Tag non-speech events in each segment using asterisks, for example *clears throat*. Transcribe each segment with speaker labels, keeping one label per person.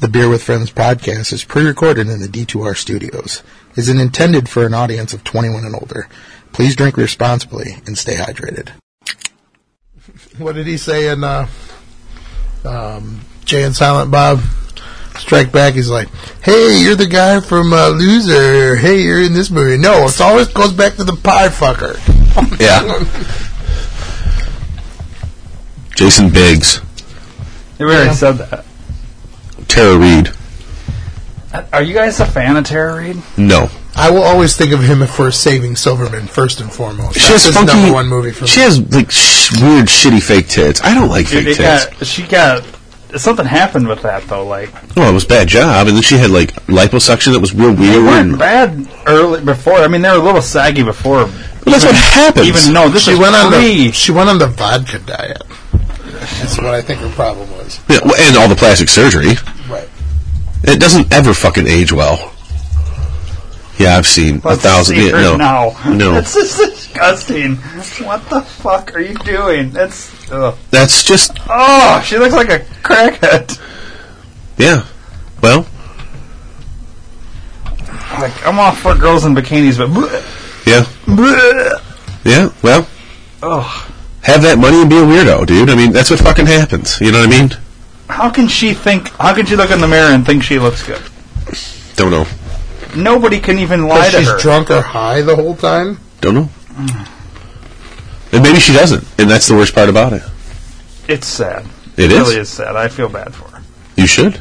Speaker 1: The Beer with Friends podcast is pre-recorded in the D2R studios. Is intended for an audience of 21 and older. Please drink responsibly and stay hydrated. What did he say in uh, um, Jay and Silent Bob? Strike back. He's like, "Hey, you're the guy from uh, Loser. Hey, you're in this movie. No, it's always goes back to the pie fucker."
Speaker 2: Yeah. Jason Biggs,
Speaker 3: We already said that.
Speaker 2: Tara Reid.
Speaker 3: uh, Are you guys a fan of Tara Reid?
Speaker 2: No,
Speaker 1: I will always think of him for saving Silverman first and foremost.
Speaker 2: she
Speaker 1: That's
Speaker 2: has
Speaker 1: his
Speaker 2: funky.
Speaker 1: number one movie for
Speaker 2: she
Speaker 1: me.
Speaker 2: has like sh- weird, shitty fake tits. I don't like
Speaker 3: Dude,
Speaker 2: fake
Speaker 3: it
Speaker 2: tits.
Speaker 3: got, she got something happened with that though. Like
Speaker 2: Well, it was a bad job, and then she had like liposuction that was real
Speaker 3: they
Speaker 2: weird.
Speaker 3: weren't
Speaker 2: and-
Speaker 3: bad early before. I mean, they were a little saggy before.
Speaker 2: Well, that's what happens.
Speaker 3: Even no, this
Speaker 1: She
Speaker 3: is
Speaker 1: went on
Speaker 3: pre.
Speaker 1: the she went on the vodka diet. That's what I think her problem was.
Speaker 2: Yeah, well, and all the plastic surgery.
Speaker 1: Right.
Speaker 2: It doesn't ever fucking age well. Yeah, I've seen
Speaker 3: Let's
Speaker 2: a thousand.
Speaker 3: see
Speaker 2: yeah,
Speaker 3: her
Speaker 2: no,
Speaker 3: now.
Speaker 2: no.
Speaker 3: *laughs* This is disgusting. What the fuck are you doing? That's ugh.
Speaker 2: That's just
Speaker 3: oh, she looks like a crackhead.
Speaker 2: yeah. Well,
Speaker 3: Like I'm all for girls in bikinis, but
Speaker 2: yeah, yeah. Well,
Speaker 3: oh,
Speaker 2: have that money and be a weirdo, dude. I mean, that's what fucking happens. You know what I mean?
Speaker 3: how can she think? How can she look in the mirror and think she looks good?
Speaker 2: Don't know.
Speaker 3: Nobody can even lie
Speaker 1: But
Speaker 3: to
Speaker 1: she's
Speaker 3: her.
Speaker 1: drunk or high the whole time.
Speaker 2: Don't know. And maybe she doesn't, and that's the worst part about it.
Speaker 3: It's sad.
Speaker 2: It
Speaker 3: It
Speaker 2: is.
Speaker 3: really is sad. I feel bad for her.
Speaker 2: You should.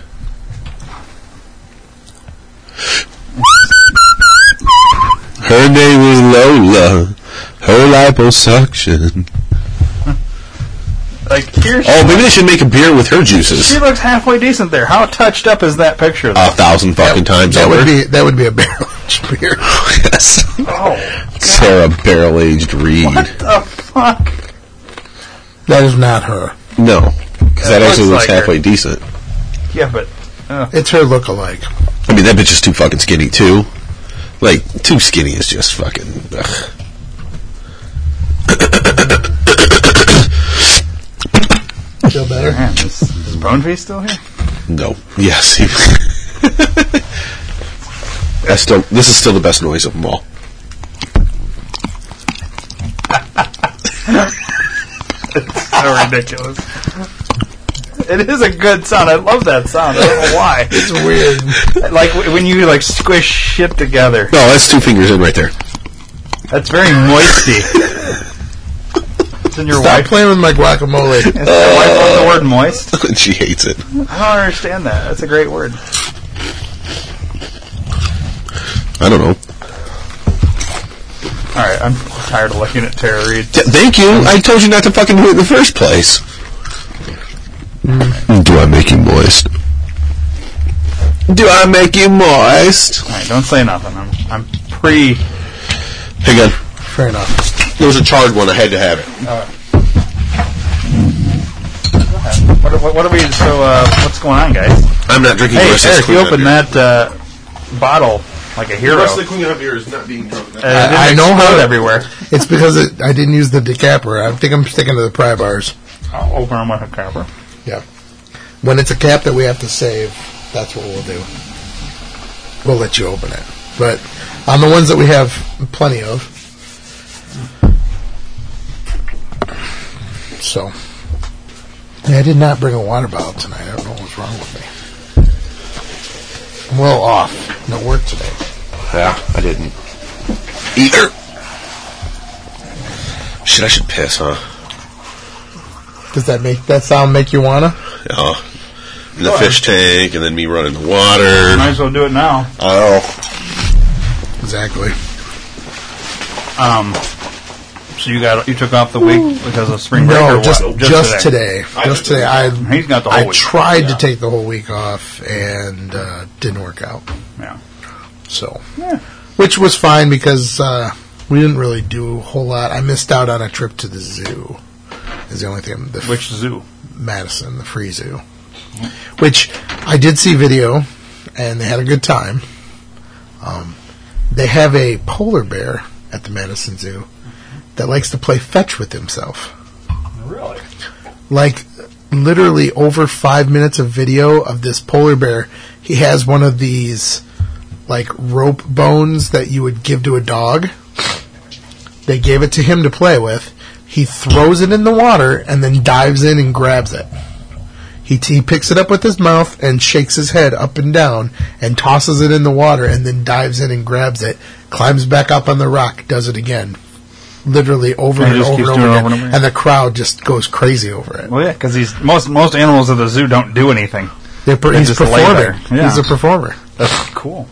Speaker 2: Her name was Lola. Her liposuction.
Speaker 3: Like here, she,
Speaker 2: Oh, maybe they should make a beer with her
Speaker 3: she
Speaker 2: juices.
Speaker 3: looks halfway decent there. How touched up is that picture?
Speaker 2: A
Speaker 3: Though?
Speaker 2: thousand fucking times
Speaker 1: That
Speaker 2: over.
Speaker 1: would be that would be a *laughs* barrel aged beer.
Speaker 2: yes.
Speaker 1: Uh,
Speaker 3: oh,
Speaker 2: *laughs* Sarah barrel aged Reed.
Speaker 3: what the fuck?
Speaker 1: That is not her.
Speaker 2: No. Because that actually
Speaker 3: It
Speaker 2: looks
Speaker 3: looks like her.
Speaker 2: halfway decent.
Speaker 3: Yeah, but uh,
Speaker 1: It's her look-alike.
Speaker 2: I mean, that bitch is too fucking skinny, too. Like, too skinny is just fucking. Ugh.
Speaker 1: Feel better?
Speaker 3: man, is, is Boneface still here?
Speaker 2: No. Yes. *laughs* That's still. This is still the best noise of them all.
Speaker 3: So ridiculous. It is a good sound. I love that sound. I don't know why.
Speaker 1: It's weird.
Speaker 3: Like w- when you like squish shit together.
Speaker 2: No, that's two fingers in right there. *laughs*
Speaker 3: That's very moisty. it's in your
Speaker 1: Stop
Speaker 3: wife.
Speaker 1: playing with my guacamole.
Speaker 3: Is your wife love the word moist?
Speaker 2: she hates it.
Speaker 3: I don't understand that. That's a great word.
Speaker 2: I don't know.
Speaker 3: All right, I'm tired of looking at Tara Reid.
Speaker 2: Th- thank you. I told you not to fucking do it in the first place. Do I make you moist? Do I make you moist?
Speaker 3: All right, don't say nothing. I'm, I'm pre.
Speaker 2: Hang on.
Speaker 1: Fair enough.
Speaker 2: There was a charred one. I had to have it.
Speaker 3: What, are- what, what are we? So, uh, what's going on, guys?
Speaker 2: I'm not drinking.
Speaker 3: Hey,
Speaker 2: the rest of this
Speaker 3: Eric, you
Speaker 2: Queen Anne
Speaker 3: opened
Speaker 2: beer.
Speaker 3: that uh, bottle like a hero. Uh,
Speaker 2: Queen Anne beer is not being drunk.
Speaker 3: it
Speaker 2: now.
Speaker 3: didn't
Speaker 1: I know how-
Speaker 3: explode everywhere.
Speaker 1: It's because it, I didn't use the decapper. I think I'm sticking to the pry bars.
Speaker 3: I'll open them with a copper.
Speaker 1: Yeah. When it's a cap that we have to save, that's what we'll do. We'll let you open it. But on the ones that we have plenty of. So. Yeah, I did not bring a water bottle tonight. I don't know what's wrong with me. I'm a little off. No work today.
Speaker 2: Yeah, I didn't. Either. Shit, I should piss, huh?
Speaker 1: Does that make that sound make you wanna?
Speaker 2: Yeah. In the fish tank, and then me running the water.
Speaker 3: Might as well do it now.
Speaker 2: Oh.
Speaker 1: Exactly.
Speaker 3: Um, so you got you took off the week because of spring break,
Speaker 1: No,
Speaker 3: or
Speaker 1: just
Speaker 3: what?
Speaker 1: just, today. Just today. I
Speaker 3: He's got the whole
Speaker 1: I
Speaker 3: week.
Speaker 1: tried
Speaker 3: Yeah.
Speaker 1: to take the whole week off and uh, didn't work out.
Speaker 3: Yeah.
Speaker 1: So,
Speaker 3: Yeah.
Speaker 1: which was fine because uh, we didn't really do a whole lot. I missed out on a trip to the zoo. Is the only thing the
Speaker 3: Which zoo?
Speaker 1: Madison, the free zoo, which I did see video, and they had a good time. Um, they have a polar bear at the Madison Zoo that likes to play fetch with himself
Speaker 3: Really?
Speaker 1: like literally over five minutes of video of this polar bear. He has one of these like rope bones that you would give to a dog. They gave it to him to play with. He throws it in the water and then dives in and grabs it. He, he picks it up with his mouth and shakes his head up and down and tosses it in the water and then dives in and grabs it, climbs back up on the rock, does it again. Literally over
Speaker 3: And
Speaker 1: and,
Speaker 3: he just
Speaker 1: over, and
Speaker 3: keeps
Speaker 1: over,
Speaker 3: doing it
Speaker 1: again,
Speaker 3: over and over again.
Speaker 1: And the crowd just goes crazy over it.
Speaker 3: Well, yeah, because he's most most animals at the zoo don't do anything.
Speaker 1: They're, per-
Speaker 3: They
Speaker 1: he's
Speaker 3: just lay
Speaker 1: performing.
Speaker 3: there. Yeah.
Speaker 1: He's a performer.
Speaker 3: That's cool.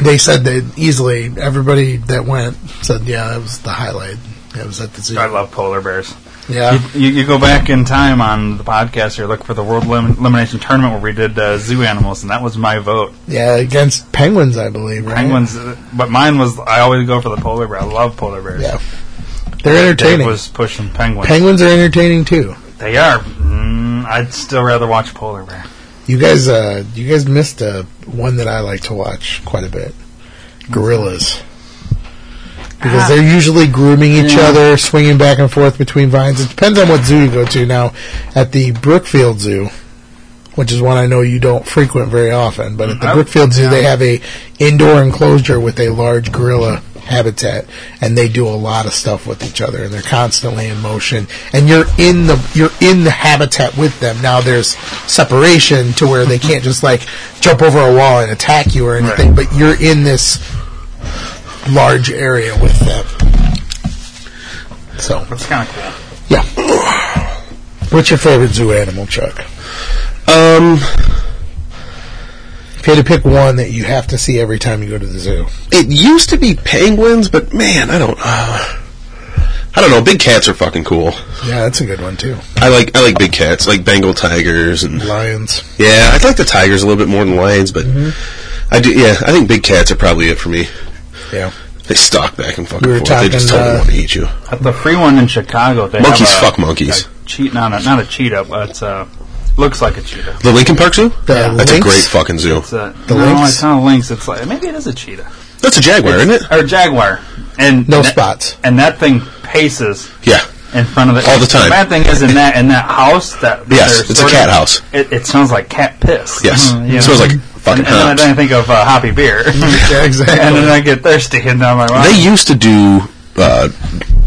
Speaker 1: They said that easily, everybody that went said, yeah, that was the highlight. It was at the zoo.
Speaker 3: I love polar bears.
Speaker 1: Yeah.
Speaker 3: You, you go back in time on the podcast here, look for the World Elim- Elimination Tournament where we did uh, zoo animals, and that was my vote.
Speaker 1: Yeah, against penguins, I believe, right?
Speaker 3: Penguins, uh, but mine was I always go for the polar bear. I love polar bears.
Speaker 1: Yeah. They're entertaining.
Speaker 3: Dave was pushing penguins.
Speaker 1: penguins are entertaining too.
Speaker 3: they are. Mm, I'd still rather watch polar bear.
Speaker 1: You guys, uh, you guys missed uh, one that I like to watch quite a bit. Gorillas, because they're usually grooming each other, swinging back and forth between vines. It depends on what zoo you go to. Now, at the Brookfield Zoo, which is one I know you don't frequent very often, but at the
Speaker 3: I-
Speaker 1: Brookfield Zoo, they have a indoor enclosure with a large gorilla habitat, and they do a lot of stuff with each other, and they're constantly in motion. And you're in the you're in the habitat with them. Now there's separation to where they can't just like jump over a wall and attack you or anything, but you're in this large area with them. So
Speaker 3: That's kind of cool.
Speaker 1: yeah. What's your favorite zoo animal, Chuck?
Speaker 2: Um,
Speaker 1: If you had to pick one that you have to see every time you go to the zoo,
Speaker 2: it used to be penguins, but man, I don't. Uh, I don't know. Big cats are fucking cool.
Speaker 1: yeah, that's a good one too.
Speaker 2: I like I like big cats, like Bengal tigers and
Speaker 1: Lions.
Speaker 2: yeah. I like the tigers a little bit more than lions, but
Speaker 3: Mm-hmm.
Speaker 2: I do. Yeah, I think big cats are probably it for me.
Speaker 1: Yeah.
Speaker 2: They stalk back and fucking
Speaker 1: We were
Speaker 2: forth. they just
Speaker 1: talking,
Speaker 2: totally
Speaker 1: uh,
Speaker 2: want to eat you.
Speaker 3: At the free one in Chicago, they
Speaker 2: Monkeys
Speaker 3: have a,
Speaker 2: fuck monkeys.
Speaker 3: A cheat, not a, not a cheetah, but it's a, looks like a cheetah.
Speaker 2: The Lincoln Park Zoo.
Speaker 1: The
Speaker 2: That's a
Speaker 1: lynx?
Speaker 2: great fucking zoo.
Speaker 3: It's a,
Speaker 1: The
Speaker 3: no,
Speaker 1: lynx?
Speaker 3: it's not a lynx. It's like maybe it is a cheetah
Speaker 2: That's a jaguar, isn't it?
Speaker 3: or a jaguar. And
Speaker 1: No
Speaker 3: and that-
Speaker 1: spots.
Speaker 3: And that thing paces
Speaker 2: Yeah.
Speaker 3: in front of it
Speaker 2: All the time.
Speaker 3: The bad thing is in that in that house that that
Speaker 2: Yes,
Speaker 3: they're
Speaker 2: it's a
Speaker 3: sorting-
Speaker 2: cat house.
Speaker 3: It, it smells like cat piss.
Speaker 2: Yes.
Speaker 3: Mm, you
Speaker 2: It smells
Speaker 3: know?
Speaker 2: like fucking
Speaker 3: And, and then I-
Speaker 2: hops.
Speaker 3: then I think of uh, hoppy beer,
Speaker 1: *laughs* Yeah, exactly.
Speaker 3: and then I get thirsty, and I'm like, wow.
Speaker 2: They used to do uh,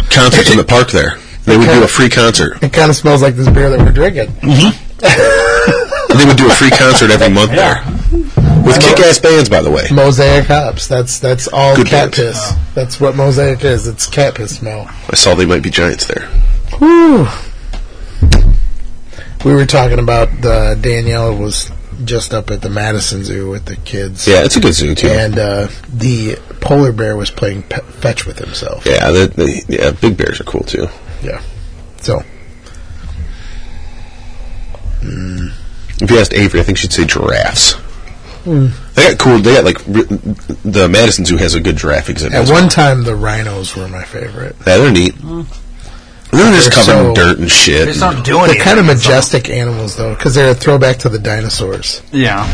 Speaker 2: concerts in the park there. They would do a free concert.
Speaker 1: It kind of smells like this beer that we're drinking.
Speaker 2: They would do a free concert every month there with kick-ass bands, by the way.
Speaker 1: Mosaic hops. That's that's all
Speaker 2: Good
Speaker 1: cat
Speaker 2: band.
Speaker 1: piss. That's what mosaic is. It's cat piss smell.
Speaker 2: I saw they might be giants there.
Speaker 1: Whew. We were talking about uh, Danielle was just up at the Madison Zoo with the kids.
Speaker 2: Yeah, it's a good zoo too.
Speaker 1: And uh, the polar bear was playing pe- fetch with himself.
Speaker 2: Yeah, the, the, yeah, big bears are cool too.
Speaker 1: Yeah. So
Speaker 2: If you asked Avery, I think she'd say giraffes. They got cool. They got like re- the Madison Zoo has a good giraffe exhibit.
Speaker 1: at one time, the rhinos were my favorite.
Speaker 2: yeah, they're neat. They're just
Speaker 1: They're
Speaker 2: covered
Speaker 1: so-
Speaker 2: in dirt and shit.
Speaker 3: they just
Speaker 2: and-
Speaker 3: don't do anything.
Speaker 1: They're kind of
Speaker 3: It's all-
Speaker 1: majestic animals, though, because they're a throwback to the dinosaurs.
Speaker 3: Yeah.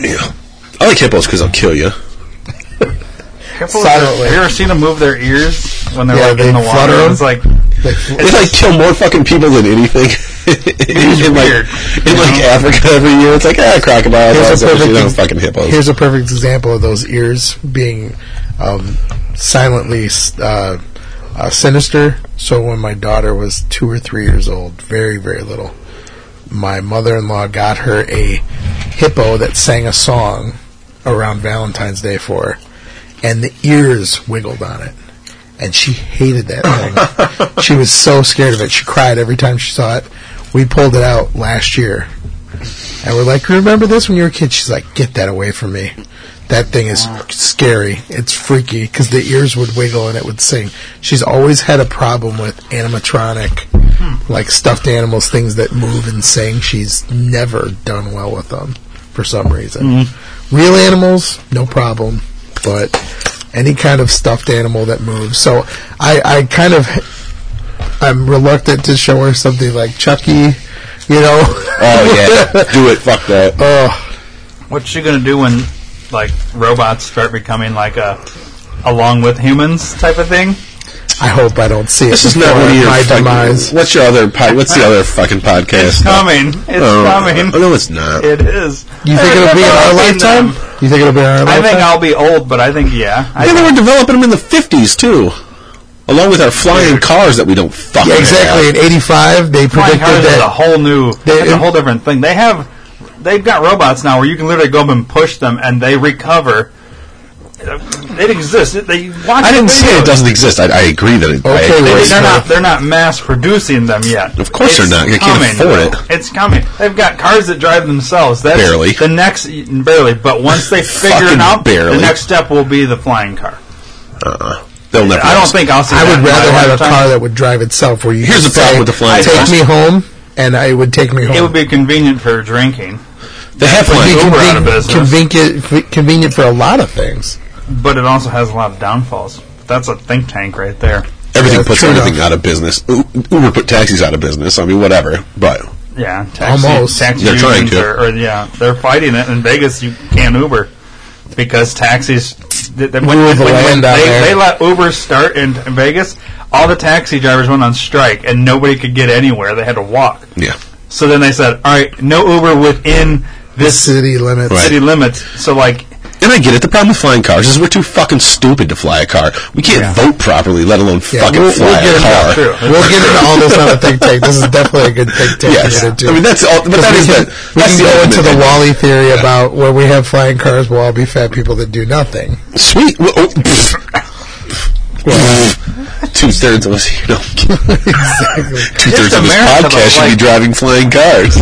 Speaker 2: yeah. I like hippos because they'll kill you.
Speaker 3: Hippos,
Speaker 1: Silently.
Speaker 3: Have you ever seen them move their ears when they're
Speaker 1: Yeah,
Speaker 3: like in
Speaker 1: they
Speaker 3: the
Speaker 1: flutter
Speaker 3: water?
Speaker 1: 'em.
Speaker 3: It's like
Speaker 1: They fl-
Speaker 2: They like kill more fucking people than anything. *laughs*
Speaker 3: is
Speaker 2: in like,
Speaker 3: weird,
Speaker 2: in
Speaker 3: you
Speaker 2: like
Speaker 3: know?
Speaker 2: Africa every year, it's like ah crocodiles.
Speaker 1: Here's a
Speaker 2: all that shit,
Speaker 1: perfect
Speaker 2: they're
Speaker 1: ex-
Speaker 2: fucking hippos.
Speaker 1: Here's a perfect example of those ears being um, silently s- uh, uh, sinister. So when my daughter was two or three years old, very very little, my mother-in-law got her a hippo that sang a song around Valentine's Day for her, and the ears wiggled on it. And she hated that thing. she was so scared of it. She cried every time she saw it. We pulled it out last year and we're like, remember this when you were a kid? She's like, get that away from me. That thing is scary. It's freaky because the ears would wiggle and it would sing. She's always had a problem with animatronic, like stuffed animals, things that move and sing. She's never done well with them for some reason. Real animals, no problem, but any kind of stuffed animal that moves. So I, I kind of, I'm reluctant to show her something like Chucky, you know.
Speaker 2: oh yeah, do it. Fuck that.
Speaker 1: *laughs* Oh,
Speaker 3: What's she gonna do when, like, robots start becoming like a, along with humans type of thing?
Speaker 1: I hope I don't see it.
Speaker 2: This is not
Speaker 1: before
Speaker 2: one of your
Speaker 1: my
Speaker 2: fucking-
Speaker 1: demise.
Speaker 2: What's your other pod, What's the other fucking podcast?
Speaker 3: It's coming. It's
Speaker 2: Oh,
Speaker 3: coming.
Speaker 2: No, it's not.
Speaker 3: It is.
Speaker 1: You think it'll be in our lifetime? You think it'll be in our
Speaker 3: I
Speaker 1: lifetime?
Speaker 3: think I'll be old, but I think yeah. I
Speaker 2: yeah, they were developing them in the fifties too, along with our flying cars that we don't fucking
Speaker 1: yeah, exactly.
Speaker 2: have.
Speaker 1: In '85, they
Speaker 3: flying
Speaker 1: predicted
Speaker 3: cars is a
Speaker 1: that.
Speaker 3: whole new,
Speaker 1: They-
Speaker 3: that's a whole different thing. They have, they've got robots now where you can literally go up and push them and they recover. It exists. It- They watch
Speaker 2: I didn't
Speaker 3: the
Speaker 2: say it
Speaker 3: videos.
Speaker 2: doesn't exist. I, I agree that it.
Speaker 1: Okay,
Speaker 2: I,
Speaker 1: well,
Speaker 3: They,
Speaker 1: It's
Speaker 3: they're
Speaker 1: not-
Speaker 3: not. They're not mass producing them yet.
Speaker 2: Of course they're not. They can't afford it.
Speaker 3: It's coming. They've got cars that drive themselves. That's
Speaker 2: Barely.
Speaker 3: The next barely, but
Speaker 2: *laughs*
Speaker 3: once they figure
Speaker 2: Fucking
Speaker 3: it out,
Speaker 2: barely.
Speaker 3: the next step will be the flying car.
Speaker 2: uh, they'll never.
Speaker 3: I don't
Speaker 2: exist.
Speaker 3: think I'll see.
Speaker 1: I
Speaker 3: that
Speaker 1: would
Speaker 3: in my
Speaker 1: rather have a
Speaker 3: lifetime.
Speaker 1: car that would drive itself. Where you
Speaker 2: Here's
Speaker 1: could
Speaker 2: the problem
Speaker 1: say,
Speaker 2: with the flying
Speaker 1: Take
Speaker 2: cars.
Speaker 1: me home, and I would take me home.
Speaker 3: It would be convenient for drinking,
Speaker 2: they have flying.
Speaker 3: Uber
Speaker 1: conven-
Speaker 3: out of business.
Speaker 1: convenient, convenient for a lot of things.
Speaker 3: but it also has a lot of downfalls. That's a think tank right there.
Speaker 2: Everything
Speaker 1: Yeah,
Speaker 2: puts
Speaker 1: true
Speaker 2: everything
Speaker 1: enough.
Speaker 2: out of business. U- Uber put taxis out of business. I mean, whatever. But
Speaker 3: Yeah, taxi,
Speaker 1: Almost.
Speaker 3: Taxi
Speaker 2: They're trying
Speaker 3: unions
Speaker 2: to.
Speaker 3: Are, are- yeah, they're fighting it in Vegas. You can't Uber because taxis. They, they, when,
Speaker 1: Rule the
Speaker 3: when-
Speaker 1: land out
Speaker 3: they,
Speaker 1: there.
Speaker 3: they let Uber start in Vegas. All the taxi drivers went on strike, and nobody could get anywhere. They had to walk.
Speaker 2: yeah,
Speaker 3: So then they said, "All right, no Uber within this
Speaker 1: City limits.
Speaker 2: Right.
Speaker 3: city limits." So like,
Speaker 2: and I get it. The problem with flying cars is we're too fucking stupid to fly a car. We can't
Speaker 3: Yeah.
Speaker 2: vote properly, let alone
Speaker 1: Yeah,
Speaker 2: fucking
Speaker 1: we'll,
Speaker 2: fly
Speaker 1: we'll get
Speaker 2: a
Speaker 1: into
Speaker 2: car.
Speaker 3: True.
Speaker 1: We'll get into all this on a think tank. This is definitely a good think tank
Speaker 2: Yes.
Speaker 1: to get into.
Speaker 2: I mean, that's all- but
Speaker 1: 'Cause
Speaker 2: that
Speaker 1: we
Speaker 2: is
Speaker 1: can,
Speaker 2: the-
Speaker 1: we
Speaker 2: that's
Speaker 1: can
Speaker 2: the
Speaker 1: go into the
Speaker 2: ultimate-
Speaker 1: Wally theory about where we have flying cars, we'll all be fat people that do
Speaker 2: *laughs*
Speaker 1: nothing.
Speaker 2: Sweet. Well, oh, *laughs* Two thirds of us here. No.
Speaker 1: *laughs*
Speaker 2: Two thirds of this
Speaker 3: America, though,
Speaker 2: podcast should be
Speaker 3: like-
Speaker 2: driving flying cars.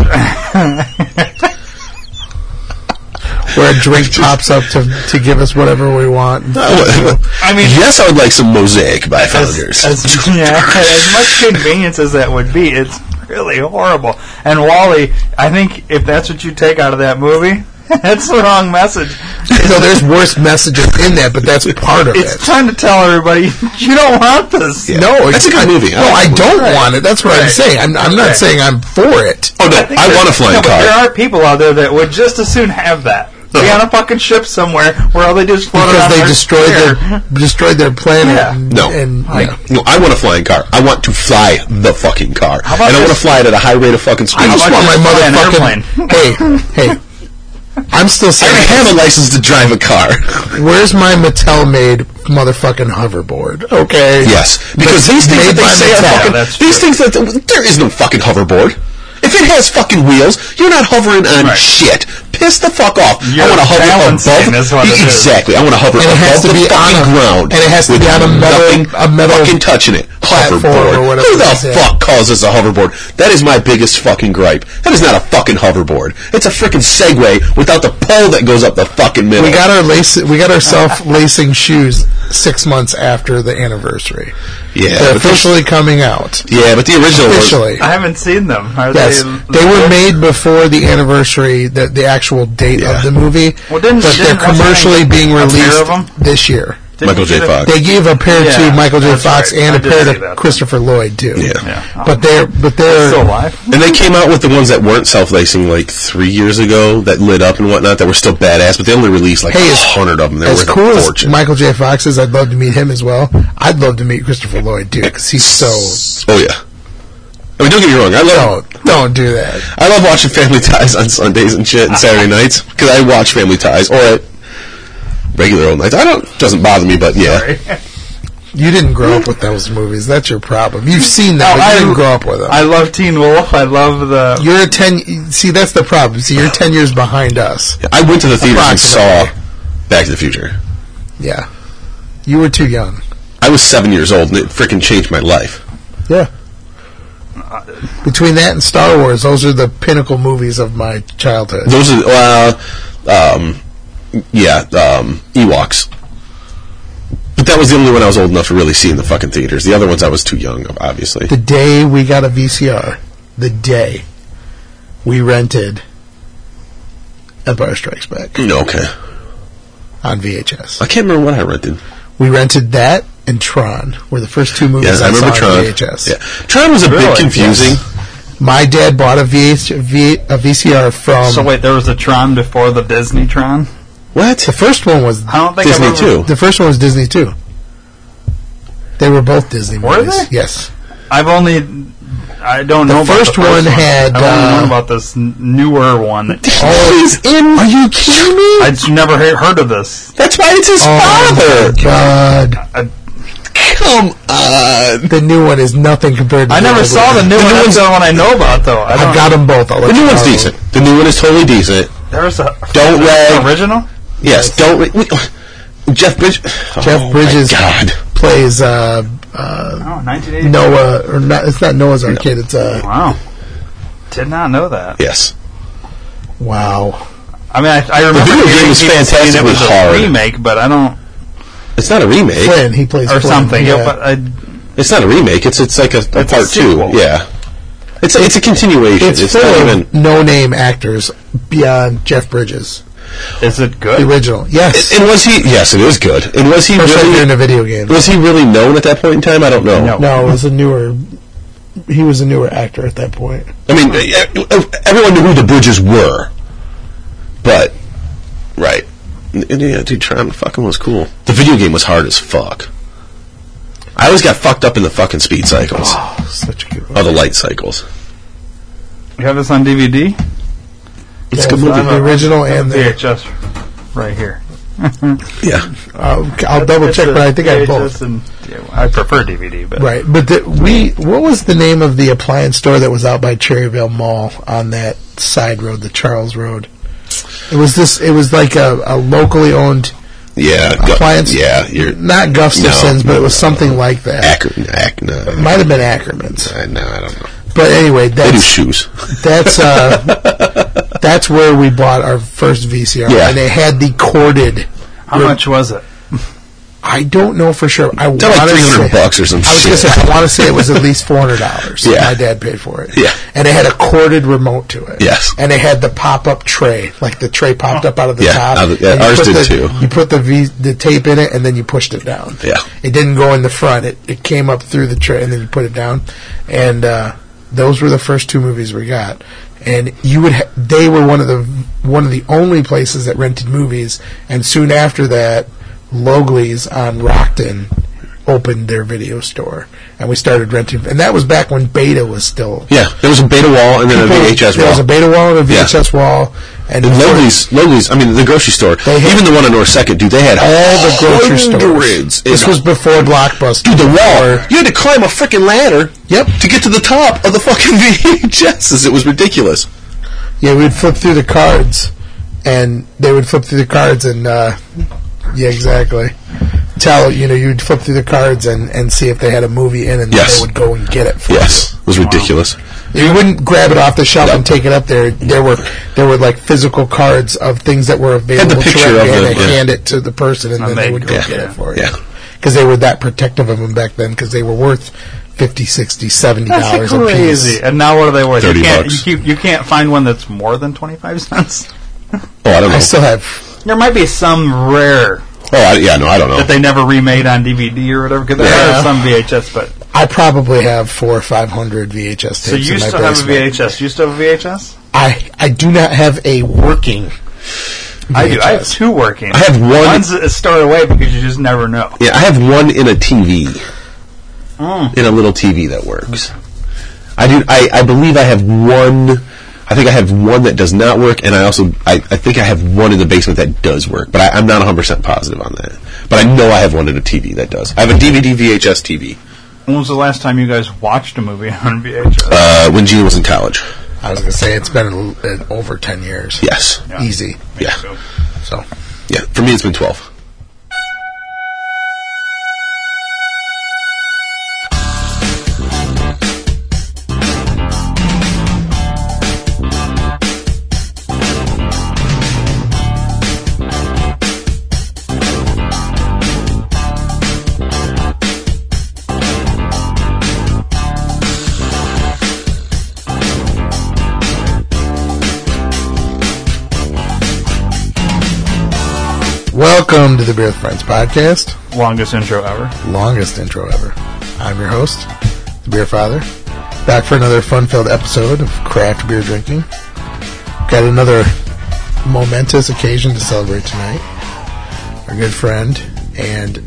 Speaker 1: *laughs* Where a drink pops up to, to give us whatever we want.
Speaker 2: I *laughs*
Speaker 3: mean-
Speaker 2: yes, I would like some mosaic by
Speaker 3: as,
Speaker 2: Founders.
Speaker 3: as, *laughs* yeah, as much convenience as that would be, it's really horrible. And Wally, I think if that's what you take out of that movie, *laughs* that's the wrong message.
Speaker 1: So there's worse messages in that, but that's part of
Speaker 3: It's
Speaker 1: it.
Speaker 3: trying to tell everybody *laughs* you don't want this.
Speaker 1: No,
Speaker 2: That's a
Speaker 1: I-
Speaker 2: good movie. I
Speaker 1: no, I
Speaker 2: like the
Speaker 1: don't want it. That's what I'm
Speaker 3: Right.
Speaker 1: saying. I'm, I'm not
Speaker 3: Right.
Speaker 1: saying I'm for it.
Speaker 2: oh no,
Speaker 3: think
Speaker 2: I,
Speaker 3: there's-
Speaker 2: want a flying
Speaker 3: no, but There
Speaker 2: car.
Speaker 3: are people out there that would just as soon have that. Be on a fucking ship somewhere where all they do is float
Speaker 1: Because
Speaker 3: around
Speaker 1: they
Speaker 3: their
Speaker 1: destroyed
Speaker 3: sphere.
Speaker 1: their destroyed their planet.
Speaker 3: Yeah.
Speaker 1: And,
Speaker 2: No,
Speaker 1: and
Speaker 2: no, no, I want a flying car. I want to fly the fucking car, and
Speaker 3: about
Speaker 2: I want to
Speaker 3: this-
Speaker 2: fly it at a high rate of fucking speed.
Speaker 1: I
Speaker 3: How
Speaker 1: just
Speaker 3: about
Speaker 1: want my
Speaker 3: just fly an airplane?
Speaker 1: motherfucking. *laughs* Hey, hey. I'm still
Speaker 2: I
Speaker 1: saying,
Speaker 2: have a license to drive a car. *laughs*
Speaker 1: where's my Mattel made motherfucking hoverboard? Okay.
Speaker 2: Yes, because
Speaker 1: But
Speaker 2: these things that
Speaker 1: made
Speaker 2: they
Speaker 1: by
Speaker 2: say are
Speaker 1: Mattel.
Speaker 2: fucking.
Speaker 3: Yeah, that's
Speaker 2: these
Speaker 3: true.
Speaker 2: things that there is no fucking hoverboard. If it has fucking wheels, you're not hovering on
Speaker 3: Right.
Speaker 2: shit. Piss the fuck off. I
Speaker 3: You're
Speaker 2: want to hover
Speaker 3: balancing
Speaker 2: above.
Speaker 3: is what it is.
Speaker 2: exactly. I want to
Speaker 1: And
Speaker 2: hover
Speaker 1: it
Speaker 2: above
Speaker 1: has to
Speaker 2: the
Speaker 1: be on
Speaker 2: fucking
Speaker 1: a-
Speaker 2: ground.
Speaker 1: and it has to
Speaker 2: with
Speaker 1: be on a metal-
Speaker 2: nothing
Speaker 1: a metal
Speaker 2: fucking touching it.
Speaker 1: platform or
Speaker 2: Hoverboard.
Speaker 1: whatever
Speaker 2: Who the
Speaker 1: it is, yeah.
Speaker 2: fuck calls this a hoverboard? That is my biggest fucking gripe. That is not a fucking hoverboard. It's a freaking Segway without the pole that goes up the fucking middle.
Speaker 1: We got our lace. We got our self lacing shoes six months after the anniversary.
Speaker 2: Yeah,
Speaker 1: They're
Speaker 2: but they-
Speaker 1: officially coming out.
Speaker 2: yeah, but the original was-
Speaker 1: Officially,
Speaker 3: I haven't seen them. Are
Speaker 1: yes,
Speaker 3: they,
Speaker 1: they were made before the anniversary, the, the actual date
Speaker 2: Yeah.
Speaker 1: of the movie.
Speaker 3: Well, didn't-
Speaker 1: but
Speaker 3: didn't-
Speaker 1: they're commercially
Speaker 3: wasn't
Speaker 1: being
Speaker 3: a pair of
Speaker 1: released
Speaker 3: them?
Speaker 1: this year.
Speaker 3: Didn't
Speaker 2: Michael
Speaker 3: you
Speaker 2: J.
Speaker 3: get a-
Speaker 2: Fox.
Speaker 1: They gave a pair
Speaker 3: Yeah,
Speaker 1: to Michael J.
Speaker 3: that's
Speaker 1: Fox
Speaker 3: right.
Speaker 1: and
Speaker 3: I
Speaker 1: a
Speaker 3: did
Speaker 1: pair
Speaker 3: see
Speaker 1: to
Speaker 3: that.
Speaker 1: Christopher Lloyd too.
Speaker 2: Yeah.
Speaker 3: Yeah.
Speaker 1: but they're but they're
Speaker 3: Still alive?
Speaker 2: And they came out with the ones that weren't self-lacing like three years ago that lit up and whatnot that were still badass, but they only released like
Speaker 1: Hey,
Speaker 2: a
Speaker 1: as-
Speaker 2: hundred of them. They're
Speaker 1: as
Speaker 2: worth
Speaker 1: cool
Speaker 2: a
Speaker 1: as
Speaker 2: fortune.
Speaker 1: Michael J. Fox is. I'd love to meet him as well. I'd love to meet Christopher Lloyd too because he's so.
Speaker 2: oh yeah. I mean, don't get me wrong. I love
Speaker 1: Don't don't do that.
Speaker 2: I love watching Family Ties on Sundays and shit and Saturday nights because I watch Family Ties or at regular old nights. I don't doesn't bother me, but yeah,
Speaker 1: You didn't grow up with those movies. That's your problem. You've seen them,
Speaker 3: No,
Speaker 1: but you
Speaker 3: I-
Speaker 1: didn't grow up with them.
Speaker 3: I love Teen Wolf. I love the.
Speaker 1: you're a ten. See, that's the problem. See, you're ten years behind us.
Speaker 2: I went to the theaters and saw
Speaker 1: Approximately.
Speaker 2: Back to the Future.
Speaker 1: Yeah, you were too young.
Speaker 2: I was seven years old and it freaking changed my life.
Speaker 1: Yeah. Between that and Star Wars, those are the pinnacle movies of my childhood.
Speaker 2: Those are uh, um, yeah, um, Ewoks. But that was the only one I was old enough to really see in the fucking theaters. The other ones I was too young,
Speaker 1: *laughs*
Speaker 2: obviously.
Speaker 1: The day we got a VCR, the day we rented Empire Strikes Back
Speaker 2: No, okay.
Speaker 1: on VHS.
Speaker 2: I can't remember what I rented.
Speaker 1: We rented that and Tron were the first two movies
Speaker 2: Yeah, I
Speaker 1: I,
Speaker 2: remember
Speaker 1: saw
Speaker 2: Tron.
Speaker 1: on VHS.
Speaker 2: Yeah. Tron was a bit
Speaker 3: Really?
Speaker 2: confusing.
Speaker 1: My dad bought a, VH, v, a VCR from.
Speaker 3: So wait, there was a Tron before the Disney Tron.
Speaker 1: what? The first one was
Speaker 3: I don't think
Speaker 2: Disney
Speaker 3: I've ever-
Speaker 2: too.
Speaker 1: the first one was Disney too. They were both Disney
Speaker 3: Were
Speaker 1: movies.
Speaker 3: they?
Speaker 1: Yes.
Speaker 3: I've only. I don't
Speaker 1: The
Speaker 3: know. about
Speaker 1: first
Speaker 3: the
Speaker 1: one
Speaker 3: first
Speaker 1: had,
Speaker 3: I've only
Speaker 1: uh,
Speaker 3: known about this n- newer one. That
Speaker 1: Oh,
Speaker 2: *laughs* He's in. Are you kidding me?
Speaker 3: I'd never he- heard of this.
Speaker 2: That's why it's his
Speaker 1: oh my
Speaker 2: father.
Speaker 1: God.
Speaker 3: I,
Speaker 2: Come on.
Speaker 1: The new one is nothing compared to
Speaker 3: I
Speaker 1: the
Speaker 3: never
Speaker 1: old
Speaker 3: saw the
Speaker 1: one.
Speaker 3: new one. That's the one I know about, though. I don't,
Speaker 1: I've got them both. I'll let
Speaker 2: The new
Speaker 1: you
Speaker 2: one's
Speaker 1: know.
Speaker 2: decent. The new one is totally decent.
Speaker 3: there's a
Speaker 2: Don't
Speaker 3: there's an
Speaker 2: rag.
Speaker 3: original. Oh,
Speaker 2: Yes. Don't. Re- we, Jeff Bridges.
Speaker 1: Jeff
Speaker 2: oh
Speaker 1: Bridges
Speaker 2: My God.
Speaker 1: plays uh, uh,
Speaker 3: Oh, 1980.
Speaker 1: Noah, or not, it's not Noah's Arcade, it's uh,
Speaker 3: Wow. Did not know that.
Speaker 2: Yes.
Speaker 1: wow.
Speaker 3: I mean, I, I remember
Speaker 2: video
Speaker 3: hearing
Speaker 2: game is
Speaker 3: people saying it
Speaker 2: fantastically
Speaker 3: was a
Speaker 2: hard.
Speaker 3: remake, but I don't
Speaker 2: It's not a remake.
Speaker 1: Flynn, he plays
Speaker 3: or
Speaker 1: Flynn,
Speaker 3: something.
Speaker 1: yeah.
Speaker 3: Yeah, but I,
Speaker 2: It's not a remake. It's it's like a, a
Speaker 3: It's a
Speaker 2: part two.
Speaker 3: sequel.
Speaker 2: Yeah. It's a, it's a continuation.
Speaker 1: it's
Speaker 2: It's,
Speaker 1: full
Speaker 2: not
Speaker 1: of
Speaker 2: even.
Speaker 1: no-name actors beyond Jeff Bridges,
Speaker 3: is it
Speaker 1: the
Speaker 3: good?
Speaker 1: original. Yes,
Speaker 2: And was he? Yes, it is good. And was he
Speaker 1: first
Speaker 2: really?
Speaker 1: actor in a video game.
Speaker 2: was he really known at that point in time? I don't know.
Speaker 3: No.
Speaker 1: No, it was a newer. He was a newer actor at that point.
Speaker 2: I mean, e- e- everyone knew who the Bridges were, but right. And, yeah, dude, Tron fucking was cool. The video game was hard as fuck. I always got fucked up in the fucking speed cycles,
Speaker 1: Oh, such a good one.
Speaker 2: or the light cycles.
Speaker 3: You have this on DVD?
Speaker 2: It's
Speaker 1: Yeah,
Speaker 2: a good
Speaker 1: it's
Speaker 2: movie.
Speaker 1: on The original and the-
Speaker 3: VHS, right here.
Speaker 2: Yeah,
Speaker 1: I'll, I'll double check, but I think I have both.
Speaker 3: And, yeah, well, I prefer DVD, but
Speaker 1: Right, but the, we what was the name of the appliance store that was out by Cherryvale Mall on that side road, the Charles Road? It was this. It was like a, a locally owned
Speaker 2: yeah, gu-
Speaker 1: appliance.
Speaker 2: Yeah, you're
Speaker 1: not Gustafson's,
Speaker 2: No,
Speaker 1: but
Speaker 2: no,
Speaker 1: it was
Speaker 2: no,
Speaker 1: something like that.
Speaker 2: Akron. Ac- no,
Speaker 1: It might have been Ackerman's,
Speaker 2: I- no, I don't know.
Speaker 1: but anyway,
Speaker 2: They do
Speaker 1: that's
Speaker 2: shoes. *laughs*
Speaker 1: that's uh, that's where we bought our first VCR,
Speaker 2: Yeah.
Speaker 1: and it had the corded.
Speaker 3: how much was it?
Speaker 1: I don't know for sure. I want
Speaker 2: They're like
Speaker 1: to
Speaker 2: three
Speaker 1: say,
Speaker 2: hundred bucks or some
Speaker 1: I was
Speaker 2: shit.
Speaker 1: gonna say I want to say it was at least four hundred dollars.
Speaker 2: *laughs* Yeah.
Speaker 1: my dad paid for it.
Speaker 2: Yeah.
Speaker 1: and it had a corded remote to it.
Speaker 2: Yes.
Speaker 1: and it had the pop up tray, like the tray popped up out of the
Speaker 2: Yeah,
Speaker 1: top.
Speaker 2: out of- yeah,
Speaker 1: and you
Speaker 2: ours
Speaker 1: put
Speaker 2: did
Speaker 1: the-
Speaker 2: too.
Speaker 1: You put the v, the tape in it, and then you pushed it down.
Speaker 2: Yeah.
Speaker 1: it didn't go in the front. It it came up through the tray, and then you put it down. And uh, those were the first two movies we got. And you would ha- they were one of the one of the only places that rented movies. And soon after that, Logley's on Rockton opened their video store and we started renting and that was back when beta was still
Speaker 2: yeah, there was a beta wall and then a VHS
Speaker 1: there
Speaker 2: wall.
Speaker 1: was a beta wall and a
Speaker 2: Yeah.
Speaker 1: VHS wall and
Speaker 2: And
Speaker 1: for-
Speaker 2: Lowly's, Lowly's, I mean, the grocery store,
Speaker 1: They had-
Speaker 2: even the one on North Second, dude, they had
Speaker 1: all the grocery
Speaker 2: hundreds
Speaker 1: stores
Speaker 2: in
Speaker 1: this
Speaker 2: a-
Speaker 1: was before Blockbuster
Speaker 2: dude, the wall. You had to climb a freaking ladder.
Speaker 1: Yep.
Speaker 2: To get to the top of the fucking *laughs* VHSs, it was ridiculous.
Speaker 1: yeah we would flip through the cards and they would flip through the cards and uh, yeah exactly tell you know you'd flip through the cards and, and see if they had a movie in and then
Speaker 2: Yes.
Speaker 1: they would go and get it for
Speaker 2: Yes, it was ridiculous.
Speaker 1: You wouldn't grab it off the shelf and take it up there. There were there were like physical cards of things that were available.
Speaker 2: picture
Speaker 1: to
Speaker 2: of
Speaker 1: you
Speaker 2: the-
Speaker 1: and they
Speaker 2: yeah.
Speaker 1: hand it to the person, and
Speaker 3: I
Speaker 1: then they
Speaker 3: made
Speaker 1: would go
Speaker 3: it,
Speaker 1: get
Speaker 3: yeah.
Speaker 1: it for you.
Speaker 2: Yeah.
Speaker 1: Because they were that protective of them back then, because they were worth 50 60 70 dollars
Speaker 3: That's
Speaker 1: a
Speaker 3: crazy.
Speaker 1: piece.
Speaker 3: And now what are they worth?
Speaker 2: 30
Speaker 3: you can't,
Speaker 2: bucks.
Speaker 3: You, you can't find one that's more than twenty five cents.
Speaker 2: Oh, I don't know.
Speaker 1: I still have.
Speaker 3: There might be some rare
Speaker 2: oh, I, yeah, no, I don't know.
Speaker 3: that they never remade on DVD or whatever. Because there
Speaker 1: Yeah.
Speaker 3: are some VHS, but
Speaker 1: I probably have four or five hundred VHS tapes.
Speaker 3: so you
Speaker 1: in my
Speaker 3: still have a
Speaker 1: basement.
Speaker 3: VHS. You still have a VHS?
Speaker 1: I I do not have a working.
Speaker 3: I do. I have
Speaker 1: VHS.
Speaker 3: two working.
Speaker 2: I have one-
Speaker 3: One's a star away because you just never know.
Speaker 2: yeah, I have one in a TV,
Speaker 3: Mm.
Speaker 2: in a little TV that works. I do. I, I believe I have one. I think I have one that does not work, and I also I, I think I have one in the basement that does work, but I, I'm not 100 percent positive on that. But I know I have one in a TV that does. I have a DVD VHS TV
Speaker 3: When was the last time you guys watched a movie *laughs* on VHS?
Speaker 1: Oh,
Speaker 2: uh, when Gina was in college.
Speaker 1: I was gonna say it's been a l- uh, over ten years.
Speaker 2: Yes.
Speaker 3: Yeah.
Speaker 1: easy.
Speaker 2: Yeah.
Speaker 1: So
Speaker 2: Yeah. For me, it's been 12.
Speaker 1: welcome to the Beer with Friends podcast.
Speaker 3: Longest intro ever.
Speaker 1: longest intro ever. I'm your host, the Beer Father, back for another fun-filled episode of craft beer drinking. Got another momentous occasion to celebrate tonight. Our good friend and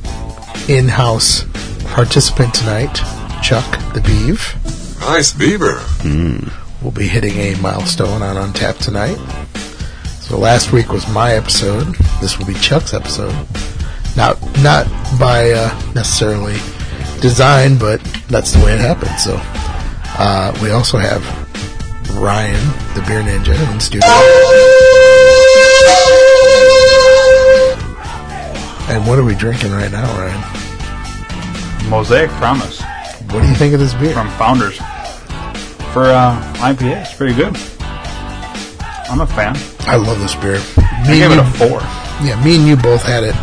Speaker 1: in-house participant tonight, Chuck the Beeve,
Speaker 4: Nice Bieber.
Speaker 1: will be hitting a milestone on Untapped tonight. So last week was my episode. This will be Chuck's episode. Not not by uh, necessarily design, but that's the way it happened. So uh, we also have Ryan, the Beer Ninja, in studio. And what are we drinking right now, Ryan?
Speaker 3: Mosaic Promise
Speaker 1: What do you think of this beer?
Speaker 3: from Founders for uh, IPA. It's pretty good. I'm a fan.
Speaker 1: I love this beer.
Speaker 3: I
Speaker 1: Me
Speaker 3: gave
Speaker 1: and
Speaker 3: it a
Speaker 1: you-
Speaker 3: four.
Speaker 1: Yeah, me and you both had it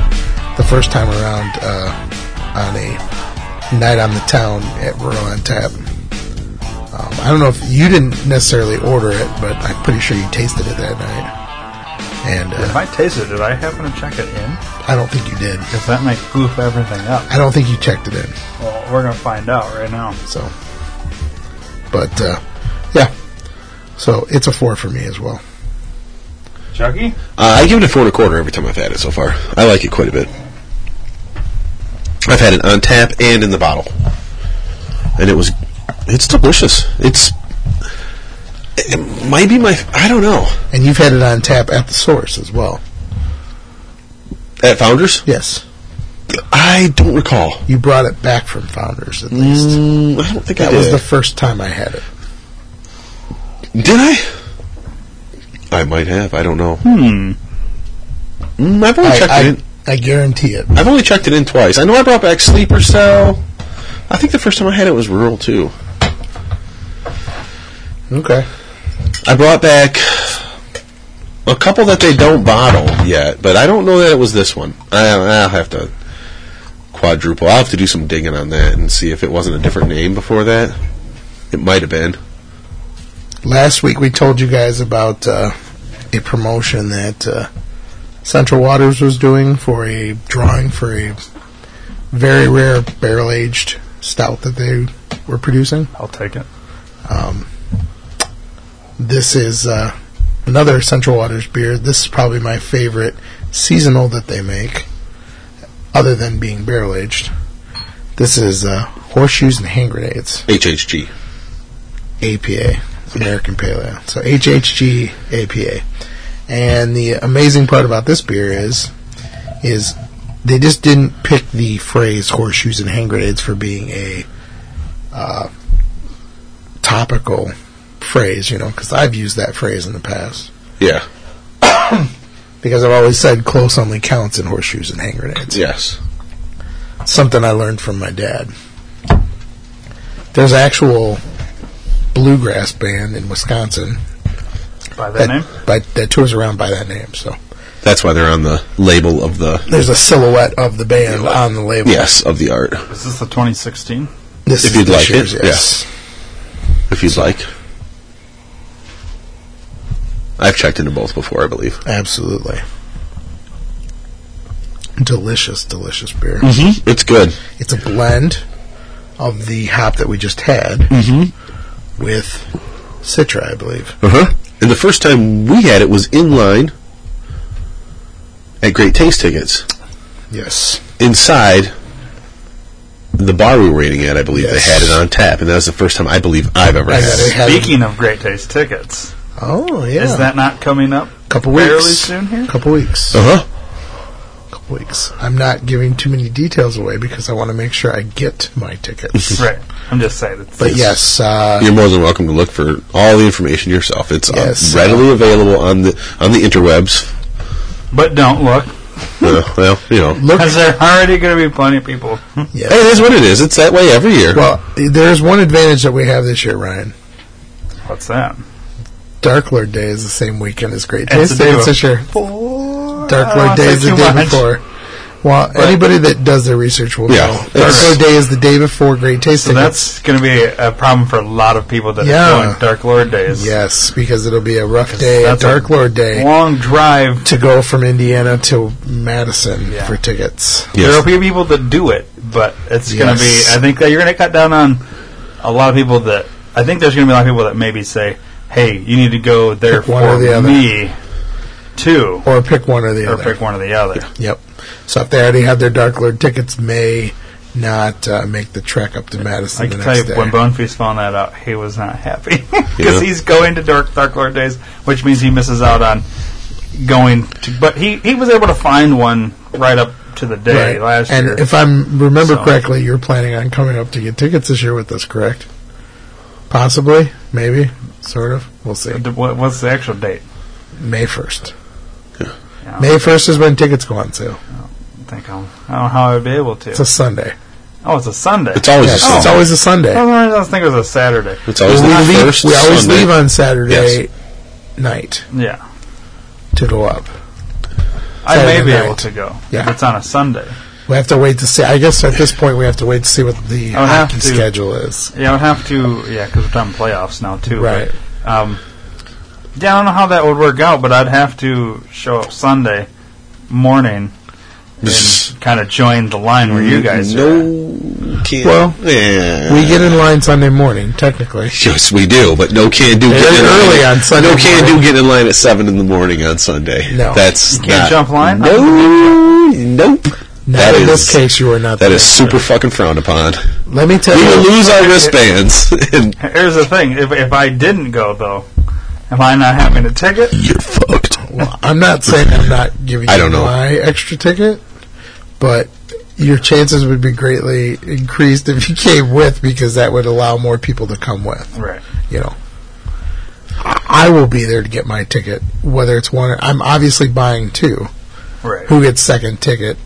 Speaker 1: the first time around uh, on a night on the town at Rural on Tap. Um, I don't know if you didn't necessarily order it, but I'm pretty sure you tasted it that night. And
Speaker 3: If
Speaker 1: uh,
Speaker 3: I tasted it, did I happen to check it in?
Speaker 1: I don't think you did.
Speaker 3: Because that might goof everything up.
Speaker 1: I don't think you checked it in.
Speaker 3: Well, we're gonna find out right now.
Speaker 1: So, but uh, yeah, so it's a four for me as well.
Speaker 3: Chucky,
Speaker 2: Uh, I give it a four and a quarter every time I've had it so far. I like it quite a bit. I've had it on tap and in the bottle, and it was it's delicious. It's it it might be my I don't know
Speaker 1: And you've had it on tap at the source as well.
Speaker 2: at Founders.
Speaker 1: Yes,
Speaker 2: I don't recall.
Speaker 1: you brought it back from Founders at least.
Speaker 2: Mm, I don't think
Speaker 1: That
Speaker 2: I
Speaker 1: was
Speaker 2: did.
Speaker 1: the first time I had it.
Speaker 2: did I? I might have. I don't know. Hmm. Mm, I've only checked it
Speaker 1: I,
Speaker 2: in.
Speaker 1: I, I guarantee it.
Speaker 2: I've only checked it in twice. I know I brought back Sleeper Cell. I think the first time I had it was Rural too.
Speaker 1: Okay.
Speaker 2: I brought back a couple that they don't bottle yet, but I don't know that it was this one. I, I'll have to quadruple. I'll have to do some digging on that and see if it wasn't a different name before that. It might have been.
Speaker 1: Last week we told you guys about uh, a promotion that uh, Central Waters was doing for a drawing for a very rare barrel aged stout that they were producing.
Speaker 3: I'll take it.
Speaker 1: This is uh, another Central Waters beer. This is probably my favorite seasonal that they make, other than being barrel aged. This is uh, Horseshoes and Hand Grenades.
Speaker 2: HHG.
Speaker 1: APA, American Pale Ale. So HHG APA. And the amazing part about this beer is, is they just didn't pick the phrase horseshoes and hand grenades for being a uh, topical phrase, you know, because I've used that phrase in the past.
Speaker 2: Yeah.
Speaker 1: Because I've always said close only counts in horseshoes and hand grenades.
Speaker 2: Yes.
Speaker 1: something I learned from my dad. There's an actual bluegrass band in Wisconsin
Speaker 3: By that name,
Speaker 1: by, that tours around by that name. So
Speaker 2: That's why they're on the label of the.
Speaker 1: there's a silhouette of the band on the label.
Speaker 2: Yes, of the art.
Speaker 3: is this the 2016?
Speaker 1: This
Speaker 2: If
Speaker 1: is
Speaker 2: you'd
Speaker 1: this
Speaker 2: like it,
Speaker 1: year's,
Speaker 2: If you'd like. I've checked into both before, I believe.
Speaker 1: absolutely. Delicious, delicious beer.
Speaker 2: Mm-hmm. It's good.
Speaker 1: It's a blend of the hop that we just had
Speaker 3: Mm-hmm.
Speaker 1: with Citra, I believe.
Speaker 2: Uh huh. And the first time we had it was in line at Great Taste Tickets.
Speaker 1: Yes,
Speaker 2: Inside the bar we were eating at, I believe
Speaker 1: Yes.
Speaker 2: they had it on tap, and that was the first time I believe I've ever
Speaker 1: I
Speaker 2: had
Speaker 1: got it.
Speaker 2: it.
Speaker 1: Had-
Speaker 3: Speaking of Great Taste tickets,
Speaker 1: Oh yeah,
Speaker 3: is that not coming up?
Speaker 1: couple weeks?
Speaker 3: fairly soon here? Oh.
Speaker 1: Couple weeks.
Speaker 2: Uh huh.
Speaker 1: weeks. I'm not giving too many details away because I want to make sure I get my tickets.
Speaker 3: Right. I'm just saying. It's,
Speaker 1: But yes, uh,
Speaker 2: You're more than welcome to look for all the information yourself. It's uh,
Speaker 1: Yes.
Speaker 2: readily available on the on the interwebs.
Speaker 3: But don't look,
Speaker 1: Hmm.
Speaker 2: Uh, well, you know,
Speaker 1: look.
Speaker 3: because there are already going to be plenty of people.
Speaker 1: yeah.
Speaker 2: hey, it is what it is. It's that way every year.
Speaker 1: Well, there's one advantage that we have this year, Ryan.
Speaker 3: What's that?
Speaker 1: Dark Lord Day is the same weekend as Great
Speaker 3: It's
Speaker 1: Taste
Speaker 3: the day
Speaker 1: Tickets
Speaker 3: before.
Speaker 1: this year.
Speaker 3: I
Speaker 1: Dark Lord
Speaker 3: don't wanna
Speaker 1: Day
Speaker 3: say
Speaker 1: is the
Speaker 3: too
Speaker 1: day
Speaker 3: much.
Speaker 1: before. Well, anybody that does their research will
Speaker 2: Yeah,
Speaker 1: know. Dark
Speaker 2: it's-
Speaker 1: Lord Day is the day before Great Taste
Speaker 3: So
Speaker 1: Tickets.
Speaker 3: that's going to be a problem for a lot of people that
Speaker 1: Yeah.
Speaker 3: are going Dark Lord days.
Speaker 1: yes, because it'll be a rough day, a
Speaker 3: That's a
Speaker 1: Dark Lord Day,
Speaker 3: Long drive.
Speaker 1: to go from Indiana to Madison
Speaker 3: Yeah.
Speaker 1: for tickets.
Speaker 2: Yes.
Speaker 3: There will be people that do it, but it's going to be.
Speaker 1: Yes.
Speaker 3: I think that you're going to cut down on a lot of people that. I think there's going to be a lot of people that maybe say, "Hey, you need to go there
Speaker 1: Pick one or
Speaker 3: for
Speaker 1: the other.
Speaker 3: me, too,
Speaker 1: Or pick one or the
Speaker 3: or
Speaker 1: other.
Speaker 3: pick one or the other."
Speaker 1: Yep. So if they already have their Dark Lord tickets, may not uh, make the trek up to Madison
Speaker 3: I
Speaker 1: the
Speaker 3: can
Speaker 1: next
Speaker 3: tell you,
Speaker 1: day.
Speaker 3: when Bonefist found that out, he was not happy *laughs*
Speaker 2: Yeah.
Speaker 3: because he's going to Dark Dark Lord days, which means he misses out on going. to But he he was able to find one right up to the day
Speaker 1: Right.
Speaker 3: last
Speaker 1: and
Speaker 3: year.
Speaker 1: if I remember
Speaker 3: So-
Speaker 1: correctly, you're planning on coming up to get tickets this year with us, correct? Possibly, maybe, sort of. We'll see.
Speaker 3: D- what- What's the actual date?
Speaker 1: May first.
Speaker 3: Yeah,
Speaker 1: May first is when tickets go on sale.
Speaker 3: I think I'll, I don't know how I'd be able to.
Speaker 1: It's a Sunday.
Speaker 3: oh, it's a Sunday.
Speaker 2: It's always
Speaker 1: Yes,
Speaker 2: a Sunday.
Speaker 1: it's always a Sunday.
Speaker 3: I was- I was thinking it was a Saturday.
Speaker 2: It's always
Speaker 1: we,
Speaker 2: the
Speaker 1: leave-
Speaker 2: first
Speaker 1: we always
Speaker 2: Sunday.
Speaker 1: leave on Saturday
Speaker 2: Yes.
Speaker 1: night
Speaker 3: Yeah,
Speaker 1: to go up.
Speaker 3: I may be
Speaker 1: Saturday
Speaker 3: able
Speaker 1: night.
Speaker 3: to go.
Speaker 1: Yeah.
Speaker 3: if it's on a Sunday.
Speaker 1: We have to wait to see. I guess at this point we have to wait to see what the
Speaker 3: I'll have
Speaker 1: hockey
Speaker 3: to.
Speaker 1: schedule is.
Speaker 3: Yeah, I would have to. Yeah, because we're done playoffs now too.
Speaker 1: Right.
Speaker 3: But, um, yeah, I don't know how that would work out, but I'd have to show up Sunday morning and kind of join the line where you guys are.
Speaker 2: no can.
Speaker 1: Well,
Speaker 2: yeah.
Speaker 1: We get in line Sunday morning, technically.
Speaker 2: Yes, we do, but no can do.
Speaker 1: Very
Speaker 2: get in
Speaker 1: early
Speaker 2: line.
Speaker 1: on Sunday
Speaker 2: No can
Speaker 1: morning.
Speaker 2: do. Get in line at seven in the morning on Sunday.
Speaker 1: No.
Speaker 2: that's
Speaker 3: Can't
Speaker 2: not-
Speaker 3: jump line?
Speaker 2: No, nope.
Speaker 1: Not
Speaker 2: That
Speaker 1: in
Speaker 2: is-
Speaker 1: this case, you are not.
Speaker 2: That
Speaker 1: there.
Speaker 2: is super fucking frowned upon.
Speaker 1: Let me tell
Speaker 2: We will
Speaker 1: you.
Speaker 2: lose our wristbands. *laughs* and
Speaker 3: At. Here's the thing: if, if I didn't go, though, am I not having a ticket?
Speaker 2: You're fucked.
Speaker 1: Well, I'm not saying I'm not giving
Speaker 2: I
Speaker 1: you
Speaker 2: don't know.
Speaker 1: my extra ticket, but your chances would be greatly increased if you came with because that would allow more people to come with.
Speaker 3: Right.
Speaker 1: you know, I I will be there to get my ticket. Whether it's one, I'm obviously buying two.
Speaker 3: Right.
Speaker 1: Who gets second ticket?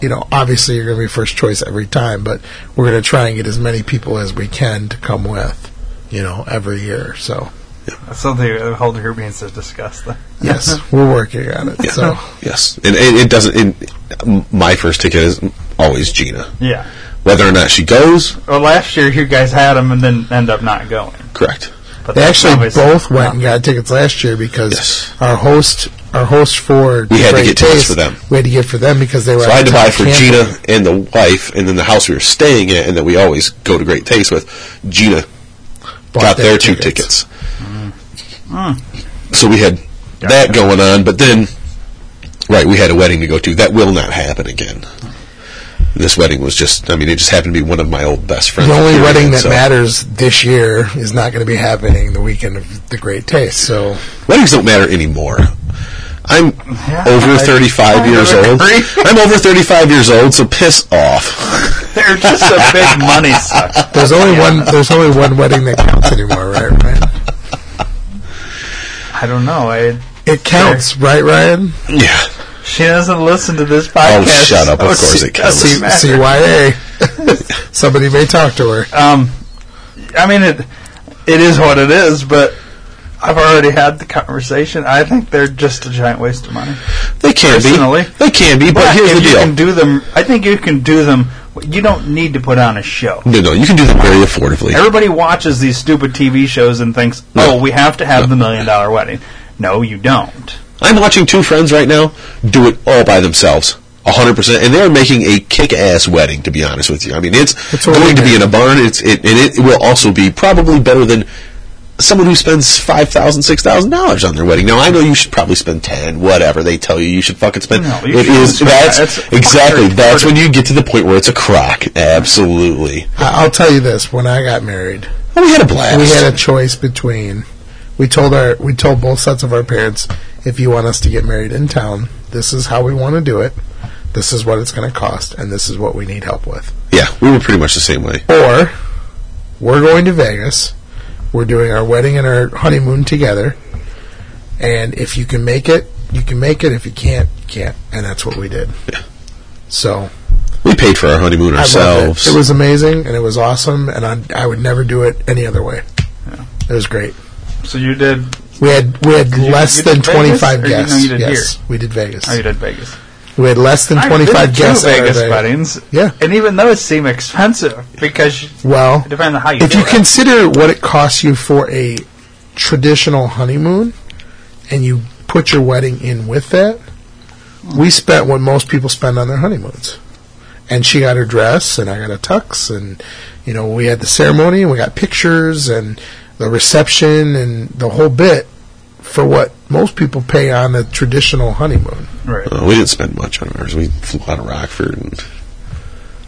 Speaker 1: You know, obviously you're going to be first choice every time, but we're going to try and get as many people as we can to come with. You know, every year. So
Speaker 3: That's something the whole group needs to discuss. *laughs* Then.
Speaker 1: yes, we're working on it. So
Speaker 2: Yes, and it, it doesn't. It, my first ticket is always Gina,
Speaker 3: Yeah.
Speaker 2: whether or not she goes.
Speaker 3: Well, last year you guys had them and then end up not going.
Speaker 2: Correct.
Speaker 3: But
Speaker 1: they
Speaker 3: that's
Speaker 1: actually
Speaker 3: obviously
Speaker 1: both went
Speaker 3: not-
Speaker 1: and got tickets last year because
Speaker 2: Yes.
Speaker 1: our host, our host for
Speaker 2: We had to
Speaker 1: Great
Speaker 2: get
Speaker 1: Taste,
Speaker 2: tickets for them.
Speaker 1: We had to get for them because they were.
Speaker 2: So I had to
Speaker 1: out
Speaker 2: buy
Speaker 1: of
Speaker 2: for
Speaker 1: town camping.
Speaker 2: Gina and the wife, and then the house we were staying at, and that we always go to Great Taste with. Gina
Speaker 1: Bought
Speaker 2: got their, two tickets.
Speaker 3: Hmm.
Speaker 2: So we had that going on, but then, right, we had a wedding to go to. That will not happen again. This wedding was just, I mean, it just happened to be one of my old best friends.
Speaker 1: the only
Speaker 2: period,
Speaker 1: wedding that
Speaker 2: so-
Speaker 1: matters this year is not going to be happening the weekend of the Great Taste. So
Speaker 2: Weddings don't matter anymore. I'm over
Speaker 3: I
Speaker 2: 35
Speaker 3: kind of
Speaker 2: years old.
Speaker 3: agree.
Speaker 2: I'm over 35 years old, so piss off.
Speaker 3: *laughs* *laughs* They're just a big
Speaker 1: *laughs*
Speaker 3: money suck.
Speaker 1: there's only one. There's only one wedding that counts anymore, right, Ryan?
Speaker 3: I don't know. I,
Speaker 1: It counts, right, Ryan?
Speaker 2: *laughs* Yeah.
Speaker 3: she doesn't listen to this podcast.
Speaker 2: Oh, shut up. Of
Speaker 3: so
Speaker 2: course it counts.
Speaker 3: doesn't matter.
Speaker 1: CYA. *laughs* Somebody may talk to her.
Speaker 3: Um, I mean, it it is what it is, but I've already had the conversation. I think they're just a giant waste of money.
Speaker 2: They can
Speaker 3: Personally.
Speaker 2: be. They can be, but, here's
Speaker 3: if
Speaker 2: the
Speaker 3: you can
Speaker 2: deal.
Speaker 3: do them, I think you can do them. You don't need to put on a show.
Speaker 2: No, no, you can do them very affordably.
Speaker 3: Everybody watches these stupid TV shows and thinks,
Speaker 2: No.
Speaker 3: "Oh, we have to have the million dollar wedding." No, you don't.
Speaker 2: I'm watching two friends right now do it all by themselves. 100% and they're making a kick-ass wedding to be honest with you i mean it's
Speaker 1: That's what
Speaker 2: going
Speaker 1: we
Speaker 2: to be
Speaker 1: did.
Speaker 2: in a barn it's it, and it will also be probably better than someone who spends five thousand, six thousand dollars on their wedding now i know you should probably spend 10 whatever they tell you you should fucking spend
Speaker 3: No, you
Speaker 2: it
Speaker 3: shouldn't
Speaker 2: is
Speaker 3: spend
Speaker 2: that's
Speaker 3: that. That's
Speaker 2: exactly
Speaker 3: fucking
Speaker 2: that's
Speaker 3: retarded.
Speaker 2: when you get to the point where it's a crock absolutely
Speaker 1: I- I'll tell you this: when I got married,
Speaker 2: Well, we had a blast
Speaker 1: we had a choice between. We told our we told both sets of our parents, if you want us to get married in town, this is how we want to do it. This is what it's going to cost, and this is what we need help with.
Speaker 2: yeah we were pretty much the same way
Speaker 1: or we're going to Vegas. We're doing our wedding and our honeymoon together. And if you can make it, you can make it. If you can't, you can't. And that's what we did. So
Speaker 2: we paid for our honeymoon
Speaker 1: I loved
Speaker 2: ourselves
Speaker 1: it. It was amazing and it was awesome. And I, I would never do it any other way. It was great.
Speaker 3: So you did.
Speaker 1: We had we had
Speaker 3: you-
Speaker 1: less
Speaker 3: you
Speaker 1: than
Speaker 3: did Vegas,
Speaker 1: twenty five
Speaker 3: or you- no,
Speaker 1: guests.
Speaker 3: you did
Speaker 1: yes, we did Vegas.
Speaker 3: Oh, you did Vegas.
Speaker 1: We had less than
Speaker 3: I've
Speaker 1: twenty
Speaker 3: been
Speaker 1: five
Speaker 3: to
Speaker 1: guests. at our
Speaker 3: Vegas
Speaker 1: Vegas.
Speaker 3: weddings.
Speaker 1: Yeah.
Speaker 3: and even those seem expensive because you-
Speaker 1: Well,
Speaker 3: it depends on how you.
Speaker 1: if
Speaker 3: do
Speaker 1: you
Speaker 3: it.
Speaker 1: consider what it costs you for a traditional honeymoon and you put your wedding in with that, we spent what most people spend on their honeymoons. And she got her dress and I got a tux and you know, we had the ceremony and we got pictures and the reception and the whole bit for what most people pay on a traditional honeymoon.
Speaker 3: right.
Speaker 2: Uh, we didn't spend much on ours. We flew out of Rockford and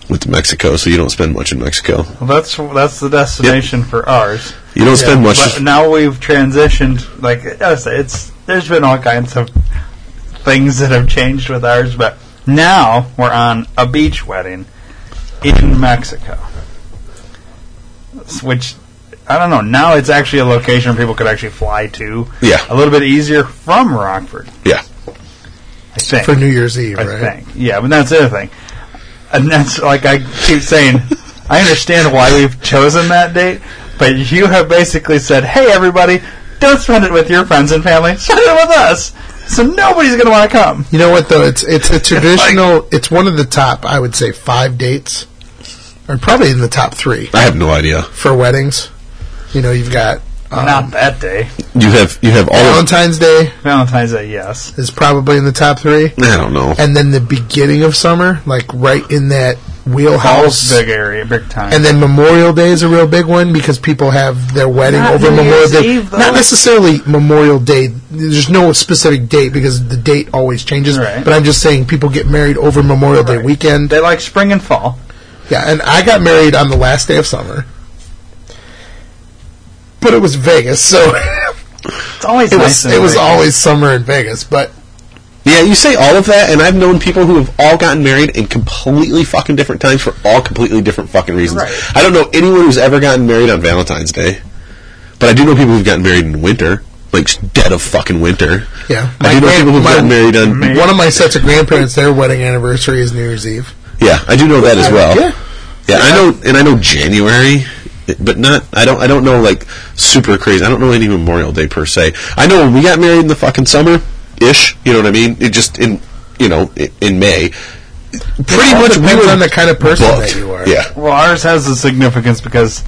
Speaker 2: with Mexico, so you don't spend much in Mexico.
Speaker 3: Well, that's that's the destination for ours.
Speaker 2: You don't spend much.
Speaker 3: But now we've transitioned. Like I said, it's there's been all kinds of things that have changed with ours, but now we're on a beach wedding in Mexico, S- which I don't know. Now it's actually a location people could actually fly to.
Speaker 2: Yeah.
Speaker 3: a little bit easier from Rockford.
Speaker 2: Yeah.
Speaker 3: I think
Speaker 1: for New Year's Eve,
Speaker 3: I
Speaker 1: right?
Speaker 3: think. Yeah, but that's the other thing. And that's like I keep saying, I understand why we've chosen that date, but you have basically said, hey, everybody, don't spend it with your friends and family, spend it with us. So nobody's going to want to come.
Speaker 1: You know what though? It's it's a traditional. it's one of the top, I would say, five dates, or probably in the top three
Speaker 2: I have no idea.
Speaker 1: for weddings. You know, you've got um,
Speaker 3: Not that day.
Speaker 2: You have you have all. Of,
Speaker 1: Valentine's Day
Speaker 3: Valentine's Day, yes.
Speaker 1: is probably in the top three,
Speaker 2: I don't know.
Speaker 1: and then the beginning of summer, like right in that
Speaker 3: Paul's
Speaker 1: wheelhouse.
Speaker 3: big area, big time.
Speaker 1: And then Memorial Day is a real big one because people have their wedding
Speaker 3: Not
Speaker 1: over
Speaker 3: New
Speaker 1: Memorial
Speaker 3: Year's
Speaker 1: Day.
Speaker 3: Eve, though.
Speaker 1: Not necessarily Memorial Day. There's no specific date because the date always changes.
Speaker 3: Right.
Speaker 1: But I'm just saying people get married over Memorial Day
Speaker 3: Right.
Speaker 1: weekend.
Speaker 3: they like spring and fall.
Speaker 1: Yeah, and I got married on the last day of summer. But it was Vegas, so *laughs*
Speaker 3: It's always
Speaker 1: it
Speaker 3: nice.
Speaker 1: was
Speaker 3: in
Speaker 1: it was
Speaker 3: Vegas.
Speaker 1: always summer in Vegas. But
Speaker 2: Yeah, you say all of that, and I've known people who have all gotten married in completely fucking different times for all completely different fucking reasons.
Speaker 3: Right.
Speaker 2: I don't know anyone who's ever gotten married on Valentine's Day, but I do know people who've gotten married in winter, like dead of fucking winter.
Speaker 1: Yeah.
Speaker 2: I do
Speaker 1: My
Speaker 2: know people who've
Speaker 1: grand-
Speaker 2: gotten
Speaker 1: my-
Speaker 2: married on.
Speaker 3: Me.
Speaker 1: one of my sets of grandparents, their wedding anniversary is New Year's Eve.
Speaker 2: Yeah, I do know that as well.
Speaker 1: Yeah.
Speaker 2: Yeah, I know, and I know January, but not. I don't. I don't know like super crazy. I don't know any Memorial Day per se. I know when we got married in the fucking summer, ish. You know what I mean? It just in you know i- in May. Pretty
Speaker 1: all
Speaker 2: much
Speaker 1: depends
Speaker 2: we were
Speaker 1: on the kind of person
Speaker 2: booked.
Speaker 1: that you are.
Speaker 2: Yeah,
Speaker 3: Well, ours has a significance because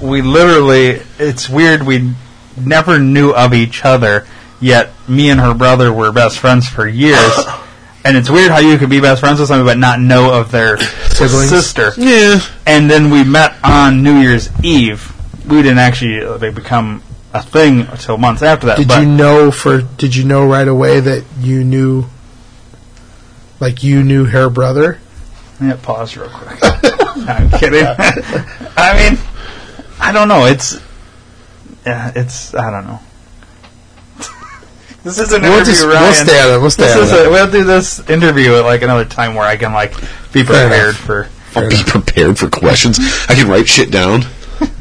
Speaker 3: we literally, it's weird, we never knew of each other, yet me and her brother were best friends
Speaker 1: *coughs*
Speaker 3: for years. and it's weird how you could be best friends with somebody but not know of their
Speaker 1: Siblings.
Speaker 3: sister.
Speaker 2: yeah.
Speaker 3: And then we met on New Year's Eve. We didn't actually uh, they become a thing until months after that.
Speaker 1: Did
Speaker 3: but
Speaker 1: you know for? Did you know right away that you knew? Like you knew her brother?
Speaker 3: Yeah, pause real quick. *laughs* I'm kidding. *laughs* I mean, I don't know. It's, yeah, it's. I don't know. *laughs* this is an
Speaker 1: We'll
Speaker 3: interview,
Speaker 1: just- we'll
Speaker 3: Ryan.
Speaker 1: stay out of it, we'll stay
Speaker 3: This
Speaker 1: out of
Speaker 3: is
Speaker 1: it.
Speaker 3: a- we'll do this interview at like another time where I can like be
Speaker 1: Fair
Speaker 3: prepared
Speaker 1: enough.
Speaker 3: for. *laughs*
Speaker 2: I'll be prepared for questions. I can write shit down.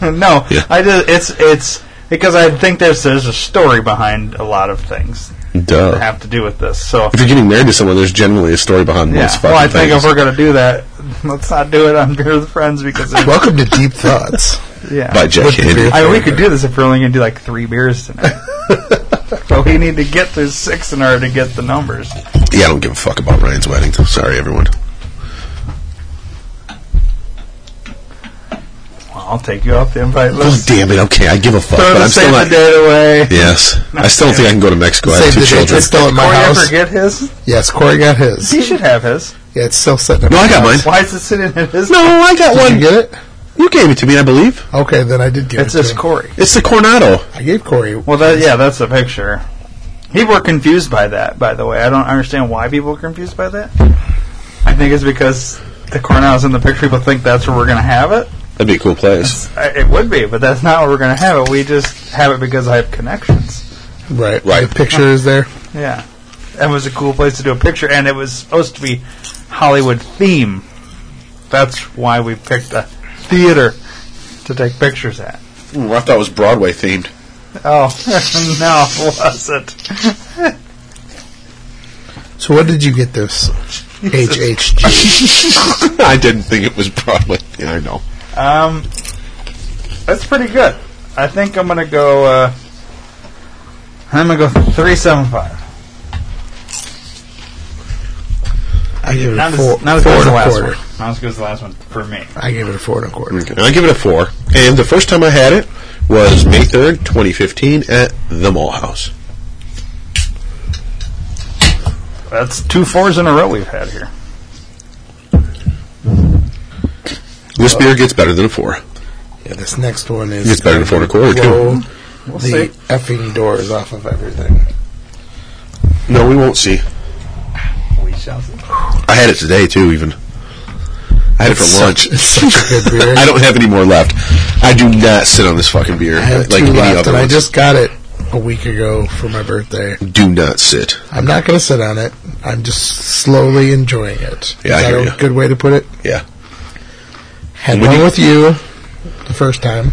Speaker 3: no,
Speaker 2: Yeah.
Speaker 3: I just it's it's because I think there's there's a story behind a lot of things that
Speaker 2: Duh.
Speaker 3: have to do with this. So
Speaker 2: If you're getting married to someone, there's generally a story behind
Speaker 3: yeah,
Speaker 2: most fucking
Speaker 3: well, I think
Speaker 2: things.
Speaker 3: if we're gonna do that, *laughs* let's not do it on *laughs* Beer with
Speaker 1: *laughs*
Speaker 3: Friends because it-
Speaker 1: Welcome to Deep Thoughts.
Speaker 3: yeah,
Speaker 2: by Jack
Speaker 1: With the
Speaker 2: Handy.
Speaker 1: beer.
Speaker 3: I mean, we could do this if we're only going to do like three beers
Speaker 2: *laughs*
Speaker 3: tonight. but we need to get through six in order to get the numbers.
Speaker 2: Yeah, I don't give a fuck about Ryan's wedding. Sorry, everyone.
Speaker 3: Well, I'll take you off the invite
Speaker 2: Oh,
Speaker 3: list.
Speaker 2: damn it. Okay, I give a fuck,
Speaker 3: Throw
Speaker 2: but
Speaker 3: the
Speaker 2: I'm still
Speaker 3: save
Speaker 2: not.
Speaker 3: the date away.
Speaker 2: Yes. I still don't think I can go to Mexico. I have
Speaker 1: Save the
Speaker 2: two
Speaker 1: date.
Speaker 2: children.
Speaker 1: It's still at my
Speaker 3: Corey
Speaker 1: house.
Speaker 3: ever get his?
Speaker 1: Yes, Corey got his.
Speaker 3: He should have his.
Speaker 1: Yeah, it's still sitting. At
Speaker 2: No,
Speaker 1: my
Speaker 2: I got
Speaker 1: house.
Speaker 2: mine.
Speaker 3: Why is it sitting in his?
Speaker 2: No, I got
Speaker 1: Did
Speaker 2: one.
Speaker 1: you get it?
Speaker 2: You gave it to me, I believe.
Speaker 1: Okay, then I did give
Speaker 3: It's
Speaker 1: it. to
Speaker 3: just
Speaker 1: him.
Speaker 3: Corey.
Speaker 2: It's the Coronado.
Speaker 1: I gave Corey.
Speaker 3: Well, that yeah, that's the picture. People are confused by that, by the way. I don't understand why people are confused by that. I think it's because the Cornell's in the picture. People think that's where we're going to have it.
Speaker 2: That'd be a cool place.
Speaker 3: I- Uh, It would be, but that's not where we're going to have it. We just have it because I have connections.
Speaker 1: Right,
Speaker 2: Right.
Speaker 1: The picture is there.
Speaker 3: Yeah. That was a cool place to do a picture, and it was supposed to be Hollywood theme. That's why we picked a theater to take pictures at.
Speaker 2: Ooh, I thought it was Broadway themed.
Speaker 3: Oh, *laughs* no, it wasn't.
Speaker 1: So what did you get
Speaker 3: *laughs*
Speaker 1: this? HHG.
Speaker 2: *laughs* I didn't think it was Broadway. Yeah, I know.
Speaker 3: Um, that's pretty good. I think I'm going to go, uh, I'm going to go 375. *laughs*
Speaker 1: I gave it a
Speaker 3: Not as,
Speaker 1: four,
Speaker 3: not as
Speaker 1: four
Speaker 3: good
Speaker 1: and
Speaker 3: as the
Speaker 1: a
Speaker 3: last
Speaker 1: quarter.
Speaker 3: one. Not as good as the last one for me.
Speaker 1: I gave it a four and a quarter.
Speaker 2: I give it a four. And the first time I had it was May 3rd, 2015, at the Mole House.
Speaker 3: That's two fours in a row we've had here.
Speaker 2: This beer gets better than a four.
Speaker 1: Yeah, this next one is.
Speaker 2: It's better than four and a quarter, too.
Speaker 1: Blow the
Speaker 3: see.
Speaker 1: effing doors off of everything.
Speaker 2: No, we won't see.
Speaker 3: We shall see.
Speaker 2: I had it today, too, even. I had it for
Speaker 1: It's
Speaker 2: lunch.
Speaker 1: such- it's *laughs* such a good beer.
Speaker 2: *laughs* I don't have any more left. I do not sit on this fucking beer
Speaker 1: I have
Speaker 2: like
Speaker 1: two
Speaker 2: any
Speaker 1: left,
Speaker 2: other
Speaker 1: and I
Speaker 2: ones.
Speaker 1: just got it a week ago for my birthday.
Speaker 2: do not sit.
Speaker 1: I'm not going to sit on it. I'm just slowly enjoying it.
Speaker 2: Yeah, I
Speaker 1: Is that
Speaker 2: hear
Speaker 1: a
Speaker 2: ya.
Speaker 1: good way to put it?
Speaker 2: Yeah.
Speaker 1: Had
Speaker 2: When
Speaker 1: one
Speaker 2: you-
Speaker 1: with you the first time.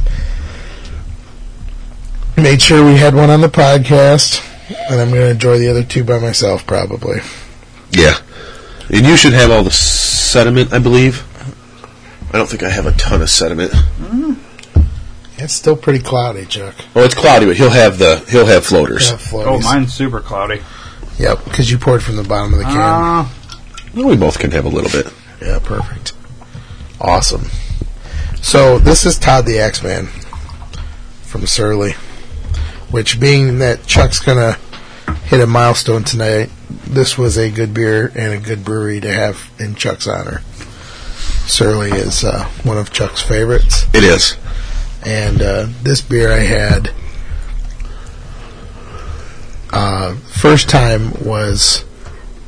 Speaker 1: Made sure we had one on the podcast, and I'm going to enjoy the other two by myself probably.
Speaker 2: Yeah. And you should have all the sediment, I believe. I don't think I have a ton of sediment.
Speaker 1: It's still pretty cloudy, Chuck.
Speaker 2: Well, Oh, it's cloudy, but he'll have the he'll have floaters.
Speaker 1: Yeah,
Speaker 3: Oh,
Speaker 1: floaties.
Speaker 3: mine's super cloudy.
Speaker 1: Yep, because you poured from the bottom of the can.
Speaker 3: Uh,
Speaker 2: Well, we both can have a little bit.
Speaker 1: Yeah, perfect. Awesome. So this is Todd the Axeman from Surly, which being that Chuck's gonna hit a milestone tonight, this was a good beer and a good brewery to have in Chuck's honor. Surly is uh, one of Chuck's favorites,
Speaker 2: It is.
Speaker 1: and uh, this beer I had uh, first time was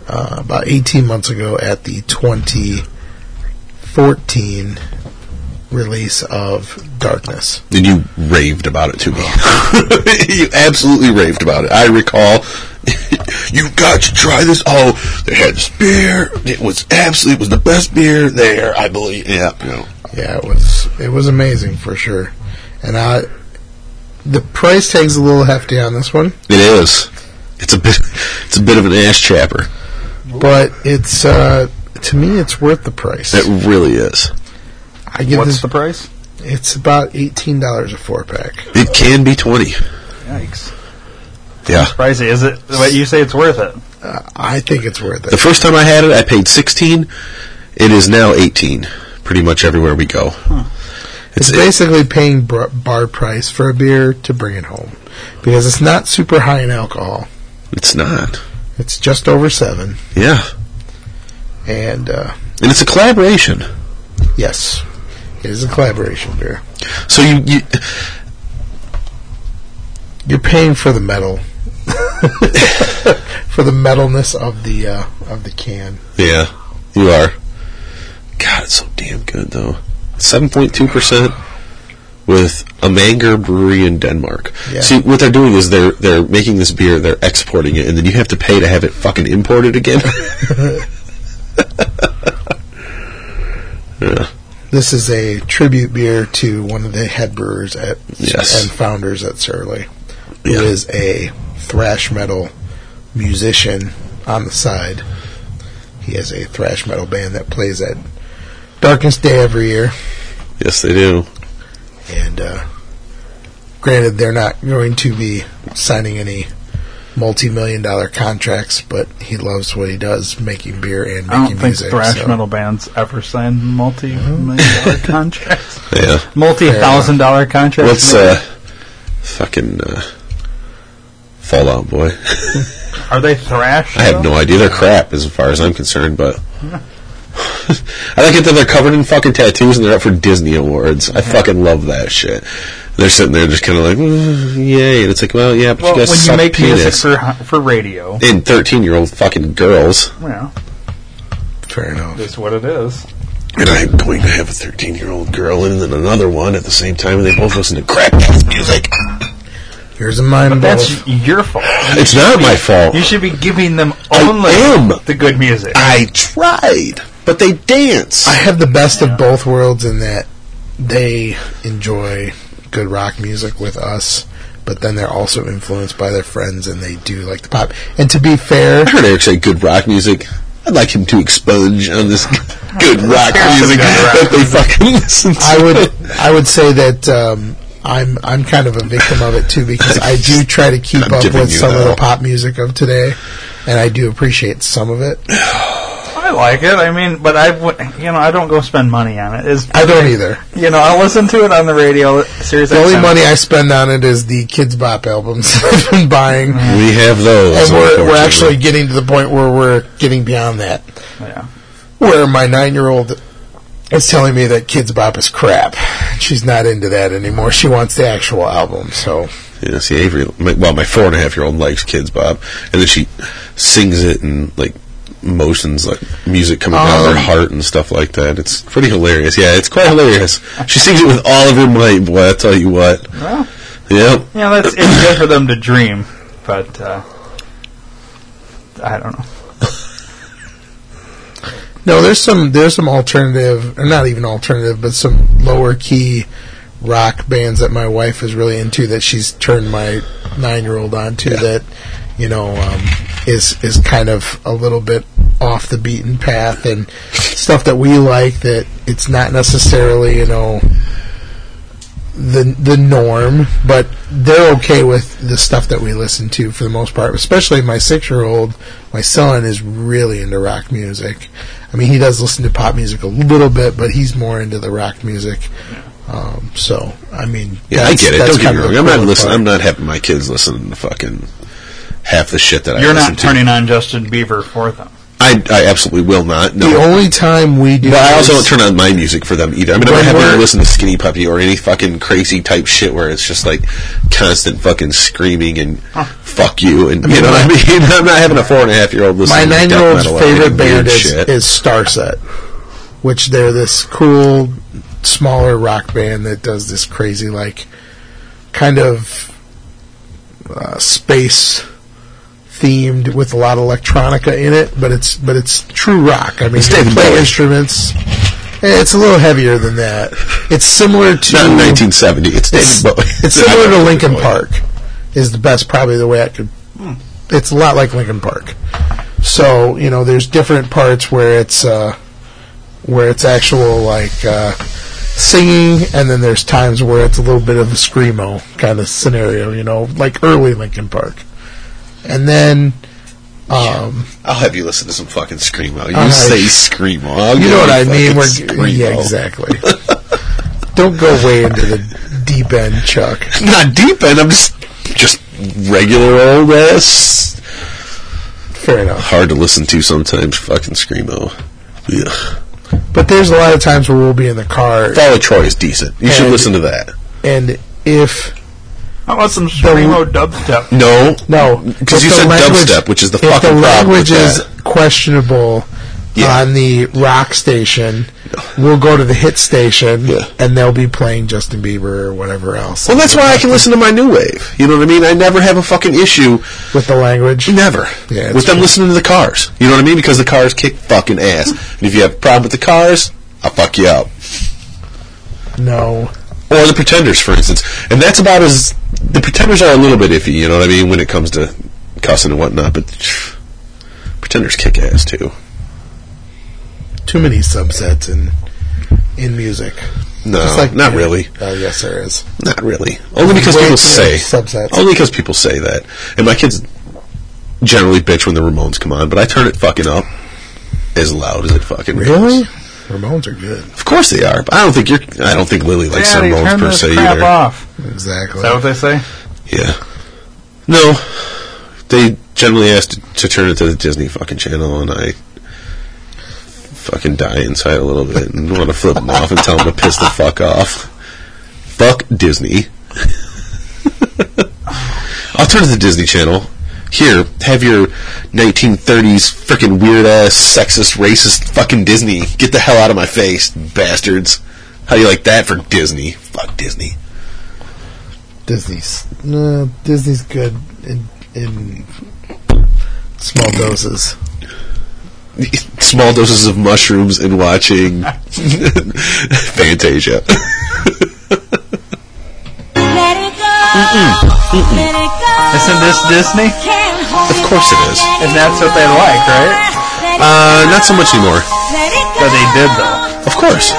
Speaker 1: uh, about 18 months ago at the 2014 release of Darkness.
Speaker 2: And you raved about it to me. *laughs* you absolutely raved about it. I recall. *laughs* you got to try this. Oh, they had this beer. It was absolutely it was the best beer there. I believe. Yeah. You know.
Speaker 1: Yeah, it was it was amazing for sure. And I the price tag's a little hefty on this one,
Speaker 2: It is. It's a bit. It's a bit of an ass chapper.
Speaker 1: but it's uh, to me it's worth the price.
Speaker 2: It really is.
Speaker 1: I give
Speaker 3: what's
Speaker 1: this
Speaker 3: the price?
Speaker 1: it's about $18 a four pack.
Speaker 2: It can be twenty.
Speaker 3: Yikes.
Speaker 2: Yeah.
Speaker 3: Pricey. Is it what you say it's worth it?
Speaker 1: Uh, I think it's worth
Speaker 2: The
Speaker 1: it.
Speaker 2: first time I had it, I paid sixteen. It is now eighteen. Pretty much everywhere we go.
Speaker 1: It's basically paying br- bar price for a beer to bring it home because it's not super high in alcohol.
Speaker 2: It's not.
Speaker 1: It's just over 7
Speaker 2: Yeah.
Speaker 1: and uh,
Speaker 2: And it's a collaboration.
Speaker 1: yes, it is a collaboration beer.
Speaker 2: So you, you
Speaker 1: You're paying for the metal. *laughs* for the metalness of the uh, of the can.
Speaker 2: Yeah, you are. God, it's so damn good though. Seven point two percent with a Manger brewery in Denmark.
Speaker 1: Yeah.
Speaker 2: See, what they're doing is they're they're making this beer, they're exporting it, and then you have to pay to have it fucking imported again. yeah.
Speaker 1: This is a tribute beer to one of the head brewers at
Speaker 2: Yes.
Speaker 1: and founders at Surly, who
Speaker 2: Yeah.
Speaker 1: is a thrash metal musician on the side. He has a thrash metal band that plays at Darkest Day every year.
Speaker 2: Yes, they do.
Speaker 1: And uh, granted, they're not going to be signing any multi-million dollar contracts, but he loves what he does, making beer and making
Speaker 3: I don't think
Speaker 1: music.
Speaker 3: thrash
Speaker 1: so-
Speaker 3: metal bands ever sign multi-million
Speaker 2: *laughs*
Speaker 3: dollar contracts.
Speaker 2: Yeah.
Speaker 3: Multi-thousand dollar contracts.
Speaker 2: What's
Speaker 3: maybe?
Speaker 2: uh, fucking uh, Fallout Boy?
Speaker 3: Are they thrash?
Speaker 2: uh, I have
Speaker 3: though?
Speaker 2: no idea. They're crap as far as I'm concerned, but *laughs* I like it that they're covered in fucking tattoos and they're up for Disney awards. I fucking love that shit. They're sitting there just kind of like, "Mm, yay, and it's like, well, yeah, but
Speaker 3: Well,
Speaker 2: you guys
Speaker 3: when you
Speaker 2: suck
Speaker 3: make music
Speaker 2: penis.
Speaker 3: for for radio,
Speaker 2: and thirteen-year-old fucking girls,
Speaker 3: well,
Speaker 1: Fair enough.
Speaker 3: that's what it is.
Speaker 2: and I'm going to have a thirteen-year-old girl and then another one at the same time, and they both listen to crap ass music.
Speaker 1: Here's a mind blow.
Speaker 3: That's your fault.
Speaker 2: It's not my fault.
Speaker 3: You should be giving them
Speaker 2: I
Speaker 3: only
Speaker 2: am.
Speaker 3: the good music.
Speaker 2: I tried, but they dance.
Speaker 1: I have the best of both worlds in that they enjoy good rock music with us, but then they're also influenced by their friends and they do like the pop. And to be fair,
Speaker 2: I heard Eric say good rock music. I'd like him to expunge on this
Speaker 3: *laughs*
Speaker 2: good rock music that they fucking listen to.
Speaker 1: I would I would say that um, I'm I'm kind of a victim of it too because I
Speaker 2: *laughs*
Speaker 1: do try to keep
Speaker 2: I'm
Speaker 1: up
Speaker 2: giving
Speaker 1: with
Speaker 2: you
Speaker 1: some of the
Speaker 2: hell.
Speaker 1: pop music of today, and I do appreciate some of it.
Speaker 3: I like it. I mean, but I, would- you know, I don't go spend money on it. It's,
Speaker 1: I don't either.
Speaker 3: you know, I listen to it on the radio. Seriously,
Speaker 1: The only money I spend on it is the Kids Bop albums *laughs* I've been buying,
Speaker 2: We have those.
Speaker 1: and we're, we're
Speaker 2: Mm-hmm. unfortunately.
Speaker 1: actually getting to the point where we're getting beyond that.
Speaker 3: Yeah.
Speaker 1: where my nine year old is telling me that Kids Bop is crap. She's not into that anymore. She wants the actual album. So
Speaker 2: Yeah, see, Avery, my, well, my four and a half year old likes Kids Bob, and then she sings it and like motions like music coming out of her
Speaker 1: Um.
Speaker 2: heart and stuff like that. It's pretty hilarious. Yeah, it's quite hilarious. She sings it with all of her might, boy. I tell you what.
Speaker 3: Well,
Speaker 2: Yep.
Speaker 3: yeah, that's it's good for them to dream, but uh, I don't know.
Speaker 1: No, there's some there's some alternative, or not even alternative, but some lower key rock bands that my wife is really into that she's turned my nine year old onto that you know um, is is kind of a little bit off the beaten path and stuff that we like that it's not necessarily you know the the norm, but they're okay with the stuff that we listen to for the most part. Especially my six year old, my son is really into rock music. I mean, he does listen to pop music a little bit, but he's more into the rock music. Um, so, I mean,
Speaker 2: Yeah, I
Speaker 1: that's-
Speaker 2: get it.
Speaker 1: that's
Speaker 2: Don't get
Speaker 1: kind
Speaker 2: me
Speaker 1: of the
Speaker 2: wrong. I'm not
Speaker 1: cool
Speaker 2: listening.
Speaker 1: part.
Speaker 2: I'm not having my kids listening to fucking half the shit that I
Speaker 3: You're
Speaker 2: listen
Speaker 3: not
Speaker 2: to.
Speaker 3: turning on Justin Bieber for them.
Speaker 2: I, I absolutely will not. No.
Speaker 1: The only time we do,
Speaker 2: But I also
Speaker 1: is-
Speaker 2: don't turn on my music for them either. I mean, I'm
Speaker 1: When
Speaker 2: not having to
Speaker 1: we're-
Speaker 2: listen to Skinny Puppy or any fucking crazy type shit where it's just like constant fucking screaming and fuck you and you know what I *laughs* mean. I'm not having a four and a half year old
Speaker 1: my
Speaker 2: listening.
Speaker 1: nine
Speaker 2: to
Speaker 1: year
Speaker 2: death
Speaker 1: old's
Speaker 2: metal or
Speaker 1: favorite
Speaker 2: any weird
Speaker 1: band is,
Speaker 2: shit.
Speaker 1: is Starset, which they're this cool, smaller rock band that does this crazy, like, kind of uh, space themed with a lot of electronica in it, but it's but it's true rock. I mean,
Speaker 2: It's
Speaker 1: they
Speaker 2: David
Speaker 1: play
Speaker 2: Bowie.
Speaker 1: instruments. Eh, It's a little heavier than that. It's similar to
Speaker 2: not in 1970. It's
Speaker 1: it's,
Speaker 2: David Bowie.
Speaker 1: *laughs* it's similar to Lincoln Park. Is the best probably the way I could. It's a lot like Lincoln Park. So you know, there's different parts where it's uh, where it's actual like uh, singing, and then there's times where it's a little bit of a screamo kind of scenario. You know, like early Lincoln Park, and then. Um,
Speaker 2: I'll have you listen to some fucking screamo. You
Speaker 1: All right.
Speaker 2: say screamo. I'll
Speaker 1: you
Speaker 2: give
Speaker 1: know what I
Speaker 2: fucking
Speaker 1: mean? We're
Speaker 2: screamo.
Speaker 1: yeah, exactly. *laughs* Don't go way into the deep end, Chuck.
Speaker 2: Not deep end. I'm just just regular old ass.
Speaker 1: Fair enough.
Speaker 2: Hard to listen to sometimes. Fucking screamo. Yeah.
Speaker 1: But there's a lot of times where we'll be in the car,
Speaker 2: Fall of Troy is decent. You should
Speaker 1: And-
Speaker 2: listen to that.
Speaker 1: and if
Speaker 3: How about some screamo dubstep?
Speaker 2: No,
Speaker 1: no,
Speaker 2: because
Speaker 1: if
Speaker 2: you
Speaker 1: the
Speaker 2: said
Speaker 1: language-
Speaker 2: dubstep, which is the
Speaker 1: if
Speaker 2: fucking
Speaker 1: the
Speaker 2: problem
Speaker 1: language
Speaker 2: with
Speaker 1: is
Speaker 2: that.
Speaker 1: questionable
Speaker 2: Yeah.
Speaker 1: on the rock station, we'll go to the hit station,
Speaker 2: Yeah.
Speaker 1: and they'll be playing Justin Bieber or whatever else.
Speaker 2: Well, that's why I can listen to my new wave. You know what I mean? I never have a fucking issue.
Speaker 1: with the language.
Speaker 2: Never.
Speaker 1: Yeah, it's
Speaker 2: with them
Speaker 1: true.
Speaker 2: listening to the cars. You know what I mean? Because the cars kick fucking ass. and if you have a problem with the cars, I'll fuck you up.
Speaker 1: No,
Speaker 2: Or the Pretenders, for instance. And that's about as. The Pretenders are a little bit iffy, you know what I mean, when it comes to cussing and whatnot, but. Pretenders kick ass, too.
Speaker 1: too many subsets in in music.
Speaker 2: No,
Speaker 1: Just
Speaker 2: not really.
Speaker 1: Oh, yes, there is.
Speaker 2: Not really. Only because
Speaker 1: Way
Speaker 2: people
Speaker 1: too
Speaker 2: say. Oh,
Speaker 1: many subsets.
Speaker 2: Only because people say that. And my kids generally bitch when the Ramones come on, but I turn it fucking up as loud as it fucking
Speaker 1: Really,
Speaker 2: goes.
Speaker 1: Ramones are good.
Speaker 2: Of course they are. But I don't think you're. I don't think Lily likes the
Speaker 3: Daddy,
Speaker 2: Ramones
Speaker 3: turn
Speaker 2: per
Speaker 3: this
Speaker 2: se
Speaker 3: crap
Speaker 2: either.
Speaker 3: off.
Speaker 1: Exactly.
Speaker 3: Is that what they say?
Speaker 2: Yeah. No, they generally ask to, to turn it to the Disney fucking channel, and I fucking die inside a little bit and *laughs* want to flip them off and tell them to piss the fuck off. Fuck Disney. *laughs* I'll turn to the Disney Channel. Here, have your 1930s freaking weird ass, sexist, racist fucking Disney. Get the hell out of my face, bastards. How you like that for Disney? Fuck Disney.
Speaker 1: Disney's no, Disney's good in in small doses.
Speaker 2: *laughs* small doses of mushrooms and *laughs* watching Fantasia.
Speaker 4: Let it go. Let it go.
Speaker 3: Isn't this Disney?
Speaker 2: Of course it is.
Speaker 3: And that's what they like, right?
Speaker 2: Uh, not so much anymore.
Speaker 3: But they did though.
Speaker 2: Of course.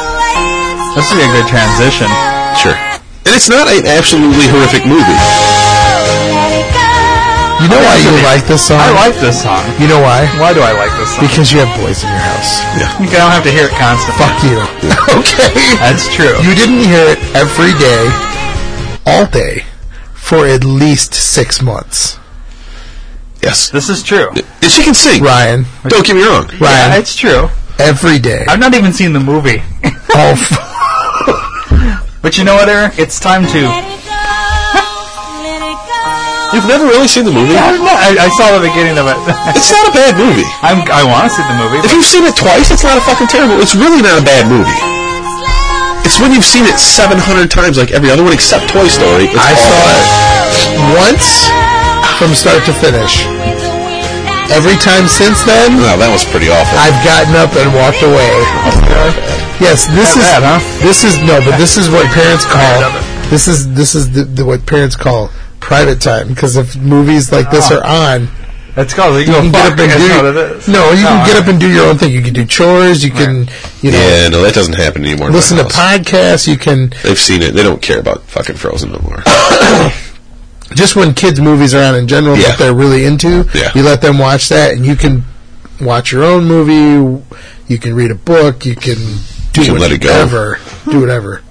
Speaker 3: This would be a good transition.
Speaker 2: Sure. And it's not an absolutely horrific movie. *laughs*
Speaker 1: You know why
Speaker 3: Actually,
Speaker 1: you like this song?
Speaker 3: I like this song.
Speaker 1: You know why?
Speaker 3: Why do I like this song?
Speaker 1: Because you have boys in your house.
Speaker 3: I don't have to hear it constantly.
Speaker 1: Fuck you. *laughs* okay.
Speaker 3: That's true.
Speaker 1: You didn't hear it every day, all day, for at least six months.
Speaker 2: Yes.
Speaker 3: This is true.
Speaker 2: And she can sing.
Speaker 1: Ryan,
Speaker 2: Don't get me wrong.
Speaker 1: Ryan,
Speaker 3: Yeah, it's true.
Speaker 1: every day.
Speaker 3: I've not even seen the movie. *laughs*
Speaker 1: all f-
Speaker 3: But you know what, Eric? It's time to
Speaker 4: Let it go. Let it go.
Speaker 2: You've never really seen the movie?
Speaker 3: *laughs* I, I saw the beginning of it. *laughs*
Speaker 2: It's not a bad movie.
Speaker 3: I'm, I want to see the movie.
Speaker 2: If you've seen it twice, it's not a fucking terrible. It's really not a bad movie. It's when you've seen it 700 times like every other one except Toy Story. It's
Speaker 1: I
Speaker 2: all
Speaker 1: saw
Speaker 2: bad.
Speaker 1: Once from start to finish. Every time since then,
Speaker 2: No, that was pretty awful.
Speaker 1: I've gotten up and walked away. Yes, this
Speaker 3: Not
Speaker 1: is
Speaker 3: bad, huh?
Speaker 1: this is no, but this is what parents call
Speaker 3: love
Speaker 1: this is this is the, the what parents call private time because if movies like this are on,
Speaker 3: That's called
Speaker 1: you
Speaker 3: legal
Speaker 1: can
Speaker 3: Ah.
Speaker 1: get
Speaker 3: fuck.
Speaker 1: up and
Speaker 3: That's
Speaker 1: do
Speaker 3: what it Oh, is. Ah.
Speaker 1: no, you can get
Speaker 3: all
Speaker 1: up and do your own thing. You can do chores. You can you know
Speaker 2: yeah, no, that doesn't happen anymore. in my
Speaker 1: listen to
Speaker 2: house.
Speaker 1: podcasts. You can
Speaker 2: They've seen it. They don't care about fucking Frozen no more.
Speaker 1: just when kids movies are on in general
Speaker 2: Yeah.
Speaker 1: that they're really into,
Speaker 2: Yeah.
Speaker 1: you let them watch that, and you can watch your own movie. You can read a book. You can do
Speaker 2: You can let it go.
Speaker 1: whatever. Do whatever.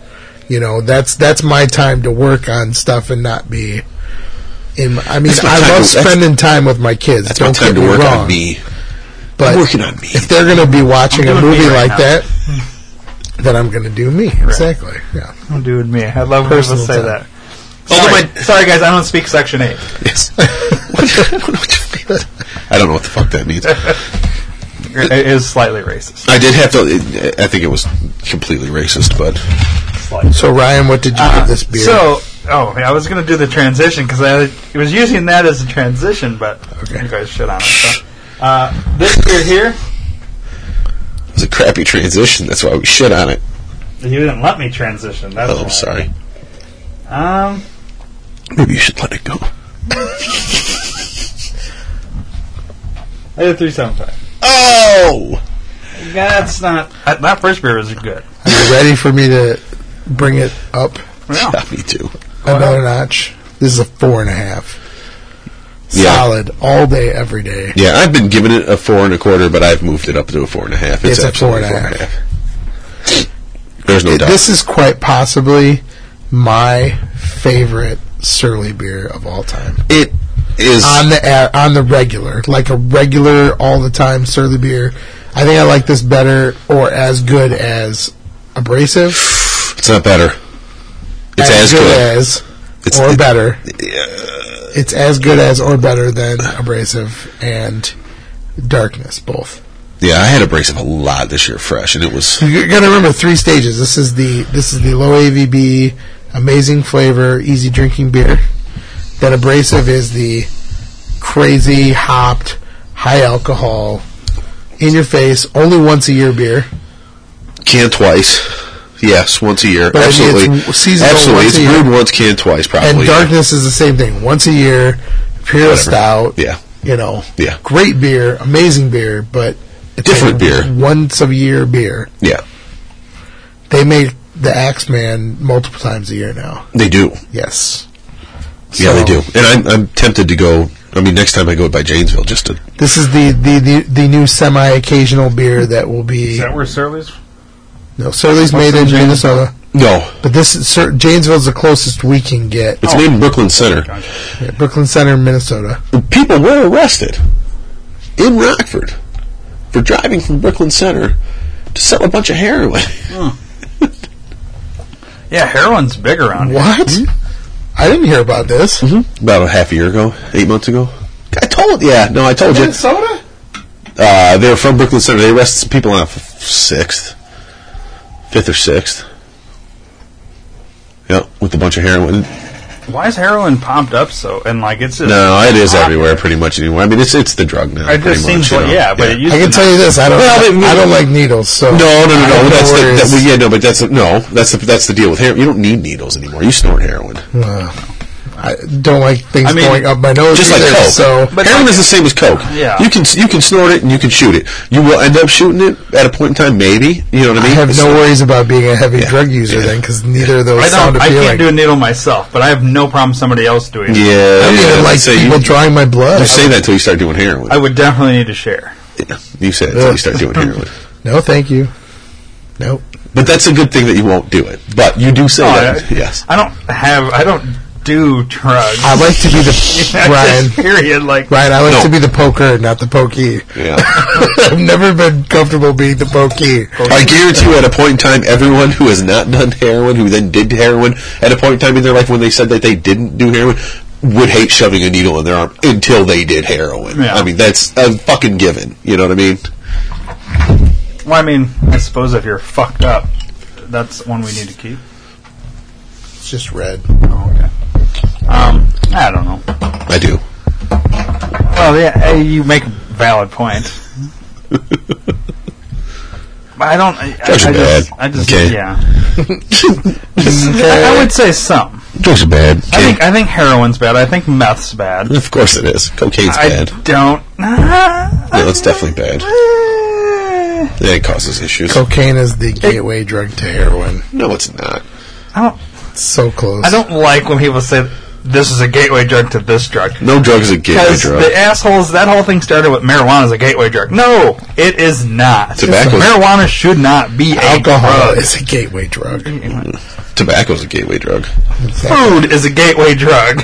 Speaker 1: You know, that's that's my time to work on stuff and not be. In, my- I mean,
Speaker 2: That's my
Speaker 1: I
Speaker 2: time
Speaker 1: love
Speaker 2: to- that's-
Speaker 1: spending time with my kids.
Speaker 2: That's
Speaker 1: Don't
Speaker 2: my
Speaker 1: get
Speaker 2: time to
Speaker 1: me
Speaker 2: work
Speaker 1: wrong,
Speaker 2: on me.
Speaker 1: But
Speaker 2: working on me.
Speaker 1: if they're going to be watching a
Speaker 3: doing me
Speaker 1: movie
Speaker 3: right
Speaker 1: like
Speaker 3: now. Hmm.
Speaker 1: that, then I'm going to do me exactly. Yeah.
Speaker 3: I'm doing me. I love when people
Speaker 1: Personal
Speaker 3: say
Speaker 1: time.
Speaker 3: that.
Speaker 2: Although
Speaker 3: Sorry. Sorry, guys, I don't speak Section 8.
Speaker 2: *laughs* Yes. I don't know what the fuck that means.
Speaker 3: It is slightly racist.
Speaker 2: I did have to. I think it was completely racist, but
Speaker 3: Slightly.
Speaker 1: So Ryan, what did you give this beer?
Speaker 3: Uh, So, oh, yeah, I was going to do the transition because I was using that as a transition, but
Speaker 1: Okay.
Speaker 3: you guys shit on it. So. Uh, this beer here,
Speaker 2: it was a crappy transition. That's why we shit on it.
Speaker 3: you didn't let me transition. That's
Speaker 2: Oh,
Speaker 3: why.
Speaker 2: I'm sorry.
Speaker 3: Um,
Speaker 2: Maybe you should let it go.
Speaker 3: I did three seven five.
Speaker 2: Oh,
Speaker 3: That's not that, that first beer was good.
Speaker 1: Are you ready for me to bring it up
Speaker 3: Yeah.
Speaker 2: yeah, me too.
Speaker 1: another notch? This is a four and a half.
Speaker 2: Yeah.
Speaker 1: Solid all day, every day.
Speaker 2: Yeah, I've been giving it a four and a quarter, but I've moved it up to a four and a half.
Speaker 1: It's a four
Speaker 2: absolutely
Speaker 1: and a half.
Speaker 2: There's no doubt.
Speaker 1: This is quite possibly my favorite surly beer of all time.
Speaker 2: it is.
Speaker 1: On the a- on the regular, like a regular all the time surly beer. I think I like this better or as good as abrasive.
Speaker 2: it's not better. It's as, good.
Speaker 1: as
Speaker 2: It's-
Speaker 1: or
Speaker 2: it-
Speaker 1: better.
Speaker 2: Yeah.
Speaker 1: It's as good as or better than abrasive and darkness both.
Speaker 2: yeah, I had abrasive a lot this year, fresh, and it was.
Speaker 1: you got to remember three stages. This is the this is the low AVB, amazing flavor, easy drinking beer. Then abrasive is the crazy hopped, high alcohol, in your face, only once a year beer.
Speaker 2: Canned twice. Yes, once a year.
Speaker 1: But I mean,
Speaker 2: absolutely.
Speaker 1: it's seasonal
Speaker 2: absolutely.
Speaker 1: once
Speaker 2: it's
Speaker 1: a year.
Speaker 2: brewed once, canned twice, probably.
Speaker 1: And
Speaker 2: Oh, yeah.
Speaker 1: darkness is the same thing, once a year, pure stout.
Speaker 2: Yeah.
Speaker 1: you know,
Speaker 2: Yeah.
Speaker 1: great beer, amazing beer, but it's
Speaker 2: Different
Speaker 1: a
Speaker 2: beer.
Speaker 1: once a year beer.
Speaker 2: Yeah.
Speaker 1: They make the Axeman multiple times a year now.
Speaker 2: They do.
Speaker 1: Yes.
Speaker 2: Yeah, they
Speaker 1: So-
Speaker 2: do. And I'm, I'm tempted to go. I mean, next time I go by Janesville, just to.
Speaker 1: This is the, the, the, the new semi occasional beer that will
Speaker 3: Is
Speaker 1: be.
Speaker 3: that where Surly's?
Speaker 1: No, Surly's made in Minnesota,
Speaker 2: No.
Speaker 1: but this is, Sur- Janesville's the closest we can
Speaker 2: *laughs*
Speaker 1: get.
Speaker 2: It's made in Brooklyn Center.
Speaker 1: Yeah, Brooklyn Center, Minnesota.
Speaker 2: people were arrested in Rockford for driving from Brooklyn Center to sell a bunch of heroin. *laughs*
Speaker 3: Yeah, heroin's big around here.
Speaker 1: What? Hmm? I didn't hear about this.
Speaker 2: Mm-hmm. About a half a year ago, eight months ago. I told, yeah, no, I told you.
Speaker 1: Minnesota?
Speaker 2: Uh, they were from Brooklyn Center. They arrested some people on the sixth, fifth or sixth. Yep, with a bunch of heroin.
Speaker 3: Why is heroin pumped up so? And like it's just
Speaker 2: No, it is everywhere pretty much anymore. I mean, it's it's the drug now.
Speaker 3: It
Speaker 2: pretty
Speaker 3: just
Speaker 2: much,
Speaker 3: seems
Speaker 2: you
Speaker 3: like
Speaker 2: know.
Speaker 3: yeah, but it used
Speaker 1: I can
Speaker 3: to
Speaker 1: tell you this. I don't.
Speaker 2: Well, I mean,
Speaker 1: I don't like needles. So
Speaker 2: No, no, no,
Speaker 1: I don't
Speaker 2: no.
Speaker 1: know
Speaker 2: That's the,
Speaker 1: where it
Speaker 2: that,
Speaker 1: is.
Speaker 2: well, yeah, no, but that's no. That's the that's the deal with heroin. You don't need needles anymore. You snort heroin.
Speaker 1: I don't like things
Speaker 3: I mean,
Speaker 1: going up my nose.
Speaker 2: just like
Speaker 1: either,
Speaker 2: coke.
Speaker 1: So
Speaker 3: But
Speaker 2: heroin
Speaker 3: like-
Speaker 2: is the same as coke.
Speaker 3: Yeah.
Speaker 2: you can you can snort it and you can shoot it. You will end up shooting it at a point in time, maybe. You know what I
Speaker 1: I
Speaker 2: mean?
Speaker 1: have
Speaker 2: It's
Speaker 1: no
Speaker 2: not-
Speaker 1: worries about being a heavy
Speaker 2: Yeah,
Speaker 1: drug user
Speaker 2: yeah.
Speaker 1: then, because neither of those
Speaker 3: I
Speaker 1: sound
Speaker 3: don't. I
Speaker 1: appealing.
Speaker 3: can't do a needle myself, but I have no problem somebody else doing
Speaker 2: Yeah,
Speaker 3: it.
Speaker 1: I don't
Speaker 2: yeah,
Speaker 1: even like
Speaker 2: so you-
Speaker 1: people drawing my blood.
Speaker 2: You say that until you start doing heroin.
Speaker 3: I would definitely need to share.
Speaker 2: you say it until you start doing heroin.
Speaker 1: no, thank you. Nope.
Speaker 2: *laughs* But that's a good thing that you won't do it. But you do say
Speaker 3: Oh,
Speaker 2: that.
Speaker 3: I-
Speaker 2: yes.
Speaker 3: I don't have. I don't do drugs. *laughs*
Speaker 1: I like to be
Speaker 3: Yeah,
Speaker 1: the
Speaker 3: just *laughs*
Speaker 1: Ryan.
Speaker 3: Period. Like
Speaker 1: Ryan, I like
Speaker 2: No.
Speaker 1: to be the poker, not the pokey.
Speaker 2: Yeah.
Speaker 1: *laughs* I've never been comfortable being the pokey.
Speaker 2: I guarantee you, at a point in time, everyone who has not done heroin, who then did heroin, at a point in time in their life when they said that they didn't do heroin, would hate shoving a needle in their arm until they did heroin.
Speaker 3: Yeah.
Speaker 2: I mean, that's a fucking given. You know what I mean?
Speaker 3: Well, I mean, I suppose if you're fucked up, that's one we need to keep.
Speaker 1: It's just red.
Speaker 3: Oh, okay. Um, I don't know.
Speaker 2: I do.
Speaker 3: Well, yeah, eh, you make a valid point. But I don't. I, I,
Speaker 2: Drugs are
Speaker 3: I just.
Speaker 2: bad.
Speaker 3: I just.
Speaker 2: Okay.
Speaker 3: Yeah. I, I would say some.
Speaker 2: Drugs are bad.
Speaker 3: I think. I think heroin's bad. I think meth's bad.
Speaker 2: of course it is. Cocaine's
Speaker 3: I
Speaker 2: bad.
Speaker 3: don't.
Speaker 2: Yeah, that's definitely bad. Yeah, it causes issues.
Speaker 1: Cocaine is the gateway drug to heroin.
Speaker 2: no, it's not.
Speaker 3: I don't.
Speaker 1: It's so close.
Speaker 3: I don't like when people say this is a gateway drug to this drug.
Speaker 2: No drug is a gateway
Speaker 3: Because
Speaker 2: drug.
Speaker 3: the assholes, that whole thing started with marijuana as a gateway drug. No, it is not.
Speaker 2: Tobacco-
Speaker 3: Marijuana should not be a
Speaker 1: Alcohol
Speaker 3: drug.
Speaker 1: is a gateway drug.
Speaker 2: Tobacco's a gateway drug.
Speaker 3: Food is a gateway *laughs* drug.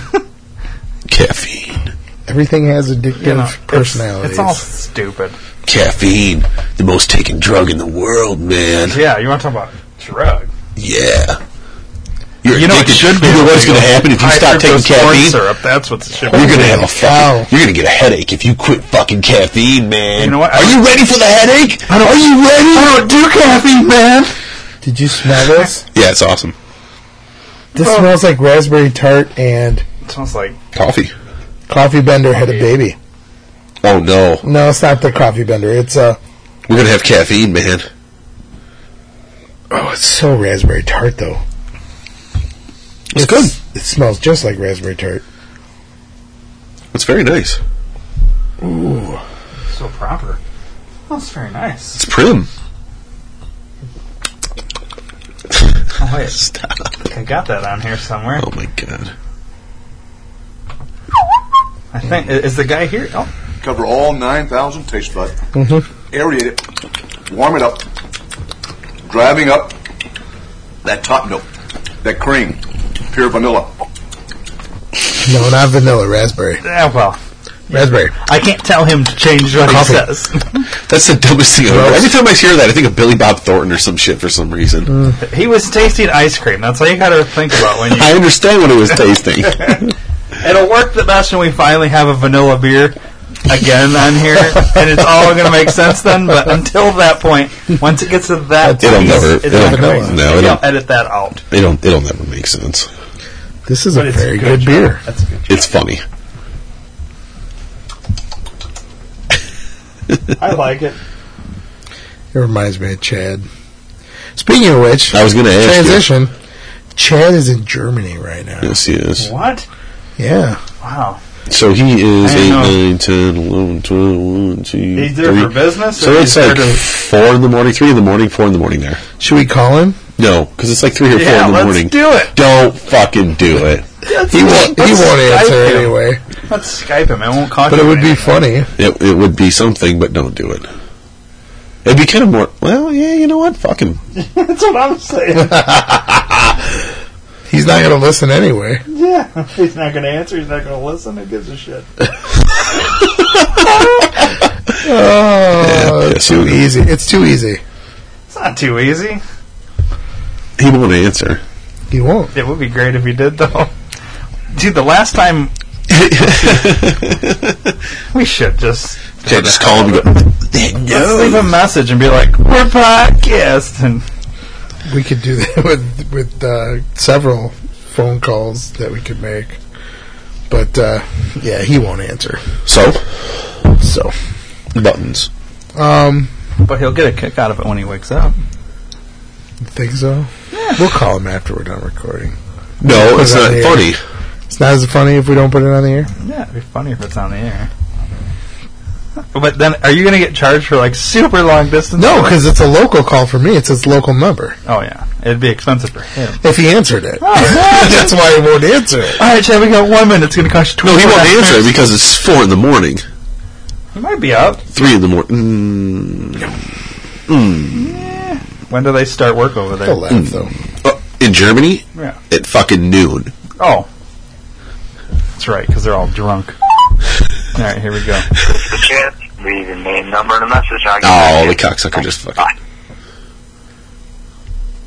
Speaker 2: Caffeine.
Speaker 1: Everything has addictive
Speaker 3: You know, it's-
Speaker 1: personalities.
Speaker 3: It's, all stupid.
Speaker 2: Caffeine. The most taken drug in the world, man.
Speaker 3: Yeah, you want to talk about drug?
Speaker 2: Yeah. You're
Speaker 3: You know it
Speaker 2: addicted.
Speaker 3: should be.
Speaker 2: You know what's
Speaker 3: illegal.
Speaker 2: going to happen if you
Speaker 3: High
Speaker 2: stop taking
Speaker 3: fructose corn
Speaker 2: caffeine?
Speaker 3: syrup. That's what it should be.
Speaker 2: You're gonna have a
Speaker 1: Wow.
Speaker 2: fucking, you're gonna get a headache if you quit fucking caffeine, man.
Speaker 3: You know what?
Speaker 2: Are you ready for the headache? Are you ready? I don't do caffeine, man.
Speaker 1: Did you smell
Speaker 3: *laughs*
Speaker 1: this?
Speaker 2: Yeah, it's awesome.
Speaker 1: This smells like raspberry tart and
Speaker 3: It smells like
Speaker 2: Coffee.
Speaker 1: coffee bender had a baby.
Speaker 2: Oh no,
Speaker 1: No, it's not the coffee bender. It's uh,
Speaker 2: we're gonna have caffeine, man.
Speaker 1: oh, it's so raspberry tart though.
Speaker 2: It's good.
Speaker 1: It smells just like raspberry tart.
Speaker 2: It's very nice.
Speaker 3: so proper. That's very nice.
Speaker 2: It's prim.
Speaker 3: Oh, wait,
Speaker 2: Stop.
Speaker 3: I got that on here somewhere.
Speaker 2: Oh my god.
Speaker 3: I think i- is the guy here? Oh,
Speaker 5: Cover all 9,000 taste buds. Aerate it. Warm it up. Driving up that top note, that cream, pure vanilla.
Speaker 1: No, not vanilla. Raspberry.
Speaker 3: yeah, well,
Speaker 1: Raspberry.
Speaker 3: I can't tell him to change what
Speaker 1: Coffee.
Speaker 3: he says.
Speaker 2: That's the dumbest thing ever.
Speaker 1: Gross.
Speaker 2: Every time I hear that, I think of Billy Bob Thornton or some shit for some reason.
Speaker 3: he was tasting ice cream. That's all you got to think about when you.
Speaker 2: I understand what it was tasting.
Speaker 3: It'll work the best when we finally have a vanilla beer again on here, and it's all going to make sense then. But until that point, once it gets to that,
Speaker 2: It'll
Speaker 3: piece,
Speaker 2: never-
Speaker 3: It's
Speaker 2: it'll-
Speaker 3: not gonna make sense.
Speaker 2: no,
Speaker 3: Maybe
Speaker 2: it'll-
Speaker 3: I'll edit that out.
Speaker 2: it don't. It'll never make sense.
Speaker 1: This is a
Speaker 3: But it's
Speaker 1: very
Speaker 3: a
Speaker 1: good,
Speaker 3: good
Speaker 1: beer.
Speaker 3: That's good.
Speaker 2: It's funny.
Speaker 3: I like it.
Speaker 1: It reminds me of Chad. Speaking of which,
Speaker 2: I was gonna ask you.
Speaker 1: transition. Chad is in Germany right now.
Speaker 2: Yes, he is.
Speaker 3: What?
Speaker 1: Yeah,
Speaker 3: Wow.
Speaker 2: So he is
Speaker 3: I
Speaker 2: 8,
Speaker 3: know.
Speaker 2: 9, 10, 11, 12, 1, 2,
Speaker 3: He's there
Speaker 2: three.
Speaker 3: for business,
Speaker 2: So
Speaker 3: or
Speaker 2: it's
Speaker 3: he's there
Speaker 2: like
Speaker 3: to-
Speaker 2: 4 in the morning, 3 in the morning, 4 in the morning there.
Speaker 1: should we call him?
Speaker 2: No, because it's like 3 or 4
Speaker 3: Yeah,
Speaker 2: in the
Speaker 3: let's
Speaker 2: morning.
Speaker 3: do it.
Speaker 2: Don't fucking do it.
Speaker 1: He won't. He
Speaker 3: Let's
Speaker 1: won't
Speaker 3: Skype
Speaker 1: answer
Speaker 3: him.
Speaker 1: anyway.
Speaker 3: Let's Skype him. I won't call
Speaker 1: But it
Speaker 3: you
Speaker 1: would be
Speaker 3: anyway.
Speaker 1: funny.
Speaker 2: it. It would be something, but don't do it. It'd be kind of more, well, yeah, you know what? Fuck him.
Speaker 3: *laughs* That's what I'm saying.
Speaker 1: *laughs* He's not going to listen anyway.
Speaker 3: yeah. He's not going to answer. He's not going to listen. Who gives a shit?
Speaker 1: Oh,
Speaker 2: Yeah, piss
Speaker 1: too
Speaker 2: on him.
Speaker 1: easy. It's too easy.
Speaker 3: It's not too easy.
Speaker 2: He won't answer.
Speaker 1: He won't.
Speaker 3: It would be great if he did, though. Dude, the last time *laughs* we should just
Speaker 2: Can't just call him and go,
Speaker 3: Let's leave
Speaker 2: no.
Speaker 3: a message and be like, "We're podcast," and
Speaker 1: We could do *laughs* that with with uh, several phone calls that we could make. But uh, yeah, he won't answer.
Speaker 2: So,
Speaker 1: So,
Speaker 2: buttons.
Speaker 1: um,
Speaker 3: but he'll get a kick out of it when he wakes up.
Speaker 1: think so. We'll call him after we're done recording.
Speaker 2: No,
Speaker 1: Put
Speaker 2: it's
Speaker 1: it on
Speaker 2: not
Speaker 1: the air.
Speaker 2: funny.
Speaker 1: It's not as funny if we don't put it on the air.
Speaker 3: Yeah, it'd be funny if it's on the air. But then, are you gonna get charged for like super long distance?
Speaker 1: No, because it's a local call for me. It's his local number.
Speaker 3: Oh yeah, it'd be expensive
Speaker 1: *laughs*
Speaker 3: for him.
Speaker 1: If he answered it,
Speaker 3: Oh.
Speaker 1: that's why he won't answer it.
Speaker 3: All right, Chad, we got one minute. It's gonna cost you
Speaker 2: No, he
Speaker 3: twenty.
Speaker 2: won't answer it because it's 4 in the morning.
Speaker 3: He might be up.
Speaker 2: three in the morning. Mm.
Speaker 3: When do they start work over there?
Speaker 1: He'll laugh though.
Speaker 2: Uh, in Germany,
Speaker 3: Yeah.
Speaker 2: at fucking noon.
Speaker 3: Oh, that's right, because they're all drunk. all right, here we go. *laughs*
Speaker 6: the chance, leave your name, number, and a message. I'll get
Speaker 2: Oh,
Speaker 6: back
Speaker 2: the
Speaker 6: to you.
Speaker 2: cocksucker just fucking.
Speaker 6: Bye.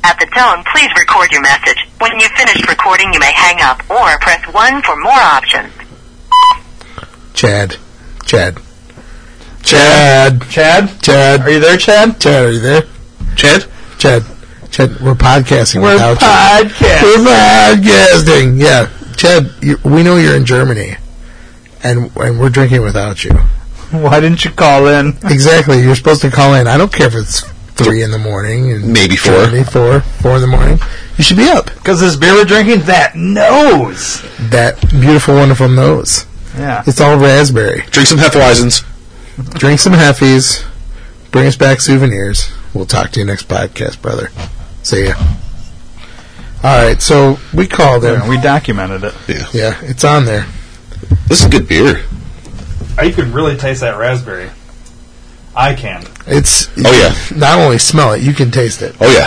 Speaker 7: At the tone, please record your message. When you've finished recording, you may hang up or press 1 for more options.
Speaker 1: Chad. Chad. Chad.
Speaker 3: Chad,
Speaker 1: Chad.
Speaker 3: are you there, Chad?
Speaker 1: Chad, are you there?
Speaker 2: Chad?
Speaker 1: Chad. Chad, we're podcasting
Speaker 3: We're
Speaker 1: without you.
Speaker 3: podcasting.
Speaker 1: We're podcasting. Yeah. Chad, you, we know you're in Germany, and and we're drinking without you.
Speaker 3: Why didn't you call in?
Speaker 1: Exactly. You're supposed to call in. I don't care if it's three in the morning. And
Speaker 2: Maybe four.
Speaker 1: Germany, four. Four in the morning. You should be up.
Speaker 3: Because this beer we're drinking, that nose.
Speaker 1: That beautiful, wonderful nose.
Speaker 3: Yeah.
Speaker 1: It's all raspberry.
Speaker 2: Drink some Hefeweizens.
Speaker 1: Drink some heffies. Bring us back souvenirs. We'll talk to you next podcast, brother. See ya. All right. So we called him.
Speaker 3: We documented it.
Speaker 1: Yeah, it's on there.
Speaker 2: This is good beer.
Speaker 3: You can really taste that raspberry. I can.
Speaker 1: It's
Speaker 2: Oh, yeah.
Speaker 1: *laughs* Not only smell it, you can taste it.
Speaker 2: Oh, yeah.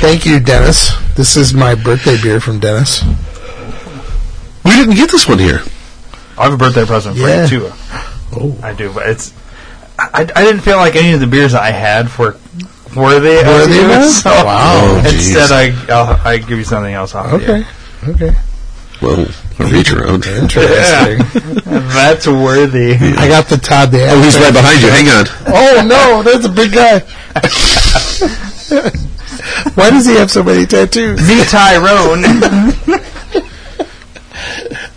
Speaker 1: Thank you, Dennis. This is my birthday beer from Dennis.
Speaker 2: We didn't get this one here.
Speaker 3: I have a birthday present for
Speaker 1: Yeah.
Speaker 3: you too.
Speaker 1: Oh.
Speaker 3: I do, but it's. I, I didn't feel like any of the beers I had were worthy. of
Speaker 1: Worthy
Speaker 3: you,
Speaker 1: enough?
Speaker 3: so
Speaker 1: Wow.
Speaker 2: Oh, geez.
Speaker 3: *laughs* Instead, I I'll, I give you something else off. the
Speaker 1: Okay.
Speaker 3: air.
Speaker 2: *laughs*
Speaker 1: Okay.
Speaker 2: Well, I reach around.
Speaker 1: Interesting.
Speaker 3: that's
Speaker 1: *laughs*
Speaker 3: worthy.
Speaker 1: I got the Todd the
Speaker 2: Oh, he's
Speaker 1: Actor.
Speaker 2: right behind you. Hang on.
Speaker 1: Oh no, that's a big
Speaker 2: *laughs*
Speaker 1: guy. Why does he have so many tattoos?
Speaker 3: Me *laughs* Tyrone.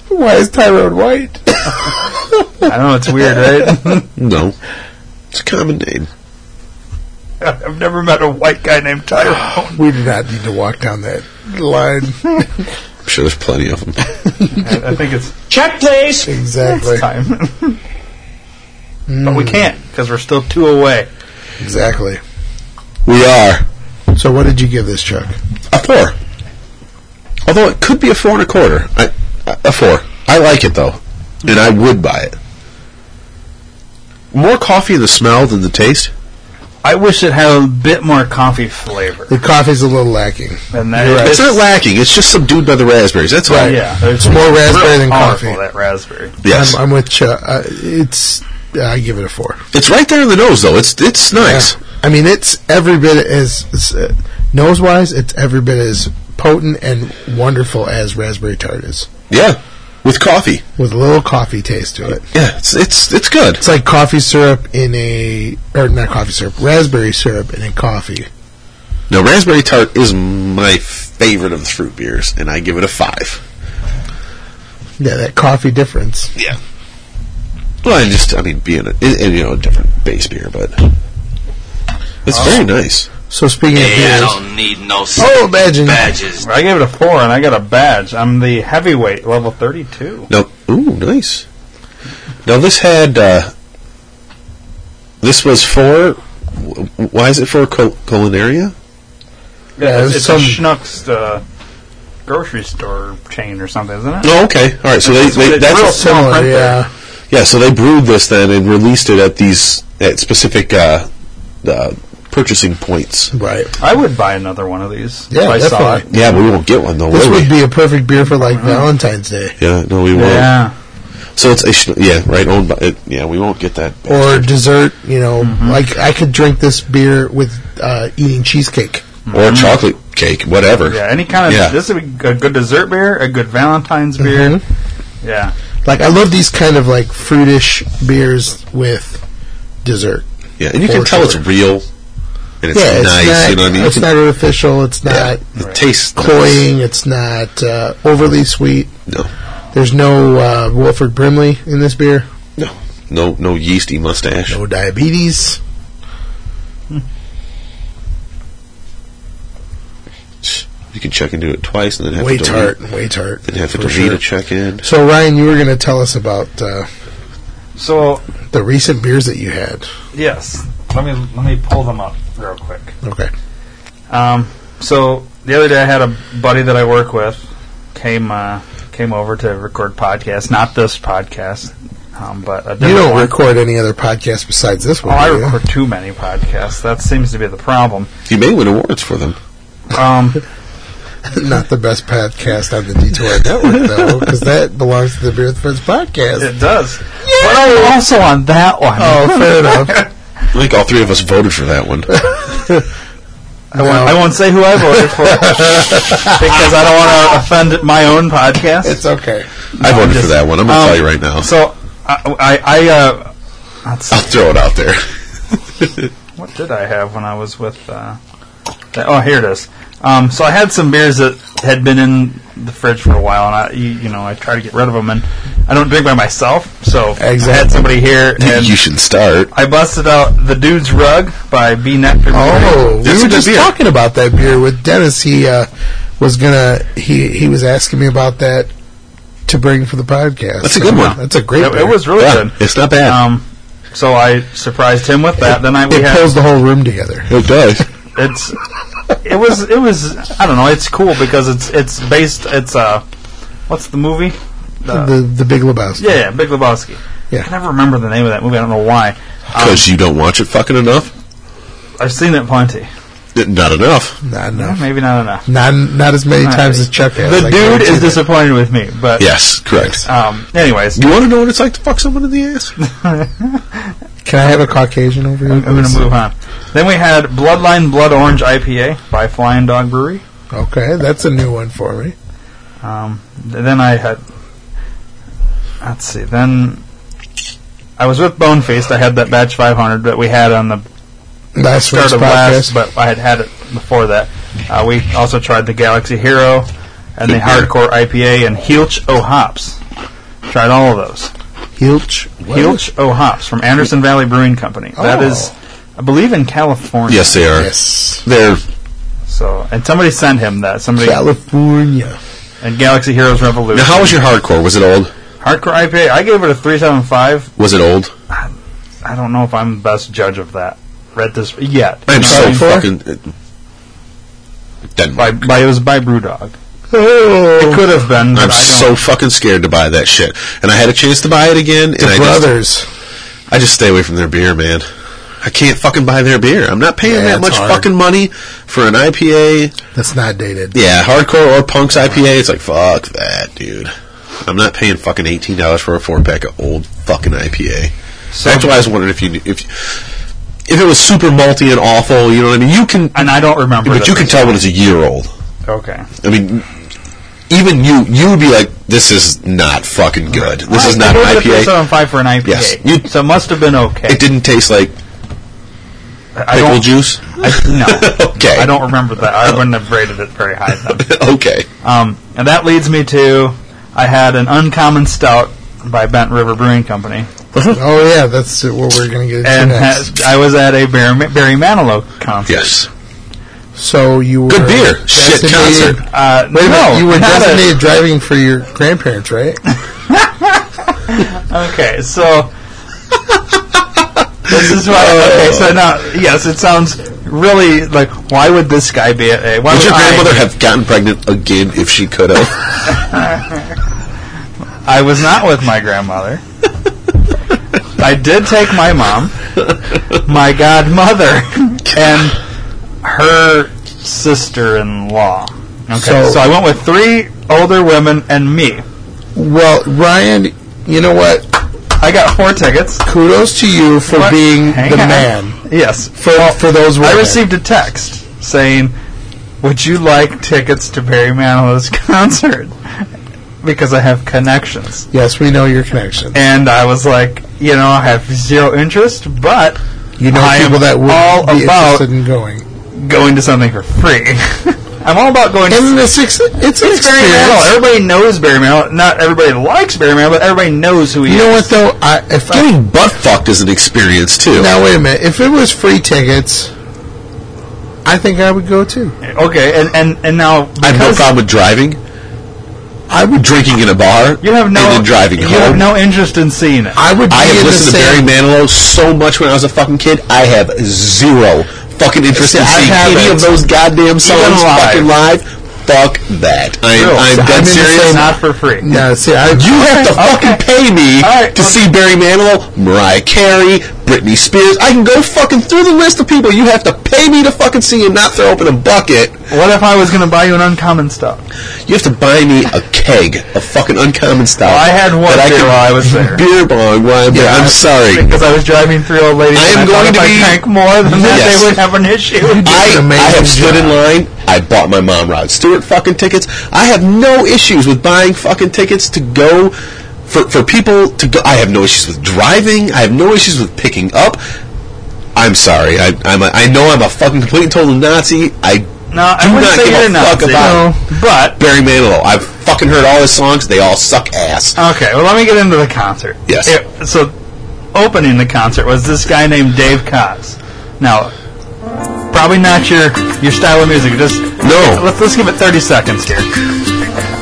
Speaker 1: Why is Tyrone white?
Speaker 3: I know it's weird, right?
Speaker 2: No. It's a common name.
Speaker 3: *laughs* I've never met a white guy named Tyrone.
Speaker 1: We do not need to walk down that
Speaker 2: *laughs*
Speaker 1: line.
Speaker 2: I'm sure there's plenty of them. *laughs*
Speaker 3: I, I think it's
Speaker 1: Exactly.
Speaker 3: time, but we can't because we're still two away.
Speaker 1: Exactly.
Speaker 2: We are
Speaker 1: So what did you give this Chuck?
Speaker 2: a four. Although it could be a four and a quarter. I, a four. I like it, though. And I would buy it. More coffee in the smell than the taste.
Speaker 3: I wish it had a bit more coffee flavor,
Speaker 1: The coffee's a little lacking.
Speaker 3: and that
Speaker 2: It's not lacking. It's just subdued by the raspberries. That's all.
Speaker 3: Yeah, it's
Speaker 1: more raspberry than coffee.
Speaker 3: That raspberry.
Speaker 2: Yes.
Speaker 1: I'm, I'm with Chuck. Uh, it's I give it a four.
Speaker 2: it's right there in the nose, though. It's it's nice.
Speaker 1: Yeah. I mean, it's every bit as as, uh, nose wise, it's every bit as potent and wonderful as raspberry tart is,
Speaker 2: Yeah. With coffee.
Speaker 1: with a little coffee taste to it.
Speaker 2: Yeah. It's it's it's good.
Speaker 1: It's like coffee syrup in a or not coffee syrup, raspberry syrup in a coffee.
Speaker 2: Now, raspberry tart is my favorite of the fruit beers, and I give it a five.
Speaker 1: Yeah, that coffee difference.
Speaker 2: Yeah. Well, I just, I mean, being a, and, and, you know, a different base beer, but it's very nice.
Speaker 1: So speaking of
Speaker 8: Hey, I
Speaker 1: beers,
Speaker 8: don't need no
Speaker 1: oh, imagine
Speaker 8: badges.
Speaker 3: I gave it a four, and I got a badge. I'm the heavyweight, level 32.
Speaker 2: Now, ooh, nice. Now, this had, uh, this was for, wh- wh- why is it for cul- culinaria?
Speaker 1: Yeah,
Speaker 3: it's,
Speaker 1: it's
Speaker 3: it's
Speaker 1: some-
Speaker 3: a Schnucks uh, grocery store chain or something, isn't it?
Speaker 2: Oh, okay. All right. So they, they that's
Speaker 3: Real small
Speaker 1: Oh, similar,
Speaker 3: print there.
Speaker 1: yeah.
Speaker 2: yeah. So they brewed this then and released it at these at specific uh, uh, purchasing points.
Speaker 1: Right.
Speaker 3: I would buy another one of these
Speaker 1: Yeah,
Speaker 3: if I saw it.
Speaker 1: definitely.
Speaker 2: Yeah, but we won't get one though,
Speaker 1: This
Speaker 2: will we?
Speaker 1: would be a perfect beer for
Speaker 8: Mm-hmm.
Speaker 1: like Valentine's Day
Speaker 2: yeah, no, we won't.
Speaker 3: Yeah.
Speaker 2: So it's a sh- yeah, right. Owned by it, yeah, we won't get that.
Speaker 1: or dessert. You know,
Speaker 8: Mm-hmm.
Speaker 1: like I could drink this beer with uh, eating cheesecake.
Speaker 2: or chocolate cake, whatever.
Speaker 3: Yeah, any kind of.
Speaker 2: Yeah.
Speaker 3: This would be a good dessert beer, a good Valentine's
Speaker 8: Mm-hmm.
Speaker 3: beer.
Speaker 1: Mhm.
Speaker 3: Yeah.
Speaker 1: Like I love these kind of like fruitish beers with dessert.
Speaker 2: Yeah, and you
Speaker 1: For
Speaker 2: can tell
Speaker 1: sure.
Speaker 2: it's real and it's
Speaker 1: yeah,
Speaker 2: nice.
Speaker 1: it's not,
Speaker 2: you know what I mean? You
Speaker 1: It's
Speaker 2: can-
Speaker 1: not artificial. It's not
Speaker 2: the taste
Speaker 1: cloying. It's not uh, overly sweet.
Speaker 2: No,
Speaker 1: There's no uh, Wilford Brimley in this beer.
Speaker 2: no, no, no yeasty mustache.
Speaker 1: No diabetes.
Speaker 2: You can check into it twice and then have
Speaker 1: Way
Speaker 2: to
Speaker 1: tart.
Speaker 2: delete,
Speaker 1: Way tart.
Speaker 2: then have to
Speaker 1: for
Speaker 2: delete
Speaker 1: sure.
Speaker 2: a check in.
Speaker 1: So Ryan, you were going to tell us about uh,
Speaker 3: So,
Speaker 1: the recent beers that you had.
Speaker 3: yes. Let me, let me pull them up real quick.
Speaker 1: Okay.
Speaker 3: Um, so the other day, I had a buddy that I work with came uh, came over to record podcast. Not this podcast, um, but a different
Speaker 1: You don't
Speaker 3: one.
Speaker 1: record any other podcast besides this
Speaker 3: Oh,
Speaker 1: one.
Speaker 3: I
Speaker 1: do you?
Speaker 3: record too many podcasts. That seems to be the problem.
Speaker 2: You may win awards for them.
Speaker 1: *laughs*
Speaker 3: Um,
Speaker 1: *laughs* Not the best podcast on the Detour Network, though, because that belongs to the Beer with Friends podcast.
Speaker 3: it does, but I'm also on that one. *laughs*
Speaker 1: Oh, fair enough. *laughs*
Speaker 2: I think all three of us voted for that one.
Speaker 3: I won't, I won't say who I voted
Speaker 2: *laughs*
Speaker 3: for because I don't want to offend my own podcast.
Speaker 1: It's okay.
Speaker 2: I
Speaker 3: I'm
Speaker 2: voted
Speaker 3: just-
Speaker 2: for that one. I'm going to
Speaker 3: Um,
Speaker 2: tell you right now.
Speaker 3: So I, I, I uh, let's
Speaker 2: I'll
Speaker 3: see,
Speaker 2: throw it out there.
Speaker 3: what did I have when I was with? Uh, that, oh, here it is. Um, so I had some beers that had been in the fridge for a while, and I, you, you know, I try to get rid of them, and I don't drink by myself, so I had
Speaker 1: Exactly.
Speaker 3: somebody here, and
Speaker 2: you should start.
Speaker 3: I busted out the Dude's Rug by B Nectar.
Speaker 1: Oh,
Speaker 2: That's
Speaker 1: we
Speaker 2: a
Speaker 1: were
Speaker 2: good
Speaker 1: just
Speaker 2: beer.
Speaker 1: talking about that beer with Dennis. He uh, was gonna. He he was asking me about that to bring for the podcast.
Speaker 2: That's a good one.
Speaker 1: That's a great.
Speaker 3: it,
Speaker 1: beer.
Speaker 3: it was really
Speaker 2: Yeah,
Speaker 3: good.
Speaker 2: it's not bad.
Speaker 3: Um, so I surprised him with that. then I we
Speaker 1: It
Speaker 3: had
Speaker 1: pulls the whole room together.
Speaker 2: it
Speaker 1: um,
Speaker 2: does.
Speaker 3: it's it was it was I don't know. It's cool because it's it's based it's uh what's the movie? *laughs* The-
Speaker 1: the the Big Lebowski.
Speaker 3: yeah, yeah, Big Lebowski.
Speaker 1: Yeah.
Speaker 3: I never remember the name of that movie. I don't know why. Um,
Speaker 2: Because you don't watch it fucking enough?
Speaker 3: I've seen it plenty.
Speaker 2: Not enough.
Speaker 1: Not
Speaker 3: No,
Speaker 1: enough.
Speaker 3: maybe not enough.
Speaker 1: Not not as many
Speaker 3: Not-
Speaker 1: times as Chuck has.
Speaker 3: the
Speaker 1: I
Speaker 3: dude
Speaker 1: guarantee
Speaker 3: is
Speaker 1: that.
Speaker 3: disappointed with me, but
Speaker 2: Yes, correct.
Speaker 3: Um. Anyways,
Speaker 2: You want to know what it's like to fuck someone in the
Speaker 1: *laughs*
Speaker 2: ass?
Speaker 1: Can I have a Caucasian over here?
Speaker 3: I'm going
Speaker 1: please?
Speaker 3: to move on. Then we had Bloodline Blood Orange IPA by Flying Dog Brewery.
Speaker 1: Okay, that's a new one for me.
Speaker 3: Um, th- then I had. Let's see. Then I was with Bonefaced. I had that batch 500 that we had on the
Speaker 1: Last
Speaker 3: start
Speaker 1: week's podcast.
Speaker 3: of last, but I had had it before that. Uh, we also tried the Galaxy Hero and the Hardcore IPA and Heelch O Hops. Tried all of those.
Speaker 1: Hilch.
Speaker 3: Heelch O Hops from Anderson Valley Brewing Company. That
Speaker 1: Oh.
Speaker 3: is, I believe, in California.
Speaker 2: Yes, they are.
Speaker 1: Yes.
Speaker 2: They're
Speaker 3: So, and somebody sent him that. Somebody
Speaker 1: California.
Speaker 3: and Galaxy Heroes Revolution.
Speaker 2: now. How was your hardcore? Was it old?
Speaker 3: Hardcore IPA? I gave it a three seven five.
Speaker 2: Was it old?
Speaker 3: I don't know if I'm the best judge of that. Read this yet.
Speaker 2: I'm
Speaker 3: You know
Speaker 2: so
Speaker 3: what I mean?
Speaker 2: fucking
Speaker 3: By,
Speaker 2: Denmark.
Speaker 3: by it was by BrewDog. It could have been. But
Speaker 2: Oh. I'm
Speaker 3: I
Speaker 2: so fucking scared to buy that shit, and I had a chance to buy it again, and I just,
Speaker 1: Brothers.
Speaker 2: I just stay away from their beer, man. I can't fucking buy their beer. I'm not paying
Speaker 1: Yeah,
Speaker 2: that
Speaker 1: it's
Speaker 2: much
Speaker 1: hard.
Speaker 2: fucking money for an IPA.
Speaker 1: That's not dated.
Speaker 2: Yeah, hardcore or punks IPA. It's like fuck that, dude. I'm not paying fucking eighteen dollars for a four pack of old fucking IPA.
Speaker 3: So-
Speaker 2: That's why I was wondering if you if if it was super malty and awful. You know what I mean? You can,
Speaker 3: and I don't remember.
Speaker 2: but
Speaker 3: this.
Speaker 2: you can tell when it's a year old.
Speaker 3: Okay.
Speaker 2: I mean, even you you would be like, this is not fucking good. This is not an
Speaker 3: I gave it a
Speaker 2: IPA.
Speaker 3: 375 for an IPA.
Speaker 2: Yes. You-
Speaker 3: so it must have been okay.
Speaker 2: It didn't taste like
Speaker 3: I
Speaker 2: pickle
Speaker 3: don't.
Speaker 2: juice.
Speaker 3: I, no.
Speaker 2: *laughs* Okay.
Speaker 3: I don't remember that. I wouldn't have rated it very high
Speaker 2: *laughs*
Speaker 3: then.
Speaker 2: okay.
Speaker 3: Um, and that leads me to I had an uncommon stout by Bent River Brewing Company,
Speaker 1: *laughs* Oh yeah, that's what we're gonna get into
Speaker 3: and
Speaker 1: next.
Speaker 3: had, I was at a Barry, Barry Manilow concert.
Speaker 2: Yes.
Speaker 1: so you were
Speaker 2: Good beer. Shit
Speaker 1: designated-
Speaker 2: concert.
Speaker 3: Uh,
Speaker 1: Wait a
Speaker 3: no,
Speaker 1: minute, you were
Speaker 3: not a-
Speaker 1: designated driving for your grandparents, right?
Speaker 3: Okay, so this
Speaker 1: *laughs*
Speaker 3: is why. Okay, so now, yes, it sounds really like why would this guy be? At a, why
Speaker 2: Would
Speaker 3: would
Speaker 2: your
Speaker 3: I-
Speaker 2: grandmother have gotten pregnant again if she could
Speaker 3: *laughs*
Speaker 2: have?
Speaker 3: I was not with my grandmother. I did take my mom, my godmother, and her sister-in-law. Okay, so,
Speaker 1: So-
Speaker 3: I went with three older women and me.
Speaker 1: Well, Ryan, you know what?
Speaker 3: I got four tickets
Speaker 1: Kudos to you for
Speaker 3: What?
Speaker 1: being
Speaker 3: Hang
Speaker 1: the
Speaker 3: on.
Speaker 1: man.
Speaker 3: Yes,
Speaker 1: For for those women.
Speaker 3: I received a text saying, "Would you like tickets to Barry Manilow's *laughs* concert?" Because I have connections,
Speaker 1: Yes, we know your connection.
Speaker 3: and I was like, you know, I have zero interest, but
Speaker 1: You know
Speaker 3: I am
Speaker 1: people that would
Speaker 3: all
Speaker 1: be
Speaker 3: about
Speaker 1: interested in going.
Speaker 3: going to something for free. *laughs* I'm all about going. to
Speaker 1: And it's ex- it's an
Speaker 3: it's Barry
Speaker 1: experience.
Speaker 3: Manilow. Everybody knows Barry Manilow. Not everybody likes Barry Manilow, but everybody knows who he
Speaker 1: You know what
Speaker 3: is.
Speaker 1: though? I, if I,
Speaker 2: Getting butt fucked is an experience too.
Speaker 1: now wait a minute. If it was free tickets, I think I would go too.
Speaker 3: Okay, and and and now
Speaker 2: I have no
Speaker 3: because
Speaker 2: problem with driving. I would drinking in a bar.
Speaker 3: you have no
Speaker 2: and then driving
Speaker 3: You
Speaker 2: home.
Speaker 3: have no interest in seeing it.
Speaker 1: I would. Be
Speaker 2: I
Speaker 1: in
Speaker 2: have
Speaker 1: the
Speaker 2: listened to Barry
Speaker 1: same,
Speaker 2: Manilow so much when I was a fucking kid. I have zero fucking interest in
Speaker 1: See, I
Speaker 2: seeing any
Speaker 1: haven't.
Speaker 2: of those goddamn songs
Speaker 3: live.
Speaker 2: fucking live. Fuck that. I'm,
Speaker 3: Real.
Speaker 1: I'm
Speaker 2: I'm
Speaker 1: in
Speaker 2: dead
Speaker 1: the
Speaker 2: serious.
Speaker 1: same-
Speaker 3: not for free.
Speaker 1: No, see, I,
Speaker 2: You have to
Speaker 3: Okay.
Speaker 2: fucking pay me
Speaker 3: All right.
Speaker 2: to see Barry Manilow, Mariah Carey, Britney Spears. I can go fucking through the list of people you have to pay me to fucking see and not throw open a bucket.
Speaker 3: What if I was going to buy you an uncommon stock?
Speaker 2: You have to buy me a keg of fucking uncommon stuff.
Speaker 3: Well, I had one
Speaker 2: that I
Speaker 3: beer
Speaker 2: can
Speaker 3: while I was there.
Speaker 2: Beer bong while I'm there. I'm sorry.
Speaker 3: Because I was driving through old ladies.
Speaker 2: I am
Speaker 3: and thought
Speaker 2: going to
Speaker 3: if
Speaker 2: be-
Speaker 3: I drank more than that,
Speaker 2: Yes.
Speaker 3: they would have an issue.
Speaker 2: I,
Speaker 1: an amazing
Speaker 2: I have stood
Speaker 1: job.
Speaker 2: in line. I bought my mom Rod Stewart fucking tickets. I have no issues with buying fucking tickets to go for for people to go. I have no issues with driving. I have no issues with picking up. I'm sorry. I I'm a, I know I'm a fucking complete and total Nazi. I
Speaker 3: No, I
Speaker 2: do
Speaker 3: wouldn't
Speaker 2: not
Speaker 3: say
Speaker 2: give
Speaker 3: you're
Speaker 2: a
Speaker 3: not,
Speaker 2: fuck
Speaker 3: Zeke.
Speaker 2: about
Speaker 3: But
Speaker 2: Barry Manilow. I've fucking heard all his songs. They all suck ass.
Speaker 3: okay, well, let me get into the concert.
Speaker 2: Yes.
Speaker 3: It- so, opening the concert was this guy named Dave Cox. Now, probably not your your style of music. Just
Speaker 2: No.
Speaker 3: Let's let's give it thirty seconds here.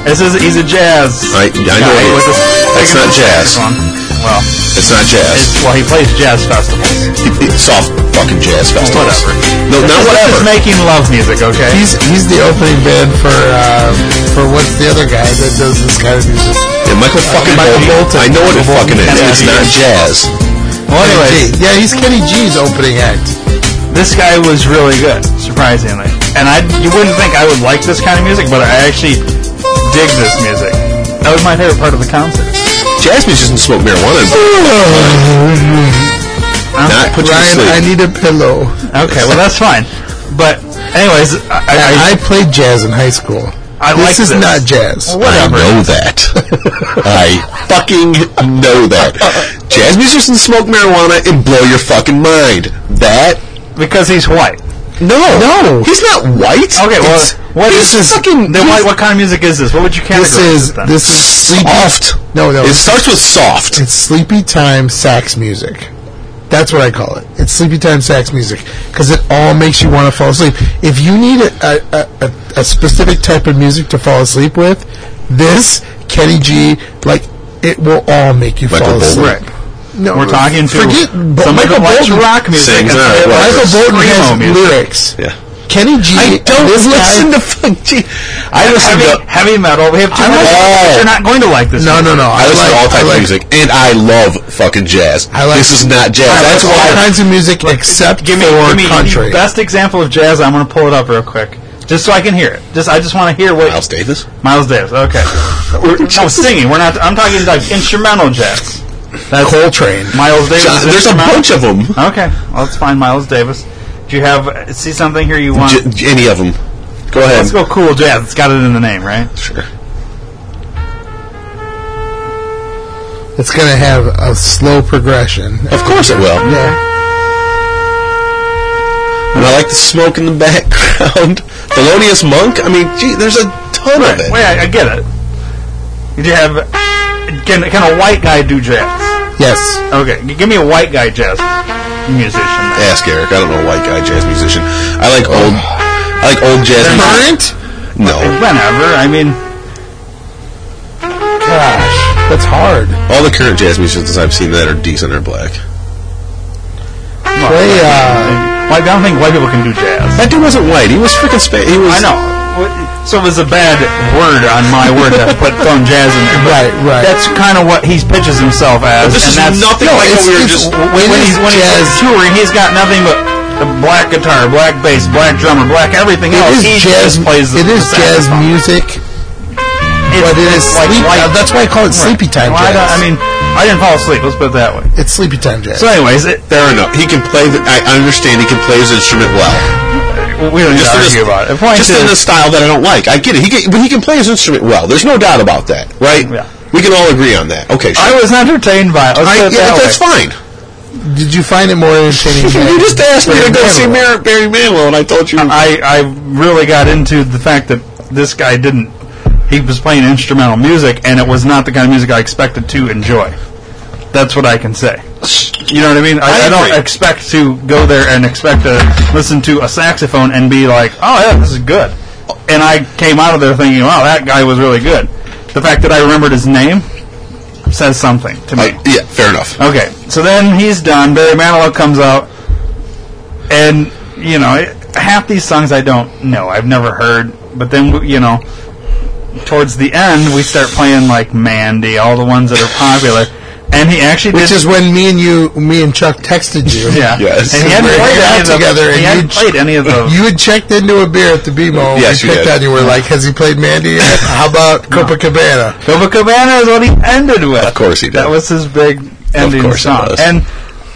Speaker 3: This is he's a jazz.
Speaker 2: I- I
Speaker 3: guy
Speaker 2: know he
Speaker 3: with
Speaker 2: is.
Speaker 3: a-
Speaker 2: That's
Speaker 3: taking
Speaker 2: not
Speaker 3: a
Speaker 2: jazz.
Speaker 3: saxophone. Well,
Speaker 2: It's not jazz. *laughs*
Speaker 3: it's, well, he plays jazz festivals.
Speaker 2: It's soft fucking jazz festivals.
Speaker 3: Whatever.
Speaker 2: No, not
Speaker 3: This is- This is
Speaker 2: whatever.
Speaker 3: making love music, okay?
Speaker 1: He's he's the opening band for uh, for what's the other guy that does this kind of music?
Speaker 2: Yeah, Michael fucking
Speaker 1: Michael
Speaker 2: Bolton.
Speaker 1: Bolton.
Speaker 2: I know what it
Speaker 1: Michael
Speaker 2: fucking is.
Speaker 3: Bolton.
Speaker 2: It's not jazz.
Speaker 3: well, anyways,
Speaker 1: Kenny G. yeah, he's Kenny G's opening act.
Speaker 3: this guy was really good, surprisingly. And I, you wouldn't think I would like this kind of music, but I actually dig this music. That was my favorite part of the concert.
Speaker 2: Jazz musicians smoke
Speaker 1: *sighs*
Speaker 2: marijuana. Not put you to
Speaker 1: Ryan,
Speaker 2: sleep.
Speaker 1: I need a pillow.
Speaker 3: Okay, well that's fine. But anyways,
Speaker 1: I,
Speaker 3: I, I,
Speaker 1: played jazz in high school.
Speaker 3: I
Speaker 1: this
Speaker 3: like
Speaker 1: is
Speaker 3: this.
Speaker 1: not jazz.
Speaker 2: I know
Speaker 1: *laughs*
Speaker 2: that. I fucking know that. Jazz musicians smoke marijuana and blow your fucking mind. That
Speaker 3: because he's white.
Speaker 2: no,
Speaker 1: No.
Speaker 2: he's not white.
Speaker 3: Okay, well,
Speaker 2: It's-
Speaker 3: what
Speaker 2: he's
Speaker 3: is this?
Speaker 2: Fucking
Speaker 3: then
Speaker 2: he's
Speaker 3: what, what kind of music is this? What would you categorize
Speaker 1: This is
Speaker 3: then?
Speaker 1: this is sleepy.
Speaker 2: soft.
Speaker 1: No, no,
Speaker 2: It starts with soft.
Speaker 1: It's sleepy time sax music. That's what I call it. It's sleepy time sax music because it all makes you want to fall asleep. If you need a, a, a, a specific type of music to fall asleep with, this Kenny G, like it will all make you
Speaker 2: Michael
Speaker 1: fall
Speaker 2: Bolton.
Speaker 1: asleep.
Speaker 3: Right.
Speaker 1: No,
Speaker 3: We're talking to
Speaker 1: forget
Speaker 3: somebody
Speaker 1: Bo- Michael
Speaker 3: who likes
Speaker 1: Bolton
Speaker 3: rock music.
Speaker 2: sings,
Speaker 3: and
Speaker 2: all right,
Speaker 1: Michael
Speaker 2: whatever.
Speaker 3: somebody who likes
Speaker 1: Bolton
Speaker 3: screamo
Speaker 1: has
Speaker 3: music.
Speaker 1: lyrics.
Speaker 2: yeah.
Speaker 1: Kenny G.
Speaker 2: I don't
Speaker 1: this
Speaker 2: listen
Speaker 1: guy-
Speaker 2: to fucking. G- I listen
Speaker 3: Heavy,
Speaker 2: to.
Speaker 3: heavy metal. We have too
Speaker 2: I
Speaker 3: much.
Speaker 2: like-
Speaker 3: but You're not going to like this.
Speaker 1: Oh. No, no, no. I,
Speaker 2: I, listen
Speaker 1: like
Speaker 2: to all
Speaker 1: I
Speaker 2: types
Speaker 1: like,
Speaker 2: of music, and I love fucking jazz.
Speaker 1: I like-
Speaker 2: this is not jazz.
Speaker 1: I like
Speaker 2: Oh, That's
Speaker 1: all
Speaker 2: why
Speaker 1: kinds of music except
Speaker 3: Give me,
Speaker 1: for
Speaker 3: give me
Speaker 1: country.
Speaker 3: the best example of jazz. I'm going to pull it up real quick, just so I can hear it. Just I just want to hear what
Speaker 2: Miles Davis.
Speaker 3: Miles Davis.
Speaker 2: *laughs*
Speaker 3: Okay, we're, no singing. We're not. I'm talking like instrumental jazz. That's
Speaker 1: Coltrane.
Speaker 3: Miles Davis.
Speaker 2: John,
Speaker 3: is
Speaker 2: there's a
Speaker 3: instrumental.
Speaker 2: bunch of them.
Speaker 3: Okay, well, let's find Miles Davis. Do you have see something here you want?
Speaker 2: J- any of them. Go ahead.
Speaker 3: Let's go cool jazz. It's got it in the name, right?
Speaker 2: Sure.
Speaker 1: It's gonna have a slow progression.
Speaker 2: Of course it will.
Speaker 1: Yeah.
Speaker 2: And I like the smoke in the background. *laughs* Thelonious Monk. I mean, gee, there's a ton of it.
Speaker 3: Wait, I, I get it. Do you have? Can can a white guy do jazz?
Speaker 1: Yes.
Speaker 3: Okay, give me a white guy jazz musician. then.
Speaker 2: Ask Eric. I don't know a white guy jazz musician. I like old. I like old jazz.
Speaker 3: They're not-
Speaker 2: music. No,
Speaker 3: Whenever. I mean,
Speaker 1: Gosh, that's hard.
Speaker 2: all the current jazz musicians I've seen that are decent are black.
Speaker 1: Play. Uh,
Speaker 3: like, I don't think white people can do jazz.
Speaker 2: That dude wasn't white. He was freaking Spanish. He was.
Speaker 3: I know. Wh- So it was a bad word on my word to
Speaker 1: *laughs*
Speaker 3: put thrown jazz in there. but
Speaker 1: Right, right.
Speaker 3: That's kind of what he pitches himself as.
Speaker 2: this
Speaker 3: and
Speaker 2: is
Speaker 3: that's,
Speaker 2: nothing
Speaker 1: No,
Speaker 2: like
Speaker 1: it's-
Speaker 2: what we were
Speaker 1: it's-
Speaker 2: just.
Speaker 3: When, when
Speaker 1: it
Speaker 3: he's
Speaker 1: is
Speaker 3: when he's
Speaker 1: jazz.
Speaker 3: touring, he's got nothing but the black guitar, black bass, black drummer, black everything
Speaker 1: it is
Speaker 3: else. he
Speaker 1: jazz.
Speaker 3: just plays. The,
Speaker 1: it is
Speaker 3: the
Speaker 1: jazz
Speaker 3: saxophone.
Speaker 1: music,
Speaker 3: It's,
Speaker 1: but it is
Speaker 3: like
Speaker 1: sleepy.
Speaker 3: light-
Speaker 1: uh, that's why I call it sleepy time
Speaker 3: Well, I, don't-
Speaker 1: jazz.
Speaker 3: I mean, I didn't fall asleep. Let's put it that way.
Speaker 1: it's sleepy time jazz.
Speaker 3: So, anyways, it,
Speaker 2: Fair enough. He can play. The, I I understand. He can play his instrument well.
Speaker 3: we don't need
Speaker 2: just
Speaker 3: to
Speaker 2: in
Speaker 3: argue
Speaker 2: a,
Speaker 3: about it. The point
Speaker 2: just
Speaker 3: is,
Speaker 2: in a style that I don't like. I get it. He can, but he can play his instrument well. There's no doubt about that, right?
Speaker 3: Yeah.
Speaker 2: We can all agree on that. Okay, sure.
Speaker 3: I was entertained by it. Let's
Speaker 2: I-
Speaker 3: put it
Speaker 2: yeah,
Speaker 3: that way.
Speaker 2: that's fine.
Speaker 1: Did you find it more
Speaker 2: *laughs*
Speaker 1: entertaining?
Speaker 2: You
Speaker 1: than-
Speaker 2: just asked me
Speaker 1: than
Speaker 2: to go see
Speaker 1: Manilow?
Speaker 2: Mar- Barry Manilow, and I told you.
Speaker 3: I, I really got into the fact that this guy didn't. He was playing instrumental music, and it was not the kind of music I expected to enjoy. That's what I can say. You know what I mean? I,
Speaker 2: I
Speaker 3: I, don't
Speaker 2: agree.
Speaker 3: expect to go there and expect to listen to a saxophone and be like, "Oh yeah, this is good." And I came out of there thinking, "Wow, that guy was really good." The fact that I remembered his name says something to me.
Speaker 2: I- uh, yeah, fair enough.
Speaker 3: Okay, so then he's done. Barry Manilow comes out, and you know it- half these songs I don't know. I've never heard. But then you know, towards the end we start playing like Mandy, all the ones that are popular, and he actually
Speaker 1: Which
Speaker 3: did.
Speaker 1: is when me and you, me and Chuck texted you.
Speaker 3: yeah.
Speaker 2: Yes.
Speaker 3: And he
Speaker 1: We
Speaker 3: hadn't
Speaker 1: were
Speaker 3: played
Speaker 1: out
Speaker 3: any of the,
Speaker 1: together and
Speaker 3: He hadn't
Speaker 1: you'd-
Speaker 3: played any of those.
Speaker 1: You had checked into a beer at the BMO.
Speaker 2: Oh. Yes,
Speaker 1: we
Speaker 2: you
Speaker 1: picked
Speaker 2: did. Uh-huh.
Speaker 1: on you. We're like, has he played Mandy yet? How
Speaker 2: *laughs*
Speaker 1: about Copacabana?
Speaker 3: Copacabana is what he ended with. Of
Speaker 2: course he did.
Speaker 3: That was his big ending
Speaker 2: course it
Speaker 3: song,
Speaker 2: was.
Speaker 3: and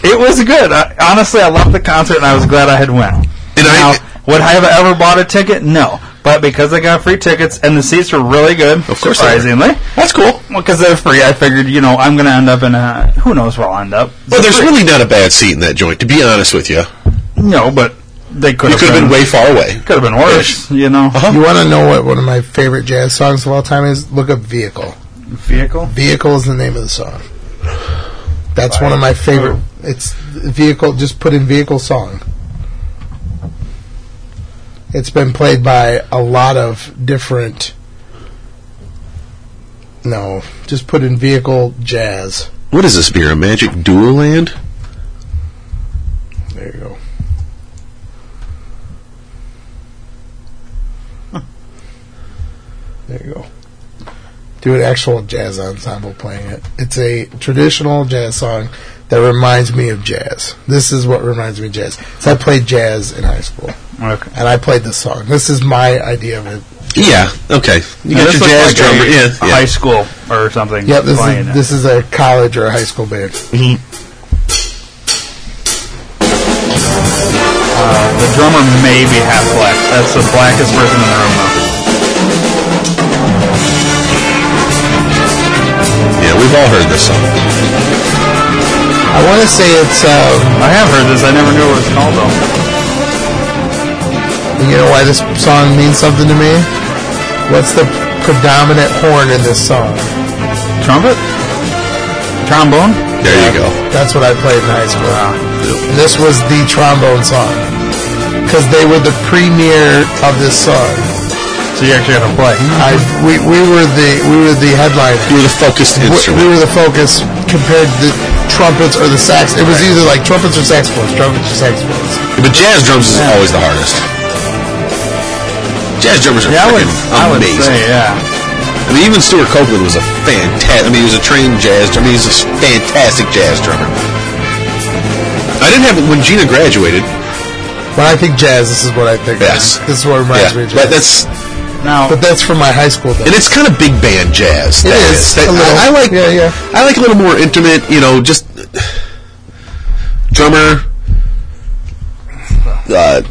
Speaker 3: it was good. I, honestly, I loved the concert, and I was glad I had went.
Speaker 2: And I-
Speaker 3: now, would I have ever bought a ticket? No, but because I got free tickets and the seats were really good,
Speaker 2: Of course they were.
Speaker 3: surprisingly.
Speaker 2: That's cool.
Speaker 3: Well, because they're free, I figured you know I'm going to end up in a who knows where I'll end up.
Speaker 2: Well, there's really not a bad seat in that joint, to be honest with you.
Speaker 3: no, but they could
Speaker 2: You
Speaker 3: have
Speaker 2: could have been way Uh-huh. far away.
Speaker 3: could have been worse. You know,
Speaker 1: You want to know what one of my favorite jazz songs of all time is? Look up Vehicle.
Speaker 3: vehicle.
Speaker 1: Vehicle is the name of the song. That's one of my favorite. It's Vehicle, just put in Vehicle song. It's been played by a lot of different. No, just put in Vehicle jazz.
Speaker 2: What is this beer? A magic dual land?
Speaker 1: There you go. There you go. Do an actual jazz ensemble playing it. It's a traditional jazz song that reminds me of jazz. This is what reminds me of jazz. So I played jazz in high school,
Speaker 3: Okay.
Speaker 1: and I played this song. This is my idea of it.
Speaker 2: Yeah. Okay. You
Speaker 3: Now,
Speaker 2: got your
Speaker 3: this looks
Speaker 2: jazz
Speaker 3: like
Speaker 2: drummer.
Speaker 3: a,
Speaker 2: yeah.
Speaker 3: a
Speaker 2: yeah.
Speaker 3: high school or something.
Speaker 1: Yep, this
Speaker 3: playing
Speaker 1: is
Speaker 3: it.
Speaker 1: this is a college or a high school band.
Speaker 3: The drummer may be half black. That's the blackest person in the room. Though.
Speaker 2: yeah, we've all heard this song.
Speaker 1: I want to say it's. Um,
Speaker 3: I have heard this. I never knew it was called though.
Speaker 1: You know why this song means something to me? What's the predominant horn in this song?
Speaker 3: Trumpet, trombone.
Speaker 2: There you go.
Speaker 1: That's what I played in high school. And this was the trombone song. Because they were the premiere of this song.
Speaker 3: So you actually got to play.
Speaker 1: I, we, we were the we were the headliner.
Speaker 2: You were the focused
Speaker 1: We, we
Speaker 2: instrument.
Speaker 1: were the focus compared to the trumpets or the sax. It was either like trumpets or saxophones, trumpets or saxophones.
Speaker 2: But jazz drums is always the hardest. Jazz drummers are
Speaker 3: Yeah, I would. I
Speaker 2: freaking
Speaker 3: would
Speaker 2: amazing.
Speaker 3: say yeah.
Speaker 2: I mean, even Stuart Copeland was a fantastic. I mean, he was a trained jazz. drummer. I mean, he's a fantastic jazz drummer. I didn't have when Gina graduated.
Speaker 1: When I think jazz, this is what I think. of.
Speaker 2: Yes.
Speaker 1: This is what reminds me of jazz.
Speaker 2: yeah, but that's
Speaker 3: Now
Speaker 1: but that's from my high school days.
Speaker 2: and it's kind of big band jazz.
Speaker 1: It
Speaker 2: that
Speaker 1: is,
Speaker 2: That-
Speaker 1: a little.
Speaker 2: I, I like.
Speaker 1: Yeah, yeah.
Speaker 2: I like a little more intimate. You know, just drummer. Uh,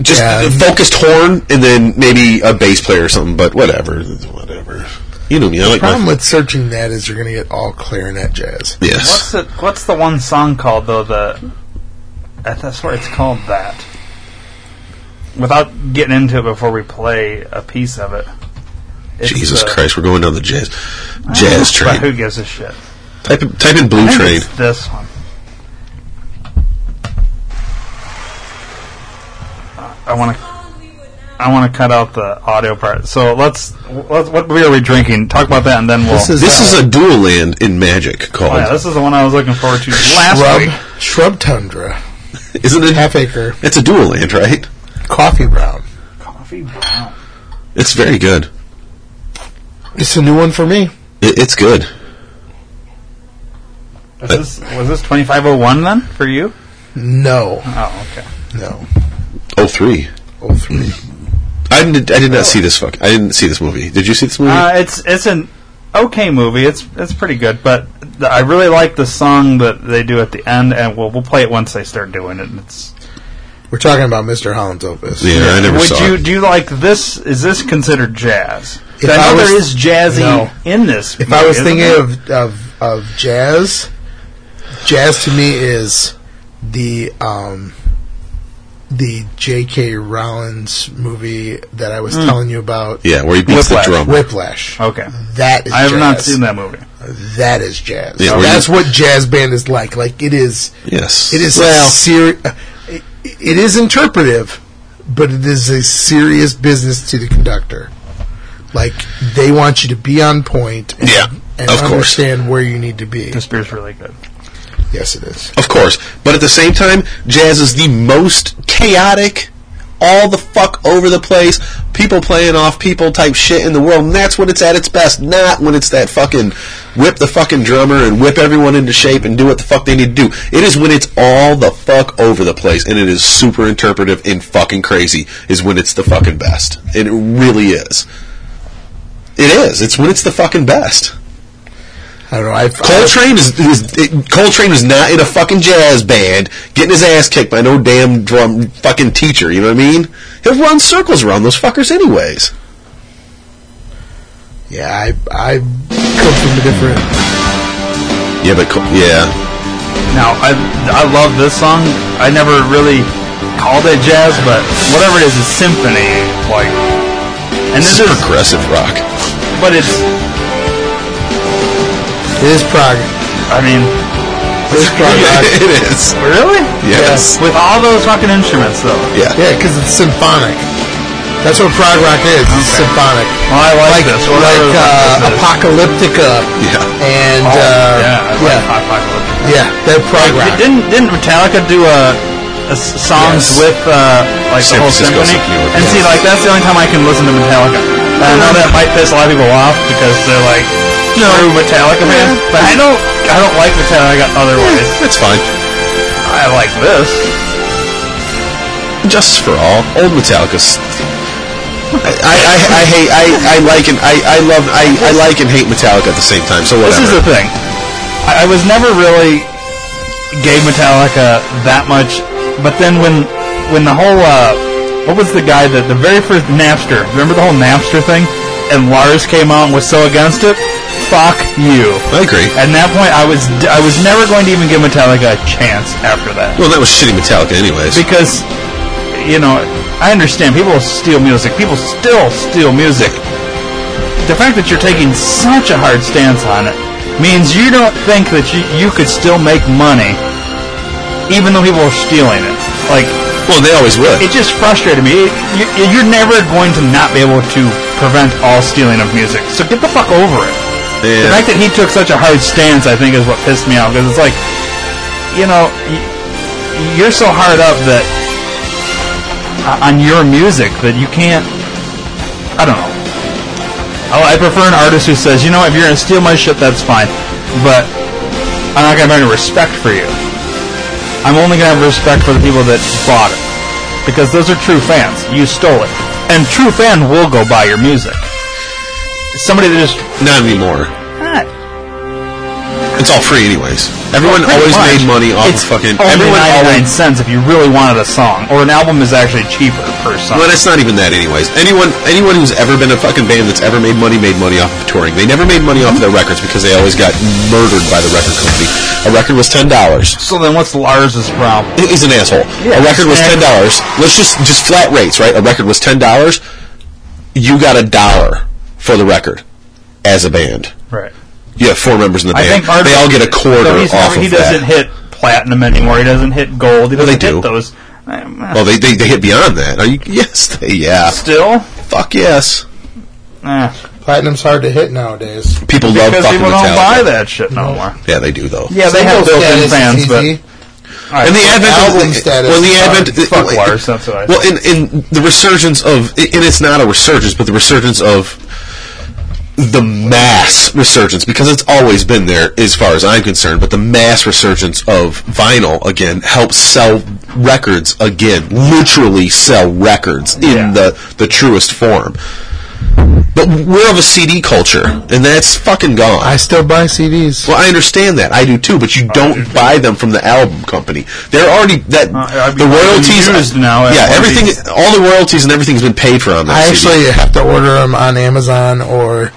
Speaker 2: just
Speaker 1: Yeah.
Speaker 2: a focused horn, and then maybe a bass player or something. But whatever, whatever. You know me. I like
Speaker 1: problem
Speaker 2: my,
Speaker 1: with searching that is you're going to get all clarinet jazz.
Speaker 2: yes.
Speaker 3: what's the what's the one song called though? The I th- I swear it's called that. Without getting into it before we play a piece of it. It's
Speaker 2: Jesus
Speaker 1: uh,
Speaker 3: the-
Speaker 2: Christ, we're going down the jazz jazz
Speaker 3: But who
Speaker 2: train.
Speaker 3: gives a shit?
Speaker 2: Type in- type in blue
Speaker 3: I think
Speaker 2: train.
Speaker 3: it's this one. Uh, I want to. I want to cut out the audio part. So let's. let's what beer are we drinking? Talk about that, and then we'll.
Speaker 1: This is
Speaker 2: This
Speaker 1: uh,
Speaker 2: is a dual land in Magic
Speaker 3: Oh, yeah,
Speaker 2: called.
Speaker 3: this is the one I was looking forward to last week.
Speaker 1: shrub shrub tundra
Speaker 2: Isn't it?
Speaker 1: half acre
Speaker 2: It's a dual land, right?
Speaker 1: coffee brown.
Speaker 3: Coffee brown.
Speaker 2: It's very good.
Speaker 1: It's a new one for me.
Speaker 2: It, it's good.
Speaker 3: Is this, was this 2501 then for you?
Speaker 1: No,
Speaker 3: Oh, okay.
Speaker 1: no.
Speaker 2: Oh three.
Speaker 1: Oh three.
Speaker 2: I did. I did not see this. Fuck. I didn't see this movie. Did you see this movie?
Speaker 3: Oh. Uh, it's it's an okay movie. It's it's pretty good, but th- I really like the song that they do at the end, and we'll we'll play it once they start doing it. It's
Speaker 1: We're talking about Mr. Holland's Opus.
Speaker 2: yeah, I never
Speaker 3: Would
Speaker 2: saw
Speaker 3: you
Speaker 2: it.
Speaker 3: do you like this? Is this considered jazz?
Speaker 1: If
Speaker 3: I
Speaker 1: I
Speaker 3: know
Speaker 1: was-
Speaker 3: there is jazzy
Speaker 1: No.
Speaker 3: in this.
Speaker 1: If I was
Speaker 3: movie, isn't
Speaker 1: thinking
Speaker 3: there?
Speaker 1: of, of of jazz, jazz to me is the um the J.K. Rollins movie that I was telling you about.
Speaker 2: Yeah, where he beats
Speaker 3: Whiplash.
Speaker 2: the drum.
Speaker 1: Whiplash.
Speaker 3: Hmm. okay,
Speaker 1: That is
Speaker 3: I have not
Speaker 1: jazz.
Speaker 3: seen that movie.
Speaker 1: That is jazz.
Speaker 2: Yeah, where
Speaker 1: That's
Speaker 2: you-
Speaker 1: what jazz band is like. Like it is.
Speaker 2: Yes.
Speaker 1: It is
Speaker 2: Well,
Speaker 1: seri- it, it is interpretive, but it is a serious business to the conductor. Like they want you to be on point and,
Speaker 2: Yeah,
Speaker 1: and
Speaker 2: of course.
Speaker 1: understand where you need to be.
Speaker 3: This beer's really good.
Speaker 1: Yes, it is.
Speaker 2: of course. But at the same time, jazz is the most chaotic, all the fuck over the place, people playing off people type shit in the world, and that's when it's at its best. Not when it's that fucking whip the fucking drummer and whip everyone into shape and do what the fuck they need to do. It is when it's all the fuck over the place and it is super interpretive and fucking crazy is when it's the fucking best. And it really is. It is. It's when it's the fucking best.
Speaker 1: I don't know. I, I,
Speaker 2: Coltrane is, is it, Coltrane is not in a fucking jazz band getting his ass kicked by no damn drum fucking teacher. You know what I mean? He'll run circles around those fuckers anyways.
Speaker 1: yeah, I, I come from a different.
Speaker 2: Yeah, but Col- yeah,
Speaker 3: Now I I love this song. I never really called it jazz, but whatever it is, it's symphony like. And
Speaker 2: this
Speaker 3: this
Speaker 2: is
Speaker 3: is,
Speaker 2: progressive *laughs* rock.
Speaker 3: but it's.
Speaker 1: It is prog.
Speaker 3: I mean,
Speaker 1: It is prog rock.
Speaker 2: it is.
Speaker 3: *laughs* really?
Speaker 2: Yes.
Speaker 3: With all those fucking instruments, though.
Speaker 2: Yeah.
Speaker 1: Yeah, because it's symphonic. That's what prog rock is. It's
Speaker 3: Okay.
Speaker 1: symphonic.
Speaker 3: Well, I like,
Speaker 1: Like,
Speaker 3: this.
Speaker 1: like
Speaker 3: Whatever the fuck
Speaker 1: uh,
Speaker 3: this is.
Speaker 1: Apocalyptica
Speaker 2: Yeah.
Speaker 1: and
Speaker 3: Oh,
Speaker 1: uh,
Speaker 3: yeah, I like
Speaker 1: yeah,
Speaker 3: Apocalypse.
Speaker 1: yeah, they're prog rock.
Speaker 3: Didn't didn't Metallica do a, a s-
Speaker 2: Yes.
Speaker 3: songs with uh, like
Speaker 2: San
Speaker 3: the whole
Speaker 2: Francisco
Speaker 3: symphony?
Speaker 2: Symphony Orchestra.
Speaker 3: and see, like that's the only time I can listen to Metallica. And I know that might piss a lot of people off because they're like true Metallica fans, but I don't I don't like Metallica otherwise.
Speaker 2: It's fine.
Speaker 3: I like this.
Speaker 2: Justice for all. Old Metallica's. I, I, I, I hate I, I like and I, I love I, I like and hate Metallica at the same time. So
Speaker 3: This
Speaker 2: whatever.
Speaker 3: is the thing. I, I was never really gave Metallica that much, but then when when the whole uh, what was the guy that the very first Napster? Remember the whole Napster thing? And Lars came out and was so against it. Fuck you.
Speaker 2: I agree.
Speaker 3: At that point, I was d- I was never going to even give Metallica a chance after that
Speaker 2: Well, that was shitty Metallica, anyways.
Speaker 3: because you know I understand people steal music. People still steal music. The fact that you're taking such a hard stance on it means you don't think that you, you could still make money, even though people are stealing it. Like
Speaker 2: well, they always would.
Speaker 3: it just frustrated me. It, you, you're never going to not be able to prevent all stealing of music. So get the fuck over it. The
Speaker 2: Yeah.
Speaker 3: fact that he took such a hard stance, I think, is what pissed me off because it's like, you know, y- you're so hard up that uh, on your music that you can't. I don't know. Oh, I, I prefer an artist who says, you know, if you're gonna steal my shit, that's fine, but I'm not gonna have any respect for you. I'm only gonna have respect for the people that bought it because those are true fans. You stole it, and true fan will go buy your music. Somebody that just
Speaker 2: Not anymore.
Speaker 3: "Ah,
Speaker 2: It's all free, anyways. Everyone
Speaker 3: Pretty
Speaker 2: always
Speaker 3: much.
Speaker 2: made money off
Speaker 3: it's
Speaker 2: of fucking.
Speaker 3: only
Speaker 2: Everyone
Speaker 3: 99
Speaker 2: always.
Speaker 3: cents if you really wanted a song, or an album is actually cheaper per song.
Speaker 2: Well, it's not even that, anyways. Anyone, anyone who's ever been a fucking band that's ever made money made money off of touring. They never made money off of their records because they always got murdered by the record company. A record was ten dollars.
Speaker 3: so then, what's Lars's problem?
Speaker 2: He's an asshole. a
Speaker 3: Yeah,
Speaker 2: record was
Speaker 3: and-
Speaker 2: ten dollars. Let's just just flat rates, right? A record was ten dollars. You got a dollar for the record as a band.
Speaker 3: Right.
Speaker 2: You have four members in the
Speaker 3: I
Speaker 2: band.
Speaker 3: think part of
Speaker 2: they
Speaker 3: it-
Speaker 2: all get a quarter
Speaker 3: so he's
Speaker 2: off
Speaker 3: never- He
Speaker 2: of
Speaker 3: doesn't
Speaker 2: that.
Speaker 3: hit platinum anymore. He doesn't hit gold. He
Speaker 2: Well, they do.
Speaker 3: doesn't hit those. Um, uh,
Speaker 2: well, they, they they hit beyond that. Are you? *laughs* Yes, they yeah.
Speaker 3: Still,
Speaker 2: Fuck yes.
Speaker 3: Eh,
Speaker 1: Platinum's hard to hit nowadays.
Speaker 2: People love
Speaker 3: because
Speaker 2: fucking
Speaker 3: people
Speaker 2: Metallica.
Speaker 3: don't buy that shit no more.
Speaker 2: Yeah, they do though.
Speaker 3: Yeah, they have
Speaker 1: Singles
Speaker 3: built-in
Speaker 1: status
Speaker 3: fans,
Speaker 1: is
Speaker 3: but
Speaker 1: easy.
Speaker 2: And the advent
Speaker 1: album
Speaker 2: of the,
Speaker 1: status.
Speaker 2: Well, the
Speaker 1: Sorry,
Speaker 2: advent.
Speaker 3: fuck
Speaker 2: well,
Speaker 3: Lars, that's what I
Speaker 2: Well, in in the resurgence of, and it's not a resurgence, but the resurgence of the mass resurgence because it's always been there as far as I'm concerned. But the mass resurgence of vinyl again helps sell records again, literally sell records in
Speaker 3: Yeah.
Speaker 2: the the truest form. But we're of a CD culture, and that's fucking gone.
Speaker 1: I still buy CDs.
Speaker 2: Well, I understand that. I do too, but you don't buy them from the album company. They're already that
Speaker 3: Uh, I mean,
Speaker 2: the
Speaker 3: they're
Speaker 2: royalties
Speaker 3: used now as
Speaker 2: Yeah,
Speaker 3: one of
Speaker 2: everything,
Speaker 3: these-
Speaker 2: all the royalties and everything's been paid for on that.
Speaker 1: I
Speaker 2: CD.
Speaker 1: actually have to order them on Amazon or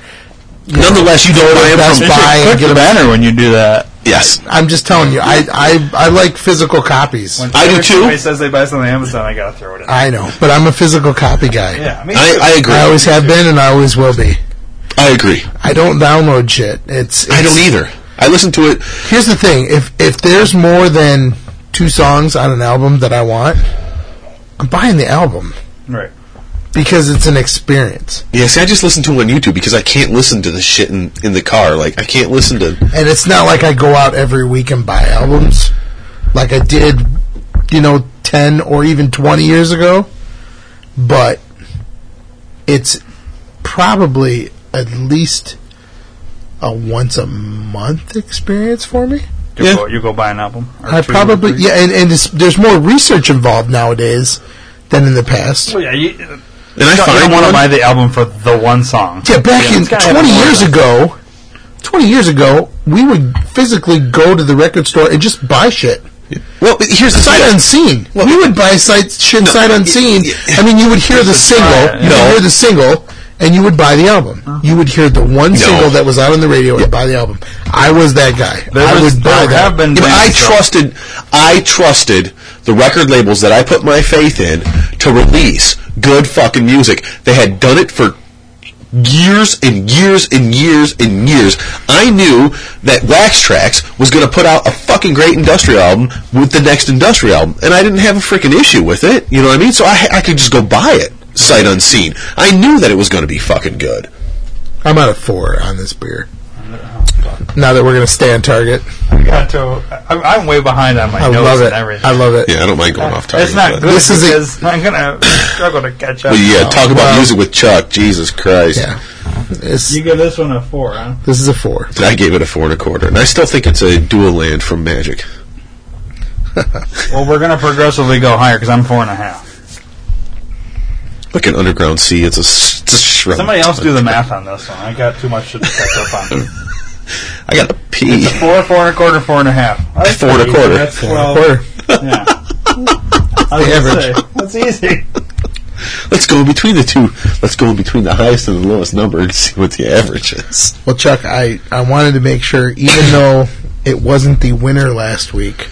Speaker 2: nonetheless, you don't buy them
Speaker 1: Best
Speaker 2: from.
Speaker 1: Buy.
Speaker 3: click
Speaker 1: get
Speaker 3: the
Speaker 1: a-
Speaker 3: banner when you do that.
Speaker 2: Yes,
Speaker 1: I'm just telling you, I I, I like physical copies.
Speaker 2: I do too.
Speaker 3: says they buy something on Amazon. I gotta throw it in.
Speaker 1: I know, but I'm a physical copy guy.
Speaker 3: yeah, me
Speaker 2: I, I agree.
Speaker 1: I always have been, and I always will be.
Speaker 2: I agree.
Speaker 1: I don't download shit. It's,
Speaker 2: I don't
Speaker 1: it's-
Speaker 2: either. I listen to it.
Speaker 1: Here's the thing: if if there's more than two songs on an album that I want, I'm buying the album
Speaker 3: right.
Speaker 1: because it's an experience,
Speaker 2: Yeah, see, I just listen to it on YouTube because I can't listen to the shit in, in the car. Like, I can't listen to.
Speaker 1: and it's not like I go out every week and buy albums like I did, you know, ten or even twenty years ago. But it's probably at least a once a month experience for me.
Speaker 3: You,
Speaker 2: Yeah.
Speaker 3: go, you go buy an album. or
Speaker 1: I
Speaker 3: two or
Speaker 1: probably
Speaker 3: three.
Speaker 1: yeah, and, and it's, there's more research involved nowadays than in the past.
Speaker 3: Well, yeah, you,
Speaker 2: And I
Speaker 3: No, you
Speaker 2: find
Speaker 3: don't want to
Speaker 2: one-
Speaker 3: buy the album for the one song.
Speaker 1: Yeah, back in
Speaker 3: it's gotta have
Speaker 1: 20
Speaker 3: more
Speaker 1: years
Speaker 3: than-
Speaker 1: ago, 20 years ago, we would physically go to the record store and just buy shit.
Speaker 2: Well, here's the
Speaker 1: Sight
Speaker 2: thing.
Speaker 1: unseen. we would buy sight, shit
Speaker 2: No,
Speaker 1: sight unseen.
Speaker 2: y- y-
Speaker 1: I mean, you would hear the single,
Speaker 3: try it,
Speaker 1: you
Speaker 2: yeah.
Speaker 1: would hear the single, and you would buy the album. You would hear the one single that was out on the radio and buy the album. I was that guy.
Speaker 3: There
Speaker 1: I
Speaker 3: was-
Speaker 1: would buy
Speaker 3: there
Speaker 1: that.
Speaker 3: have been
Speaker 2: Yeah, but I
Speaker 3: bands that-
Speaker 2: trusted, I trusted the record labels that I put my faith in to release good fucking music. They had done it for years and years and years and years. I knew that Wax Trax was going to put out a fucking great industrial album with the next industrial album, and I didn't have a freaking issue with it. You know what I mean? So I, I could just go buy it sight unseen. I knew that it was going to be fucking good.
Speaker 1: I'm out of four on this beer. Oh, Now that we're going to stay on target,
Speaker 3: I got to. I'm, I'm way behind on my
Speaker 1: I
Speaker 3: notes
Speaker 1: love it.
Speaker 3: and everything.
Speaker 1: I love it.
Speaker 2: Yeah, I don't mind going off topic.
Speaker 3: it's not
Speaker 2: but-
Speaker 3: good
Speaker 1: This is a-
Speaker 3: because i am I'm gonna struggle to catch up.
Speaker 2: Well, yeah,
Speaker 3: now.
Speaker 2: talk about music with Chuck. Jesus Christ.
Speaker 1: Yeah. It's-
Speaker 3: You give this one a four, huh?
Speaker 1: this is a four.
Speaker 2: I gave it a four and a quarter, and I still think it's a dual land from Magic.
Speaker 3: Well, we're gonna progressively go higher because I'm four and a half.
Speaker 2: Like an underground sea, it's a, s- it's a shrub.
Speaker 3: Somebody else do the math on this one. I got too much to catch up on.
Speaker 2: I got a
Speaker 3: *laughs*
Speaker 2: pee.
Speaker 3: It's a four, four and a quarter, four and a half. That's
Speaker 2: Four and a
Speaker 3: pretty-
Speaker 2: quarter.
Speaker 3: That's
Speaker 1: Four and a
Speaker 3: twelve.
Speaker 1: quarter. *laughs*
Speaker 3: Yeah. I was gonna say,
Speaker 1: average.
Speaker 3: That's easy.
Speaker 2: Let's go in between the two. Let's go in between the highest and the lowest number and see what the average is.
Speaker 1: Well, Chuck, I, I wanted to make sure, even though it wasn't the winner last week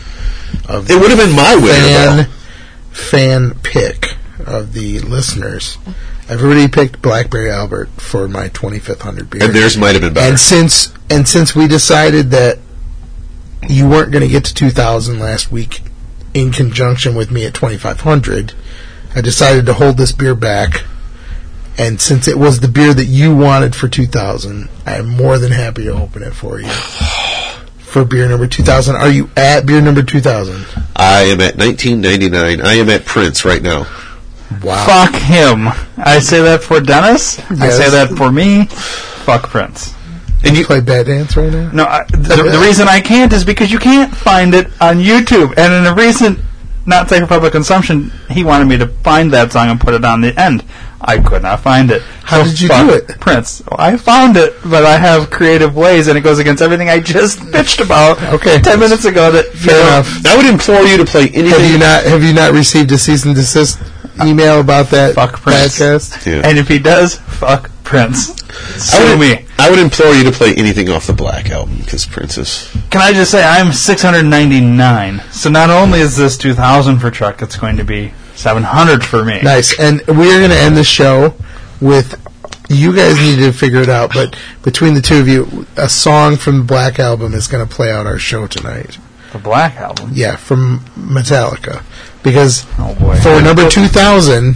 Speaker 1: of
Speaker 2: It would have been my winner.
Speaker 1: fan fan pick of the listeners, everybody picked Blackberry Albert for my 25th hundred beer.
Speaker 2: though. And theirs might have been better.
Speaker 1: And since and since we decided that you weren't going to get to 2,000 last week, in conjunction with me at 2,500, I decided to hold this beer back. And since it was the beer that you wanted for 2,000, I am more than happy to open it for you. *sighs* For beer number 2,000, are you at beer number 2,000?
Speaker 2: I am at 1999. I am at Prince right now.
Speaker 1: Wow.
Speaker 3: Fuck him. I say that for Dennis. I
Speaker 1: Yes.
Speaker 3: say that for me. Fuck Prince.
Speaker 1: And you play Bad Dance right now?
Speaker 3: No, I, the, the reason I can't is because you can't find it on YouTube. And in a recent Not Safe for Public Consumption, he wanted me to find that song and put it on the end. I could not find it.
Speaker 1: How did you
Speaker 3: fuck
Speaker 1: do it?
Speaker 3: Prince. Well, I found it, but I have creative ways, and it goes against everything I just *laughs* bitched about
Speaker 1: Okay.
Speaker 3: ten minutes ago. That
Speaker 1: Fair enough.
Speaker 2: I would implore you to play anything.
Speaker 1: Have you not have you not received a cease and desist email about that
Speaker 3: Fuck Prince.
Speaker 1: podcast?
Speaker 2: Yeah.
Speaker 3: And if he does, fuck Prince.
Speaker 2: I
Speaker 3: Sue
Speaker 2: would,
Speaker 3: me.
Speaker 2: I would implore you to play anything off the Black album because Prince is.
Speaker 3: Can I just say I'm 699? So not only is this 2,000 for Chuck, it's going to be 700 for me.
Speaker 1: Nice. And we're going to end the show with you guys need to figure it out, but between the two of you, a song from the Black Album is going to play out our show tonight.
Speaker 3: The Black Album.
Speaker 1: Yeah, from Metallica. Because
Speaker 3: Oh boy.
Speaker 1: for number 2000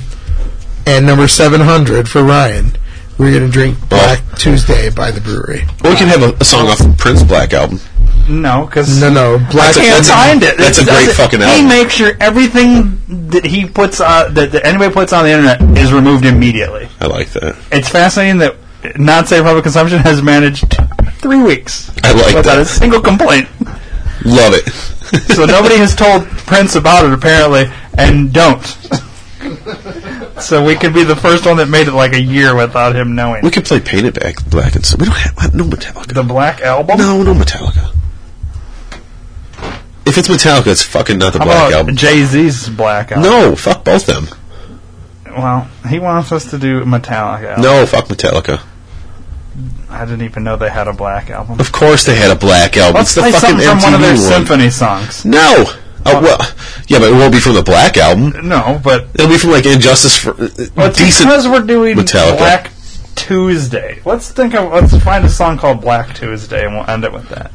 Speaker 1: and number 700 for Ryan, we're going to drink Black Tuesday by the brewery.
Speaker 2: Or we can have a, a song off the Prince Black album.
Speaker 3: No, because
Speaker 1: No, no. Black
Speaker 2: That's a-
Speaker 3: can't
Speaker 2: that's a-
Speaker 3: find it.
Speaker 2: that's a
Speaker 3: It
Speaker 2: great
Speaker 3: doesn't-
Speaker 2: fucking
Speaker 3: He
Speaker 2: album.
Speaker 3: makes sure everything that he puts on that, that anybody puts on the internet is removed immediately.
Speaker 2: I like that.
Speaker 3: It's fascinating that not safe for public consumption has managed three weeks
Speaker 2: I like
Speaker 3: without a
Speaker 2: that.
Speaker 3: single complaint.
Speaker 2: Love it.
Speaker 3: so nobody has told Prince about it apparently, and don't. so we could be the first one that made it like a year without him knowing.
Speaker 2: We could play Paint It Back Black and so we don't have no Metallica.
Speaker 3: The Black Album.
Speaker 2: No, no Metallica. If it's Metallica, it's fucking not the
Speaker 3: How
Speaker 2: Black
Speaker 3: about
Speaker 2: album.
Speaker 3: Jay Z's Black Album?
Speaker 2: no, fuck both them.
Speaker 3: Well, he wants us to do Metallica.
Speaker 2: No, fuck Metallica.
Speaker 3: I didn't even know they had a Black Album.
Speaker 2: Of course they had a Black album.
Speaker 3: Let's
Speaker 2: it's the
Speaker 3: play
Speaker 2: fucking
Speaker 3: something
Speaker 2: MTV
Speaker 3: from one of their
Speaker 2: one.
Speaker 3: symphony songs.
Speaker 2: No. Oh, well, yeah, but it won't be from the Black album.
Speaker 3: No, but
Speaker 2: It'll be from like Injustice for uh,
Speaker 3: well, it's
Speaker 2: decent.
Speaker 3: because we're doing
Speaker 2: Metallica.
Speaker 3: Black Tuesday. Let's think of let's find a song called Black Tuesday, and we'll end it
Speaker 2: *laughs*
Speaker 3: with that.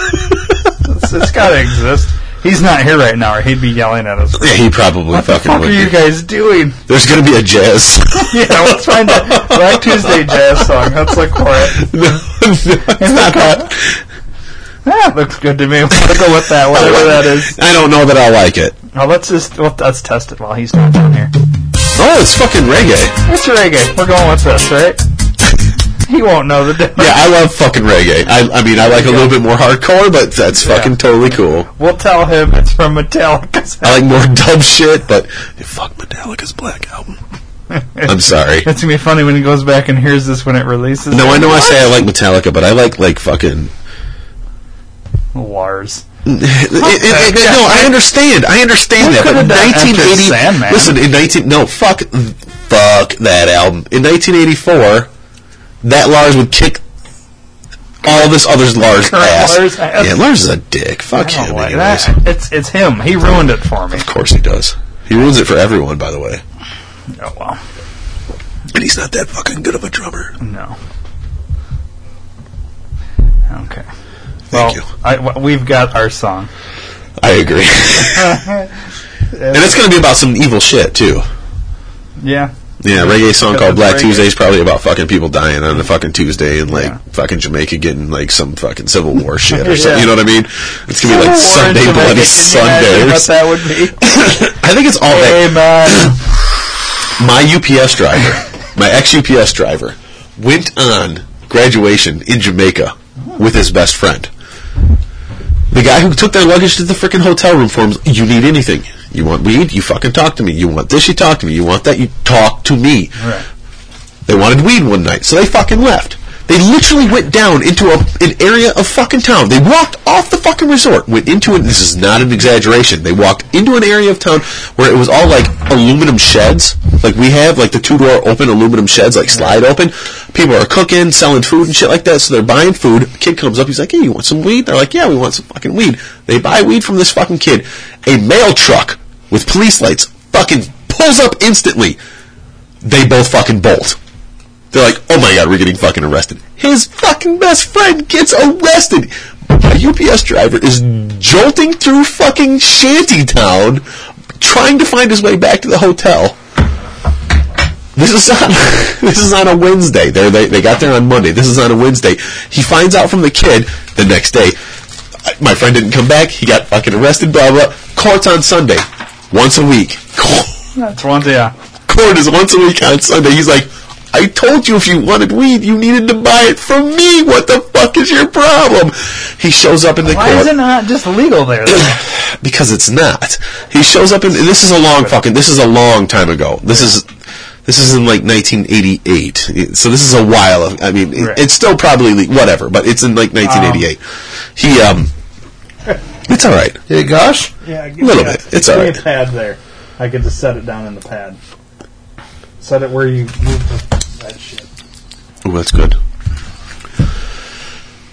Speaker 3: it's, it's got to exist. He's not here right now, or he'd be yelling at us.
Speaker 2: yeah, he probably
Speaker 3: What the
Speaker 2: fucking
Speaker 3: fuck
Speaker 2: would.
Speaker 3: are you
Speaker 2: be.
Speaker 3: guys doing?
Speaker 2: There's gonna be a
Speaker 3: *laughs*
Speaker 2: jazz. *laughs*
Speaker 3: Yeah, let's find a Black Tuesday jazz song. Let's look for it.
Speaker 2: no, no, it's not that.
Speaker 3: That Ah, looks good to me. We'll go with that, whatever that is.
Speaker 2: I don't know that I like it.
Speaker 3: Now let's just well, let's test it while he's not down here.
Speaker 2: Oh, it's fucking reggae.
Speaker 3: It's reggae. We're going with this, right? He won't know the *laughs* difference.
Speaker 2: Yeah, I love fucking reggae. I, I mean, I like a little bit more hardcore, but that's fucking totally cool.
Speaker 3: We'll tell him it's from Metallica's.
Speaker 2: I like more *laughs* dub shit, but fuck Metallica's Black
Speaker 3: *laughs*
Speaker 2: Album. I'm sorry.
Speaker 3: It's gonna be funny when he goes back and hears this when it releases.
Speaker 2: No, I know I say I like Metallica, but I like like fucking.
Speaker 3: Lars.
Speaker 2: It- it- it- it- no, I understand. I understand
Speaker 3: We
Speaker 2: that. But
Speaker 3: could've done Enter
Speaker 2: 1980.
Speaker 3: Sandman.
Speaker 2: Listen, in 19 no fuck fuck that album in 1984. That Lars would kick all this other Lars
Speaker 3: Current
Speaker 2: ass.
Speaker 3: Lars ass.
Speaker 2: Yeah, Lars is a dick. Fuck
Speaker 3: I
Speaker 2: him.
Speaker 3: don't like
Speaker 2: anyways.
Speaker 3: that. It's it's him. He ruined it for
Speaker 2: *laughs*
Speaker 3: me.
Speaker 2: Of course he does. He ruins it for everyone, by the way.
Speaker 3: Oh well,
Speaker 2: And he's not that fucking good of a drummer.
Speaker 3: no. Okay.
Speaker 2: Thank you.
Speaker 3: I, w- we've got our song.
Speaker 2: I
Speaker 3: *laughs*
Speaker 2: agree. and it's going to be about some evil shit too.
Speaker 3: Yeah.
Speaker 2: Yeah, a reggae song
Speaker 3: Because
Speaker 2: called
Speaker 3: it's
Speaker 2: Black
Speaker 3: reggae.
Speaker 2: Tuesday is probably about fucking people dying on a fucking Tuesday and like
Speaker 3: Yeah.
Speaker 2: fucking Jamaica getting like some fucking Civil War shit or
Speaker 3: *laughs* Yeah.
Speaker 2: something. You know what I mean? It's gonna be like
Speaker 3: Or
Speaker 2: Sunday
Speaker 3: Jamaica, can
Speaker 2: Bloody Oh,
Speaker 3: you
Speaker 2: Sunday.
Speaker 3: imagine
Speaker 2: or
Speaker 3: What
Speaker 2: something.
Speaker 3: that would be.
Speaker 2: *laughs* I think it's all that.
Speaker 3: Hey man,
Speaker 2: My UPS driver, my ex UPS driver, went on graduation in Jamaica with his best friend. The guy who took their luggage to the freaking hotel room for him, you need anything. You want weed? You fucking talk to me. You want this? You talk to me. You want that? You talk to me.
Speaker 3: Right.
Speaker 2: They wanted weed one night, so they fucking left. They literally went down into a, an area of fucking town. They walked off the fucking resort, went into it. This is not an exaggeration. They walked into an area of town where it was all like aluminum sheds, like we have, like the two door open aluminum sheds, like slide open. People are cooking, selling food and shit like that. So they're buying food. Kid comes up, he's like, "Hey, you want some weed?" They're like, "Yeah, we want some fucking weed." They buy weed from this fucking kid. A mail truck with police lights fucking pulls up instantly they both fucking bolt. They're like, oh my god, we're getting fucking arrested. His fucking best friend gets arrested. My UPS driver is jolting through fucking shantytown, trying to find his way back to the hotel. This is on *laughs* this is on a Wednesday. They're, they they got there on Monday. This is on a Wednesday. He finds out from the kid the next day. My friend didn't come back. He got fucking arrested. Blah blah. Court's on Sunday, once a week. *laughs*
Speaker 3: that's one. Yeah.
Speaker 2: court is once a week on Sunday. He's like, I told you if you wanted weed, you needed to buy it from me. What the fuck is your problem? He shows up in the
Speaker 3: Why
Speaker 2: court
Speaker 3: is it not just legal there?
Speaker 2: *clears throat* because it's not. He shows up in this is a long fucking this is a long time ago. This is this is in like 1988. So this is a while of I mean it,
Speaker 3: Right.
Speaker 2: it's still probably le- whatever, but it's in like 1988. He um it's all right.
Speaker 1: Hey, gosh.
Speaker 8: Yeah,
Speaker 2: A little bit. It's all
Speaker 8: Give
Speaker 2: right.
Speaker 8: me a pad there. I could just set it down in the pad. Set it where you move the, that shit.
Speaker 2: Oh, that's good.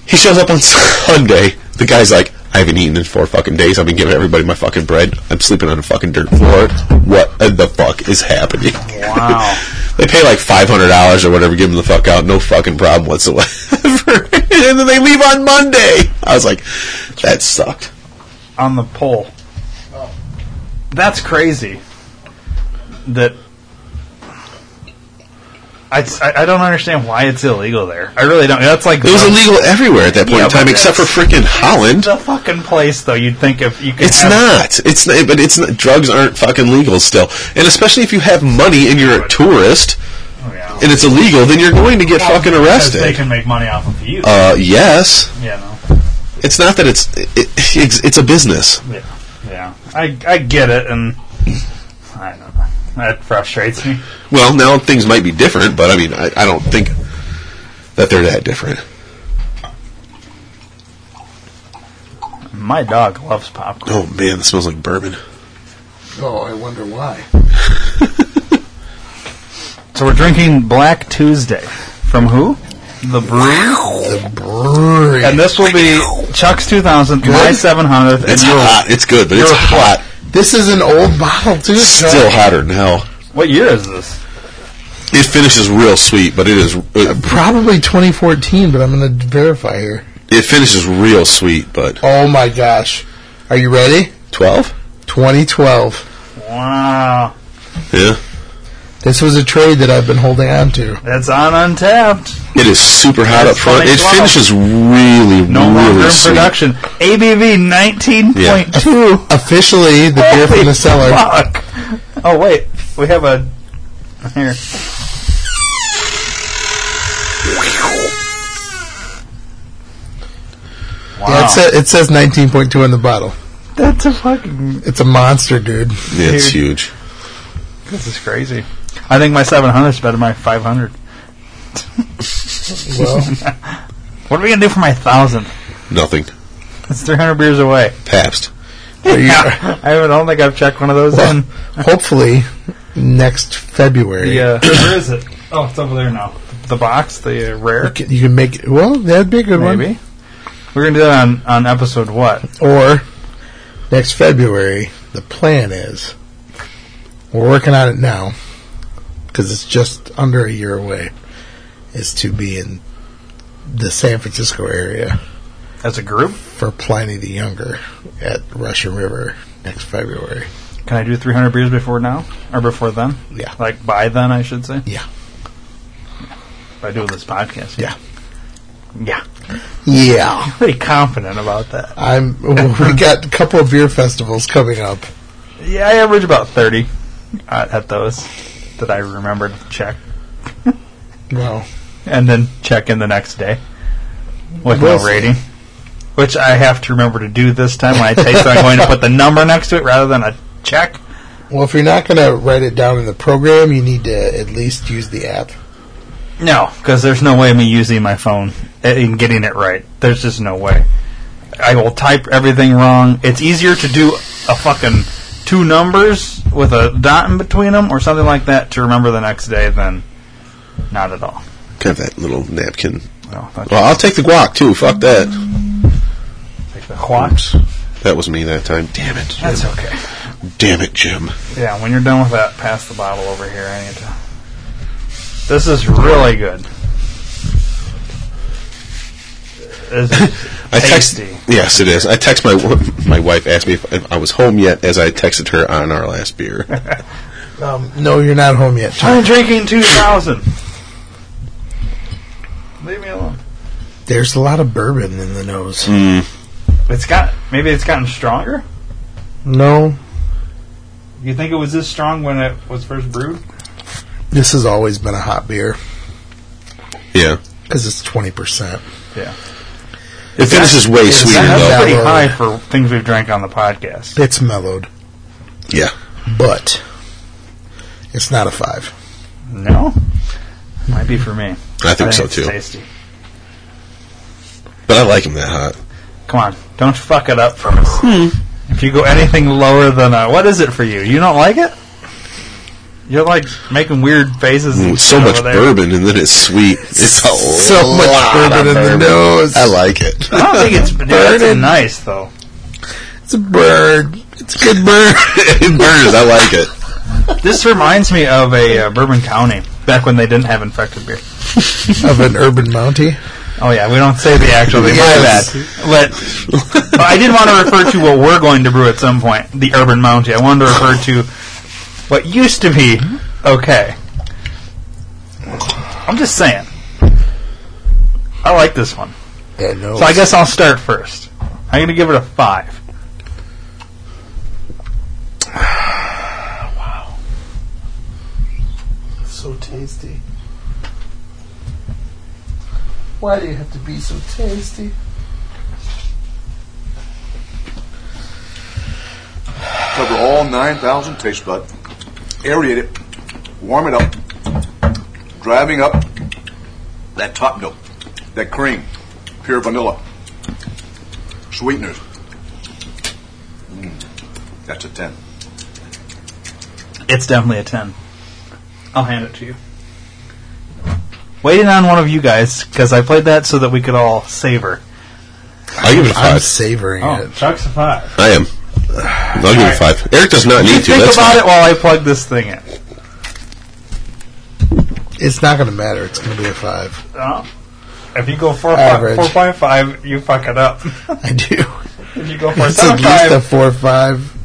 Speaker 2: He shows up on *laughs* Sunday. The guy's like, I haven't eaten in four fucking days. I've been giving everybody my fucking bread. I'm sleeping on a fucking dirt floor. What the fuck is happening?
Speaker 3: Wow.
Speaker 2: *laughs* they pay like five hundred dollars or whatever, give them the fuck out, no fucking problem whatsoever. *laughs* and then they leave on Monday. I was like, that sucked.
Speaker 3: on the pole. That's crazy. That I, I, I don't understand why it's illegal there. I really don't. That's like
Speaker 2: It was
Speaker 3: the,
Speaker 2: illegal everywhere at that point
Speaker 3: Yeah,
Speaker 2: in time,
Speaker 3: but
Speaker 2: except for freaking Holland.
Speaker 3: the fucking place though. You'd think if you could.
Speaker 2: It's
Speaker 3: have-
Speaker 2: not. It's not, but it's not, drugs aren't fucking legal still, and especially if you have money and you're a tourist
Speaker 3: Oh, yeah.
Speaker 2: and it's illegal, then you're going to get fucking
Speaker 8: Because They
Speaker 2: arrested.
Speaker 8: can make money off of you.
Speaker 2: Uh, yes,
Speaker 3: Yeah,
Speaker 2: it's not that it's it, it's it's a business.
Speaker 3: no. Yeah. Yeah. I I get it, and I don't know. That frustrates me.
Speaker 2: Well, now things might be different, but I mean, I, I don't think that they're that different.
Speaker 3: My dog loves popcorn.
Speaker 2: Oh man, that smells like bourbon.
Speaker 1: Oh, I wonder why.
Speaker 3: So we're drinking Black Tuesday. From who? The brew.
Speaker 1: The brewery.
Speaker 3: And this will be Chuck's 2000th, my 700th, and
Speaker 2: It's
Speaker 3: yours.
Speaker 2: hot. It's good, but it's
Speaker 3: you're
Speaker 2: hot.
Speaker 1: This is an old bottle too. Chuck.
Speaker 2: Still hotter than hell.
Speaker 3: What year is this?
Speaker 2: It finishes real sweet, but it is it,
Speaker 1: Probably 2014, but I'm going to verify here.
Speaker 2: it finishes real sweet, but
Speaker 1: Oh my gosh. Are you ready?
Speaker 2: twelve.
Speaker 1: 2012.
Speaker 3: Wow.
Speaker 2: Yeah.
Speaker 1: This was a trade that I've been holding on to.
Speaker 3: That's on Untapped.
Speaker 2: It is super hot up
Speaker 3: That's
Speaker 2: front. It
Speaker 3: 2012.
Speaker 2: finishes really,
Speaker 3: No longer
Speaker 2: really
Speaker 3: in
Speaker 2: sweet.
Speaker 3: production. ABV 19.2.
Speaker 1: Officially, the
Speaker 3: *laughs*
Speaker 1: beer from the cellar.
Speaker 3: Fuck. Oh, wait. We have a. Here.
Speaker 1: Yeah, it, sa- it says 19.2 on the bottle.
Speaker 3: That's a fucking.
Speaker 1: It's a monster, dude.
Speaker 2: Yeah, it's
Speaker 3: Dude.
Speaker 2: huge.
Speaker 3: This is crazy. I think my 700 is better than my 500.
Speaker 1: Well,
Speaker 3: What are we gonna do for my thousand?
Speaker 2: Nothing.
Speaker 3: It's 300 beers away.
Speaker 2: Pabst.
Speaker 1: there you are.
Speaker 3: *laughs* I haven't- I don't think I've checked one of those in.
Speaker 1: hopefully next February.
Speaker 3: The uh,
Speaker 8: Where is it?
Speaker 3: oh, it's over there now. The box, the uh,
Speaker 1: You
Speaker 3: rare.
Speaker 1: can, you can make well. That'd be a good
Speaker 3: Maybe we're gonna do that on, on episode what?
Speaker 1: one. Or next February, the plan is we're working on it now because it's just under a year away. Is to be in the San Francisco area
Speaker 3: As a group,
Speaker 1: for Pliny the Younger at Russian River next February.
Speaker 3: can I do 300 beers before now or before then?
Speaker 1: Yeah.
Speaker 3: Like by then, I should say.
Speaker 1: Yeah.
Speaker 3: If I do this podcast.
Speaker 1: Yeah.
Speaker 3: Yeah. *laughs*
Speaker 1: Yeah,
Speaker 3: Pretty confident about that.
Speaker 1: I'm. *laughs* We got a couple of beer festivals coming up.
Speaker 3: Yeah, I average about 30 at, at those that I remember to check,
Speaker 1: Well,
Speaker 3: and then check in the next day with
Speaker 1: We'll
Speaker 3: no
Speaker 1: see.
Speaker 3: rating. Which I have to remember to do this time when I taste. I'm going to put the number next to it rather than a check.
Speaker 1: Well, if you're not going to write it down in the program, you need to at least use the app.
Speaker 3: No, because there's no way of me using my phone and getting it right. There's just no way. I will type everything wrong. It's easier to do a fucking two numbers with a dot in between them or something like that to remember the next day than not at all.
Speaker 2: Have that little napkin.
Speaker 3: No, that's
Speaker 2: Well, I'll take the guac too. Fuck that.
Speaker 3: like the quads.
Speaker 2: That was me that time. Damn it. Jim.
Speaker 3: That's okay.
Speaker 2: Damn it, Jim.
Speaker 3: Yeah, when you're done with that, pass the bottle over here. I need to. This is really good. This is
Speaker 2: *laughs* I text.
Speaker 3: tasty.
Speaker 2: Yes, it is. I text my my wife asked me if, if I was home yet, as I texted her on our last beer.
Speaker 1: Um, no, you're not home yet. Tom.
Speaker 3: I'm drinking 2000. Leave me alone.
Speaker 1: There's a lot of bourbon in the nose.
Speaker 3: It's got maybe it's gotten stronger.
Speaker 1: No,
Speaker 3: You think it was this strong when it was first brewed?
Speaker 1: this has always been a hot beer
Speaker 2: yeah,
Speaker 1: because it's 20%.
Speaker 3: Yeah,
Speaker 2: it finishes way
Speaker 1: It's not
Speaker 2: sweeter though.
Speaker 1: that-
Speaker 3: that's pretty
Speaker 1: low.
Speaker 3: high for things we've drank on the podcast.
Speaker 1: It's mellowed,
Speaker 2: Yeah,
Speaker 1: but it's not a *laughs* 5.
Speaker 3: No, might be for me.
Speaker 2: I think so
Speaker 3: it's
Speaker 2: too.
Speaker 3: Tasty.
Speaker 2: But I like them that hot.
Speaker 3: Come on, don't fuck it up for us. If you go anything lower than a, what is it for you? You don't like it? You're like making weird faces.
Speaker 2: Mm,
Speaker 3: and
Speaker 2: so
Speaker 3: shit
Speaker 2: much
Speaker 3: over there.
Speaker 2: bourbon and then it's sweet. It's a
Speaker 1: So much
Speaker 2: lot of
Speaker 1: bourbon in the nose.
Speaker 2: I like it.
Speaker 3: I don't
Speaker 2: *laughs*
Speaker 3: think it's yeah, it's
Speaker 1: Burning.
Speaker 3: nice though.
Speaker 1: It's a bird. It's a good
Speaker 2: *laughs*
Speaker 1: bird.
Speaker 2: it burns. I like it.
Speaker 3: This reminds me of a uh, Bourbon County back when they didn't have infected beer.
Speaker 1: of an urban Mountie.
Speaker 3: Oh yeah, we don't say the actual name.
Speaker 1: Yes.
Speaker 3: My bad. But, but I did want to refer to what we're going to brew at some point, the Urban Mountie. I wanted to refer to what used to be okay. I'm just saying. I like this one.
Speaker 1: Yeah, no.
Speaker 3: So I guess I'll start first. I'm going to give it a 5.
Speaker 1: so tasty. Why do you have to be so tasty?
Speaker 5: Cover all 9,000 taste bud. Aerate it. Warm it up. Driving up that top note, that cream, pure vanilla, sweeteners. Mm, that's a 10.
Speaker 3: It's definitely a 10. I'll hand it to you. Waiting on one of you guys, because I played that so that we could all savor.
Speaker 2: I give it a
Speaker 1: I'm
Speaker 2: five.
Speaker 1: savoring
Speaker 2: Oh.
Speaker 1: it.
Speaker 8: Chuck's a five.
Speaker 2: I am. I'll give it a five. Eric does not
Speaker 3: You
Speaker 2: need to.
Speaker 3: think
Speaker 2: That's
Speaker 3: about
Speaker 2: fine.
Speaker 3: it while I plug this thing in.
Speaker 1: It's not going to matter. It's going to be a 5.
Speaker 3: Uh, if you go four
Speaker 1: Average.
Speaker 3: four point five, you fuck it up.
Speaker 1: I do.
Speaker 3: if you go
Speaker 1: *laughs*
Speaker 3: four
Speaker 1: It's at
Speaker 3: seven
Speaker 1: least a
Speaker 3: five,
Speaker 1: four five,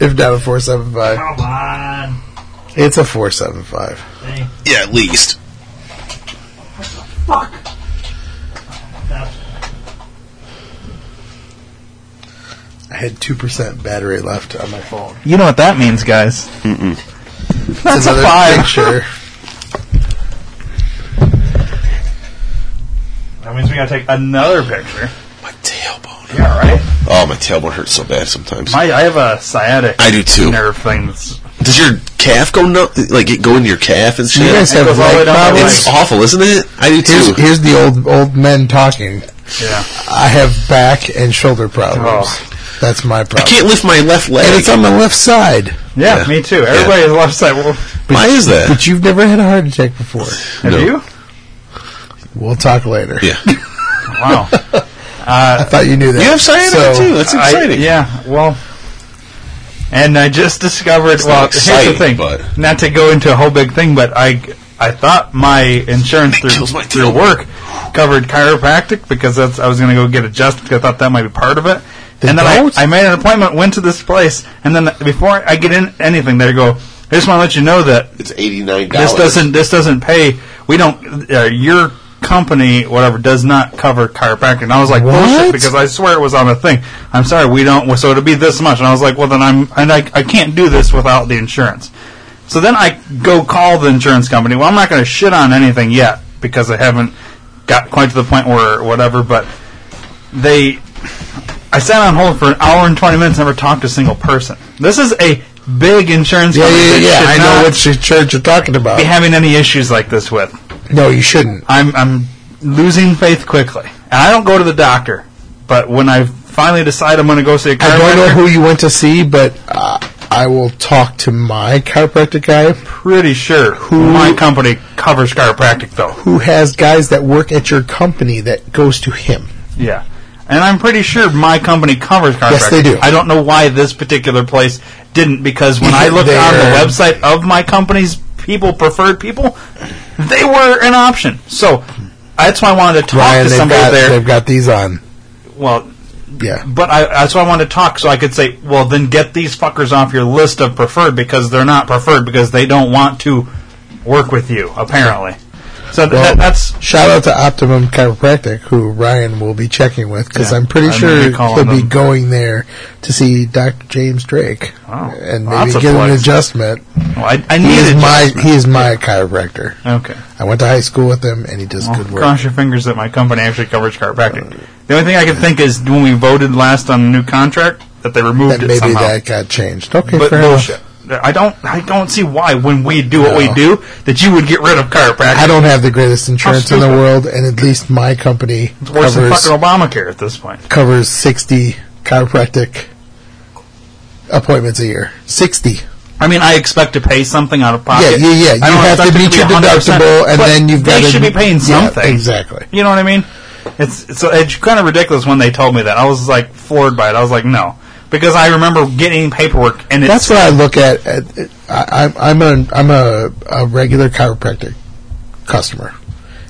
Speaker 1: if not a four seven five.
Speaker 3: come on.
Speaker 1: It's a four seven five.
Speaker 2: Yeah, at least.
Speaker 1: I had two percent battery left on my phone.
Speaker 3: You know what that means, guys.
Speaker 1: That's
Speaker 3: a
Speaker 1: another
Speaker 3: five.
Speaker 1: picture.
Speaker 3: That means we gotta take another picture.
Speaker 2: My tail.
Speaker 3: Yeah, right.
Speaker 2: Oh, my tailbone hurts so bad sometimes.
Speaker 3: My, I have a sciatic.
Speaker 2: I do too.
Speaker 3: Nerve thing. That's,
Speaker 2: Does your calf go nuts? Like it go into your calf and shit?
Speaker 1: *laughs* You guys
Speaker 3: It
Speaker 1: have
Speaker 3: goes all the way
Speaker 1: leg
Speaker 3: down my
Speaker 1: problems.
Speaker 2: it's awful, isn't it? I do
Speaker 1: Here's,
Speaker 2: too.
Speaker 1: here's the old old men talking.
Speaker 3: yeah.
Speaker 1: I have back and shoulder problems.
Speaker 3: Oh.
Speaker 1: That's my
Speaker 2: I
Speaker 1: problem.
Speaker 2: can't lift my left leg.
Speaker 1: and it's on the left side.
Speaker 3: yeah,
Speaker 2: Yeah.
Speaker 3: me too. Everybody on the left side. Well,
Speaker 2: Why is that?
Speaker 1: But you've never had a heart attack before.
Speaker 3: have
Speaker 2: No.
Speaker 3: you?
Speaker 1: We'll talk later.
Speaker 2: Yeah,
Speaker 3: Wow.
Speaker 1: I thought you knew that.
Speaker 2: you have sciatica
Speaker 1: So,
Speaker 2: too. That's
Speaker 3: I-
Speaker 2: exciting.
Speaker 3: yeah, well, and I just discovered. well,
Speaker 2: not
Speaker 3: here's
Speaker 2: exciting,
Speaker 3: the thing.
Speaker 2: but-
Speaker 3: Not to go into a whole big thing, but I I thought my insurance through,
Speaker 2: kills my
Speaker 3: through
Speaker 2: throat.
Speaker 3: work covered chiropractic because that's I was going to go get adjusted. 'cause I thought that might be part of it.
Speaker 1: They
Speaker 3: and then
Speaker 1: don't?
Speaker 3: I, I made an appointment, went to this place, and then before I get in anything, they go, "I just want to let you know that
Speaker 2: It's eighty nine
Speaker 3: this doesn't this doesn't pay. We don't. Uh, your company, whatever, does not cover chiropractic. And I was like, bullshit,
Speaker 1: What?
Speaker 3: because I swear it was on a thing. I'm sorry, we don't. So it'd be this much. And I was like, well, then I'm and I, I can't do this without the insurance. So then I go call the insurance company. Well, I'm not going to shit on anything yet because I haven't got quite to the point where whatever. But they I sat on hold for an hour and 20 minutes, never talked to a single person. This is a big insurance
Speaker 1: Yeah,
Speaker 3: company.
Speaker 1: yeah,
Speaker 3: that
Speaker 1: yeah.
Speaker 3: should
Speaker 1: I
Speaker 3: not
Speaker 1: know what sh- church you're talking about.
Speaker 3: be having any issues like this with.
Speaker 1: No, you shouldn't.
Speaker 3: I'm, I'm losing faith quickly. And I don't go to the doctor, but when I finally decide I'm going to go see a
Speaker 1: I don't
Speaker 3: chiropractor,
Speaker 1: know who you went to see, but uh, I will talk to my chiropractic guy
Speaker 3: pretty sure who my company covers chiropractic though.
Speaker 1: who has guys that work at your company that goes to him.
Speaker 3: Yeah. And I'm pretty sure my company covers chiropractic.
Speaker 1: Yes, they do.
Speaker 3: I don't know why this particular place didn't because when I looked on the
Speaker 1: They're-
Speaker 3: website of my company's people preferred people, they were an option. So that's why I wanted to talk
Speaker 1: Ryan,
Speaker 3: to
Speaker 1: they've
Speaker 3: somebody
Speaker 1: got,
Speaker 3: there.
Speaker 1: they've got these on.
Speaker 3: Well,
Speaker 1: Yeah.
Speaker 3: But I, that's why I wanted to talk, so I could say, well, then get these fuckers off your list of preferred because they're not preferred because they don't want to work with you, apparently. So th-
Speaker 1: Well,
Speaker 3: that, that's
Speaker 1: Shout out to Optimum Chiropractic, who Ryan will be checking with, because
Speaker 3: Yeah,
Speaker 1: I'm pretty
Speaker 3: I'm
Speaker 1: sure
Speaker 3: gonna be
Speaker 1: he'll
Speaker 3: calling
Speaker 1: be
Speaker 3: them.
Speaker 1: going there to see Dr. James Drake
Speaker 3: Oh,
Speaker 1: and
Speaker 3: well,
Speaker 1: maybe
Speaker 3: that's a
Speaker 1: get an
Speaker 3: flex.
Speaker 1: adjustment.
Speaker 3: well, I, I
Speaker 1: He is
Speaker 3: needed
Speaker 1: my he is my chiropractor.
Speaker 3: okay.
Speaker 1: I went to high school with him, and he does
Speaker 3: Well,
Speaker 1: good work.
Speaker 3: cross your fingers that my company actually covers chiropractic. The only thing I can think is when we voted last on the new contract that they removed
Speaker 1: that
Speaker 3: it
Speaker 1: maybe
Speaker 3: somehow.
Speaker 1: that got changed. Okay,
Speaker 3: but
Speaker 1: fair enough.
Speaker 3: bullshit. I don't. I don't see why when we do what
Speaker 1: No.
Speaker 3: we do that you would get rid of chiropractic.
Speaker 1: I don't have the greatest insurance in the
Speaker 3: stupid.
Speaker 1: world, and at least my company
Speaker 3: Oh, It's worse than
Speaker 1: covers
Speaker 3: fucking Obamacare at this point.
Speaker 1: covers sixty chiropractic appointments a year. Sixty.
Speaker 3: I mean, I expect to pay something out of
Speaker 1: Yeah,
Speaker 3: pocket.
Speaker 1: yeah, yeah. You
Speaker 3: I don't
Speaker 1: have
Speaker 3: expect
Speaker 1: to
Speaker 3: it
Speaker 1: meet your
Speaker 3: 100%,
Speaker 1: deductible, and
Speaker 3: but
Speaker 1: then you've
Speaker 3: they
Speaker 1: got
Speaker 3: should be paying something.
Speaker 1: exactly.
Speaker 3: You know what I mean? It's it's, it's kind of ridiculous when they told me that. I was like floored by it. I was like, no, because I remember getting paperwork and it's
Speaker 1: That's what I look at. at it- I, I'm I'm a I'm a, a regular chiropractic customer,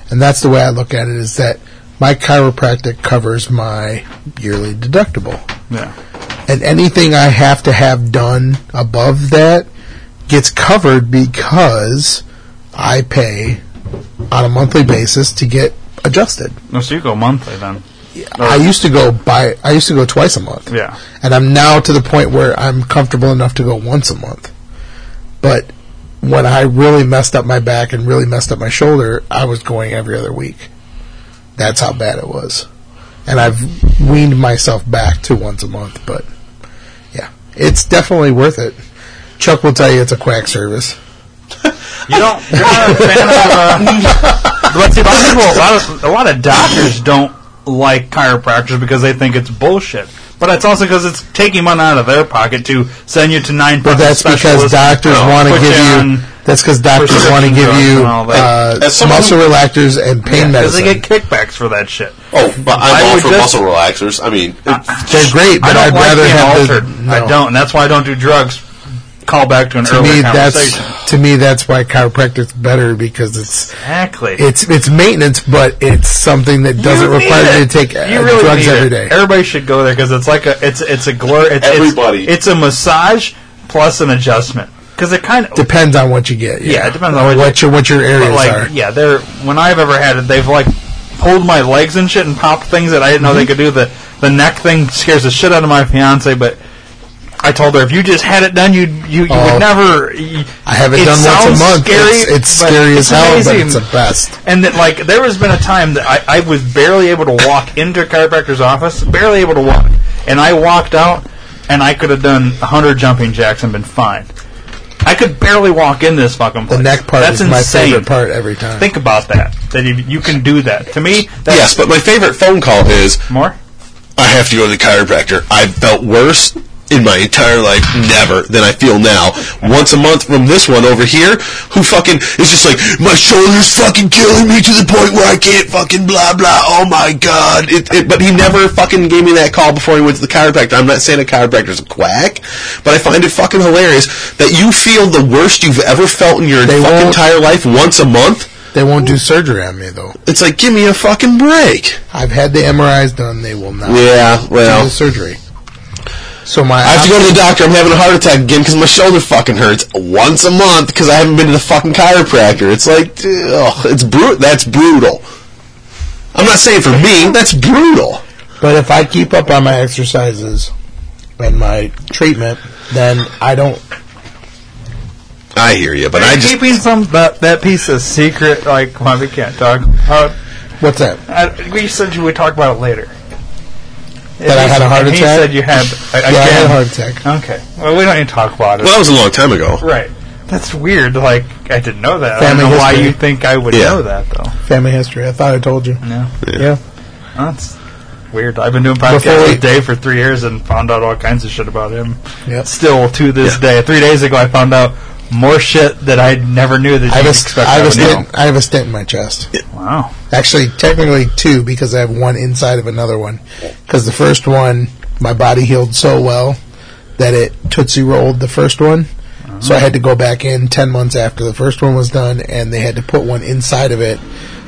Speaker 1: and that's the way I look at it. Is that my chiropractic covers my yearly deductible,
Speaker 3: yeah.
Speaker 1: and anything I have to have done above that gets covered because I pay on a monthly basis to get adjusted.
Speaker 3: No, so you go monthly then.
Speaker 1: I used to go by I used to go twice a month.
Speaker 3: Yeah.
Speaker 1: And I'm now to the point where I'm comfortable enough to go once a month. But when I really messed up my back and really messed up my shoulder, I was going every other week. That's how bad it was. And I've weaned myself back to once a month, but yeah. It's definitely worth it. Chuck will tell you it's a quack service.
Speaker 3: You don't. You're not a fan of. Uh, but see, a lot of people, a lot of, a lot of doctors don't like chiropractors because they think it's bullshit. But that's also because it's taking money out of their pocket to send you to nine.
Speaker 1: But
Speaker 3: fucking
Speaker 1: that's because
Speaker 3: specialists,
Speaker 1: doctors
Speaker 3: you know,
Speaker 1: want to
Speaker 3: put
Speaker 1: give you.
Speaker 3: on-
Speaker 1: That's because doctors
Speaker 3: prescription
Speaker 1: want to give
Speaker 3: drugs
Speaker 1: you
Speaker 3: and all that.
Speaker 1: uh,
Speaker 2: As someone
Speaker 1: muscle relaxers and pain
Speaker 3: Because
Speaker 1: medicine.
Speaker 3: they get kickbacks for that shit.
Speaker 2: Oh, but
Speaker 3: I
Speaker 2: I'm all
Speaker 3: would
Speaker 2: for
Speaker 3: just-
Speaker 2: muscle relaxers. I mean,
Speaker 1: Uh, They're great, but
Speaker 3: I
Speaker 1: I'd
Speaker 3: don't like
Speaker 1: rather
Speaker 3: being
Speaker 1: have the-
Speaker 3: altered. I
Speaker 1: no.
Speaker 3: don't, and that's why I don't do drugs. Call back to an
Speaker 1: To
Speaker 3: earlier
Speaker 1: me,
Speaker 3: conversation.
Speaker 1: that's to me that's why chiropractic's better because it's
Speaker 3: exactly.
Speaker 1: it's it's maintenance, but it's something that doesn't
Speaker 3: You need
Speaker 1: require you to
Speaker 3: it.
Speaker 1: take uh,
Speaker 3: You really
Speaker 1: drugs
Speaker 3: need
Speaker 1: every
Speaker 3: it.
Speaker 1: day.
Speaker 3: Everybody should go there because it's like a it's it's a glory. It's, it's-
Speaker 2: Everybody.
Speaker 3: it's, a massage plus an adjustment because it kind of
Speaker 1: Depends on what you get.
Speaker 3: Yeah, it depends on what
Speaker 1: what your what your areas
Speaker 3: but like
Speaker 1: are.
Speaker 3: yeah. They're when I've ever had it, they've like pulled my legs and
Speaker 1: Mm-hmm.
Speaker 3: shit and popped things that I didn't know they could do. The the neck thing scares the shit out of my fiance, but I told her if you just had it done, you'd you, you
Speaker 1: Oh.
Speaker 3: would never. You,
Speaker 1: I have it, done once
Speaker 3: sounds
Speaker 1: a month.
Speaker 3: Scary,
Speaker 1: it's, it's
Speaker 3: but
Speaker 1: scary as hell, but
Speaker 3: amazing.
Speaker 1: it's the best.
Speaker 3: And that, like, there has been a time that I, I was barely able to walk into a chiropractor's office, barely able to walk. And I walked out, and I could have done 100 jumping jacks and been fine. I could barely walk in this fucking place.
Speaker 1: The neck part
Speaker 3: That's
Speaker 1: is my
Speaker 3: insane.
Speaker 1: favorite part every time.
Speaker 3: Think about that. That you, you can do that. To me, that's
Speaker 2: Yes, but my favorite phone call is
Speaker 3: more.
Speaker 2: I have to go to the chiropractor. I felt worse in my entire life never than I feel now. Once a month from this one over here, who fucking is just like, my shoulder's fucking killing me to the point where I can't fucking blah blah, oh my god. It, it, but he never fucking gave me that call before he went to the chiropractor. I'm not saying a chiropractor's a quack, but I find it fucking hilarious that you feel the worst you've ever felt in your
Speaker 1: They
Speaker 2: fucking
Speaker 1: won't-
Speaker 2: entire life once a month.
Speaker 1: They won't do surgery on me though.
Speaker 2: It's like, give me a fucking break.
Speaker 1: I've had the MRIs done. They will not
Speaker 2: Yeah,
Speaker 1: do
Speaker 2: well.
Speaker 1: the surgery. So my
Speaker 2: I have to go to the doctor. I'm having a heart attack again because my shoulder fucking hurts once a month because I haven't been to the fucking chiropractor. It's like, ugh, it's brutal. That's brutal. I'm not saying for me. That's brutal.
Speaker 1: But if I keep up on my exercises and my treatment, then I don't.
Speaker 2: I hear you, but I just
Speaker 3: keeping some that, that piece of secret, like, why we can't talk about
Speaker 1: What's that?
Speaker 3: I, we said you would talk about it later.
Speaker 1: That I had a heart
Speaker 3: he
Speaker 1: attack?
Speaker 3: said you had.
Speaker 1: Yeah, I had a heart attack.
Speaker 3: Okay. Well, we don't need to talk about it.
Speaker 2: well, that was a long time ago.
Speaker 3: right. That's weird. Like I didn't know that. I
Speaker 1: Family
Speaker 3: don't know why
Speaker 1: history.
Speaker 3: you think I would
Speaker 2: Yeah.
Speaker 3: know that though.
Speaker 1: Family history. I thought I told you.
Speaker 3: No,
Speaker 1: Yeah.
Speaker 3: that's weird. I've been doing
Speaker 1: Before
Speaker 3: podcasts
Speaker 1: we-
Speaker 3: a day for three years and found out all kinds of shit about him.
Speaker 1: Yep.
Speaker 3: Still to this day. Three days ago, I found out more shit that I never knew that
Speaker 1: I have
Speaker 3: you
Speaker 1: a,
Speaker 3: expect
Speaker 1: I have
Speaker 3: I
Speaker 1: a
Speaker 3: would know.
Speaker 1: stint. I have a stint in my chest.
Speaker 3: Wow.
Speaker 1: Actually, technically two because I have one inside of another one. Because the first one, my body healed so well that it tootsie rolled the first one. So I had to go back in ten months after the first one was done, and they had to put one inside of it.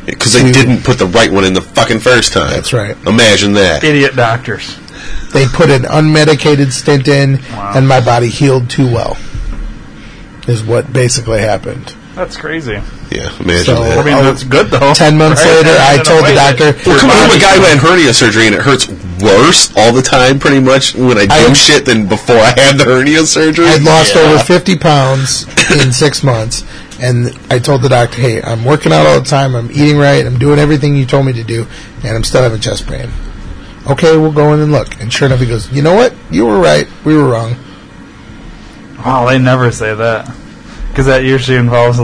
Speaker 2: Because they didn't put the right one in the fucking first time.
Speaker 1: That's right.
Speaker 2: Imagine that.
Speaker 3: Idiot doctors.
Speaker 1: They put an unmedicated stint in,
Speaker 3: Wow.
Speaker 1: and my body healed too well. Is what basically happened.
Speaker 3: That's crazy.
Speaker 2: yeah, imagine
Speaker 1: So-
Speaker 2: that.
Speaker 3: I mean,
Speaker 1: Oh,
Speaker 3: that's good though.
Speaker 1: Ten months
Speaker 3: Right?
Speaker 1: later,
Speaker 3: And
Speaker 1: I
Speaker 3: in a
Speaker 1: told the
Speaker 3: way that-
Speaker 1: doctor,
Speaker 2: Well, come
Speaker 3: Your
Speaker 2: on, I'm
Speaker 3: body-
Speaker 2: a guy who had hernia surgery and it hurts worse all the time, pretty much, when I do
Speaker 1: I-
Speaker 2: shit than before I had the hernia surgery.
Speaker 1: I'd lost
Speaker 2: Yeah.
Speaker 1: over 50 pounds in six months. And I told the doctor, hey, I'm working out all the time. I'm eating right. I'm doing everything you told me to do. And I'm still having chest pain. Okay, we'll go in and look. And sure enough, he goes, you know what? You were right. We were wrong.
Speaker 3: Oh, they never say that. Because that usually involves a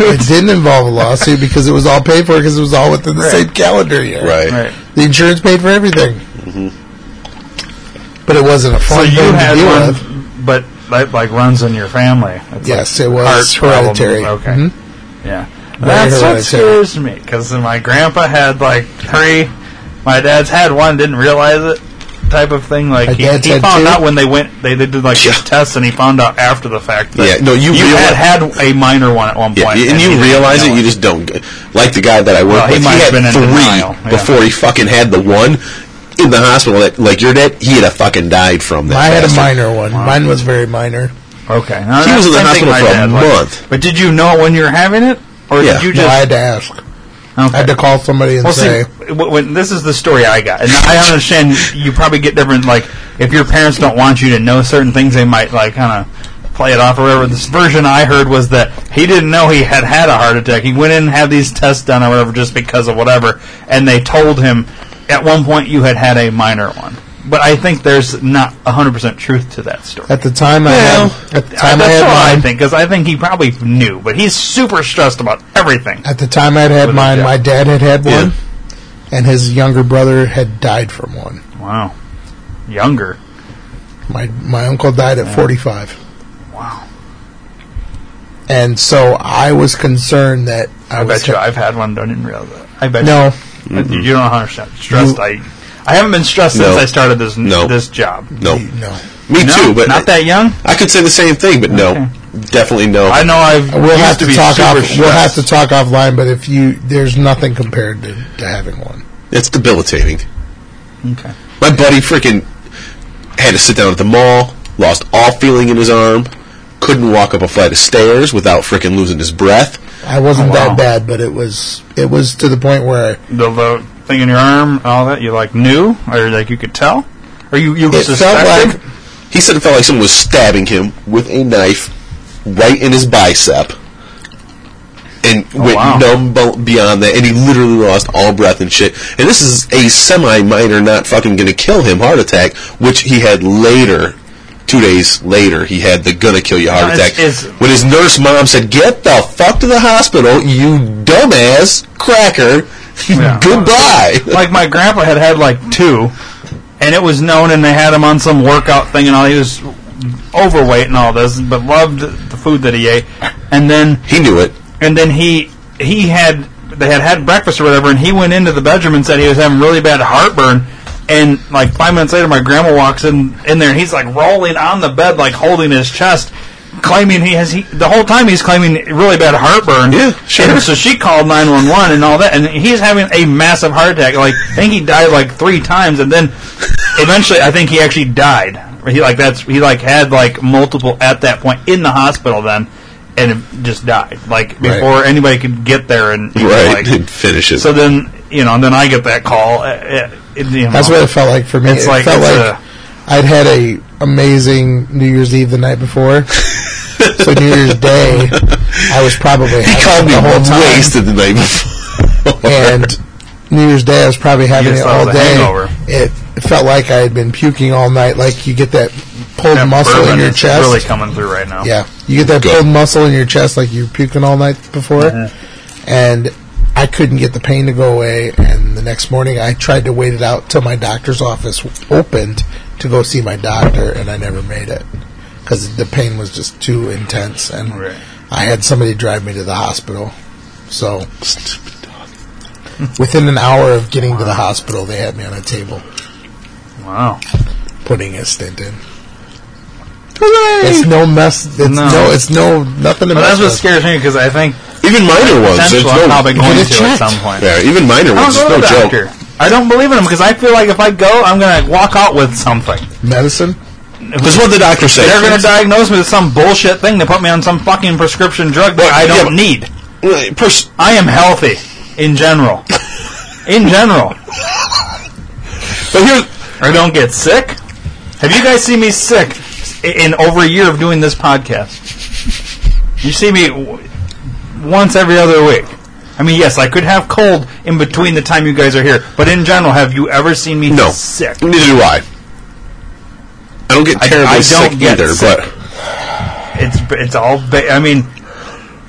Speaker 1: *laughs* It didn't involve a lawsuit because it was all paid for because it was all within the
Speaker 3: Right.
Speaker 1: same calendar year.
Speaker 2: Right.
Speaker 3: right.
Speaker 1: The insurance paid for everything. But it wasn't a
Speaker 3: So
Speaker 1: fun
Speaker 3: you
Speaker 1: thing to
Speaker 3: had
Speaker 1: deal
Speaker 3: one,
Speaker 1: with.
Speaker 3: but that like runs in your family. It's
Speaker 1: Yes,
Speaker 3: like
Speaker 1: it was
Speaker 3: heart problem.
Speaker 1: hereditary.
Speaker 3: Okay.
Speaker 1: Mhm.
Speaker 2: Mm-hmm.
Speaker 3: Yeah.
Speaker 1: Very
Speaker 3: That's what
Speaker 1: hereditary.
Speaker 3: scares me. Because my grandpa had like three. My dad's had one, didn't realize it. Type of thing. Like
Speaker 1: My
Speaker 3: he,
Speaker 1: dad's
Speaker 3: he
Speaker 1: had
Speaker 3: found
Speaker 1: two.
Speaker 3: out when they went, they, they did like
Speaker 2: Yeah.
Speaker 3: these tests, and he found out after the fact that
Speaker 2: Yeah, no, you realize-
Speaker 3: had had a minor one at one
Speaker 2: Yeah,
Speaker 3: point,
Speaker 2: and, you
Speaker 3: he didn't
Speaker 2: realize
Speaker 3: know
Speaker 2: it, you just don't. g- Like the guy that I work
Speaker 3: Well, he
Speaker 2: with,
Speaker 3: might
Speaker 2: he had
Speaker 3: have been in
Speaker 2: three
Speaker 3: denial, yeah.
Speaker 2: before he fucking had the one in the hospital. That, like your dad, he had a fucking died from that.
Speaker 1: I had a
Speaker 2: bastard.
Speaker 1: minor one. Mine was very minor.
Speaker 3: Okay, Now,
Speaker 2: He was
Speaker 3: that's
Speaker 2: in the
Speaker 3: something
Speaker 2: hospital
Speaker 3: my
Speaker 2: for a
Speaker 3: dad, like-
Speaker 2: month.
Speaker 3: but did you know when you were having it, or
Speaker 2: Yeah.
Speaker 3: did you
Speaker 1: No,
Speaker 3: just?
Speaker 1: I had to ask.
Speaker 3: okay.
Speaker 1: I had to call somebody and
Speaker 3: Well,
Speaker 1: say,
Speaker 3: see, w- when, this is the story I got, and I understand you probably get different. Like, if your parents don't want you to know certain things, they might like kind of play it off or whatever. This version I heard was that he didn't know he had had a heart attack. He went in and had these tests done or whatever, just because of whatever, and they told him at one point you had had a minor one. But I think there's not 100% truth to that story.
Speaker 1: At the time I
Speaker 2: Well,
Speaker 1: had, at the
Speaker 3: I-
Speaker 1: time I
Speaker 3: that's
Speaker 1: had
Speaker 3: all I
Speaker 1: mine,
Speaker 3: think because I think he probably knew, but he's super stressed about everything.
Speaker 1: at the time I had had
Speaker 3: Without
Speaker 1: mine,
Speaker 3: doubt.
Speaker 1: my dad had had one, and his younger brother had died from one.
Speaker 3: Wow, younger.
Speaker 1: My my uncle died at 45,
Speaker 3: Wow,
Speaker 1: and so I was concerned that I,
Speaker 3: I
Speaker 1: was.
Speaker 3: bet you I've had one. Don't even realize that. I bet
Speaker 1: no,
Speaker 3: you, you don't understand stressed.
Speaker 1: You-
Speaker 3: I I haven't been stressed
Speaker 2: No.
Speaker 3: since I started this
Speaker 2: No.
Speaker 3: this job.
Speaker 1: Oh.
Speaker 2: No,
Speaker 1: no.
Speaker 2: me
Speaker 3: No,
Speaker 2: too. But
Speaker 3: not that young.
Speaker 2: I could say the same thing. But no, definitely no.
Speaker 3: I know I've
Speaker 1: We'll
Speaker 3: used
Speaker 1: have to,
Speaker 3: be
Speaker 1: talk
Speaker 3: super
Speaker 1: off. We'll have to
Speaker 3: stressed.
Speaker 1: talk offline. But if you, there's nothing compared to, to having one.
Speaker 2: it's debilitating.
Speaker 3: Okay.
Speaker 2: My buddy freaking had to sit down at the mall, lost all feeling in his arm, couldn't walk up a flight of stairs without freaking losing his breath.
Speaker 1: I wasn't
Speaker 3: Oh, wow.
Speaker 1: that bad, but it was it was to the point where
Speaker 3: The, the thing in your arm, all that you like knew or like you could tell, or you you
Speaker 1: it
Speaker 3: suspected.
Speaker 1: felt like
Speaker 2: He said it felt like someone was stabbing him with a knife right in his bicep and went
Speaker 3: Oh, wow.
Speaker 2: numb bu- beyond that. And he literally lost all breath and shit. And this is a semi minor, not fucking gonna kill him heart attack, which he had later. Two days later, he had the gonna kill you heart
Speaker 3: No,
Speaker 2: attack.
Speaker 3: it's- it's-
Speaker 2: when his nurse mom said, "Get the fuck to the hospital, you dumbass cracker."
Speaker 3: Yeah.
Speaker 2: *laughs* Goodbye.
Speaker 3: like my grandpa had had like two, and it was known, and they had him on some workout thing, and all he was overweight and all this, but loved the food that he ate, and then
Speaker 2: He knew it.
Speaker 3: and then he he had they had had breakfast or whatever, and he went into the bedroom and said he was having really bad heartburn. And like five minutes later, my grandma walks in in there, and he's like rolling on the bed, like holding his chest, claiming he has he, the whole time he's claiming really bad heartburn.
Speaker 2: Yeah, sure.
Speaker 3: And so she called nine one one and all that, and he's having a massive heart attack. Like I think he died like three times, and then eventually I think he actually died. He like that's he like had like multiple at that point in the hospital then, and it just died like before anybody could get there and you know,
Speaker 2: Right. *laughs*
Speaker 3: like-
Speaker 2: Finish it.
Speaker 3: so then you know, and then I get that call. uh, uh, it- you know,
Speaker 1: That's what it felt like for me.
Speaker 3: It's
Speaker 1: it
Speaker 3: like-
Speaker 1: felt
Speaker 3: it's
Speaker 1: like i I'd had a amazing New Year's Eve the night
Speaker 3: *laughs*
Speaker 1: before. so New Year's Day, I was probably
Speaker 2: He
Speaker 1: having
Speaker 2: called
Speaker 1: it
Speaker 2: me
Speaker 1: the whole time,
Speaker 2: wasted the night before.
Speaker 1: and New Year's Day I was probably having
Speaker 3: just
Speaker 1: it
Speaker 3: thought it
Speaker 1: all
Speaker 3: was a
Speaker 1: day.
Speaker 3: hangover.
Speaker 1: It, it felt like I had been puking all night. Like you get that pulled
Speaker 3: that
Speaker 1: muscle
Speaker 3: bourbon
Speaker 1: in your
Speaker 3: is
Speaker 1: chest.
Speaker 3: really coming through right now.
Speaker 1: Yeah, you get that
Speaker 2: Good.
Speaker 1: pulled muscle in your chest like you're puking all night before, and I couldn't get the pain to go away. And the next morning, I tried to wait it out till my doctor's office opened to go see my doctor, and I never made it because the pain was just too intense. And
Speaker 3: Right.
Speaker 1: I had somebody drive me to the hospital. So within an hour of getting to the hospital, they had me on a table
Speaker 3: Wow.
Speaker 1: putting a stint in. It's no mess. It's
Speaker 3: No.
Speaker 1: no. It's no nothing to
Speaker 3: But
Speaker 1: mess
Speaker 3: that's what
Speaker 1: with.
Speaker 3: scares me because I think
Speaker 2: *laughs* even minor ones. There's
Speaker 3: potential I'm
Speaker 2: no,
Speaker 3: probably going
Speaker 1: Get it
Speaker 3: to
Speaker 1: checked.
Speaker 3: at some point.
Speaker 2: yeah, even minor
Speaker 3: I
Speaker 2: ones.
Speaker 3: don't go to
Speaker 2: It's no
Speaker 3: the
Speaker 2: joke.
Speaker 3: doctor. I don't believe in him because I feel like if I go, I'm going to walk out with something.
Speaker 1: Medicine.
Speaker 2: That's what the doctor said.
Speaker 3: They're going to diagnose me with some bullshit thing. They put me on some fucking prescription drug that
Speaker 2: Well,
Speaker 3: I
Speaker 2: yeah,
Speaker 3: don't
Speaker 2: but-
Speaker 3: need.
Speaker 2: Uh, pers-
Speaker 3: I am healthy in
Speaker 2: *laughs*
Speaker 3: general. In general,
Speaker 2: but here's
Speaker 3: I don't get sick. Have you guys seen me sick i- in over a year of doing this podcast? You see me w- once every other week. I mean, yes, I could have cold in between the time you guys are here, but in general, have you ever seen me
Speaker 2: no.
Speaker 3: sick?
Speaker 2: Neither do I. I don't get
Speaker 3: I-
Speaker 2: terribly
Speaker 3: I don't
Speaker 2: sick
Speaker 3: get
Speaker 2: either.
Speaker 3: sick.
Speaker 2: But
Speaker 3: It's it's all. Ba- I mean,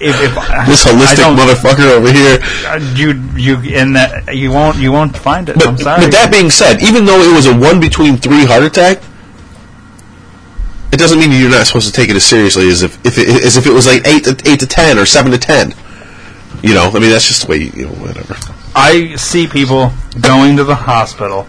Speaker 3: if, if
Speaker 2: this
Speaker 3: I
Speaker 2: holistic
Speaker 3: don't-
Speaker 2: motherfucker over here.
Speaker 3: uh, you you in that you won't you won't find it.
Speaker 2: But
Speaker 3: I'm sorry.
Speaker 2: with that being said, even though it was a one between three heart attack, it doesn't mean you're not supposed to take it as seriously as if, if it, as if it was like eight to eight to ten or seven to ten. You know, I mean that's just the way you, you know whatever.
Speaker 3: I see people going to the hospital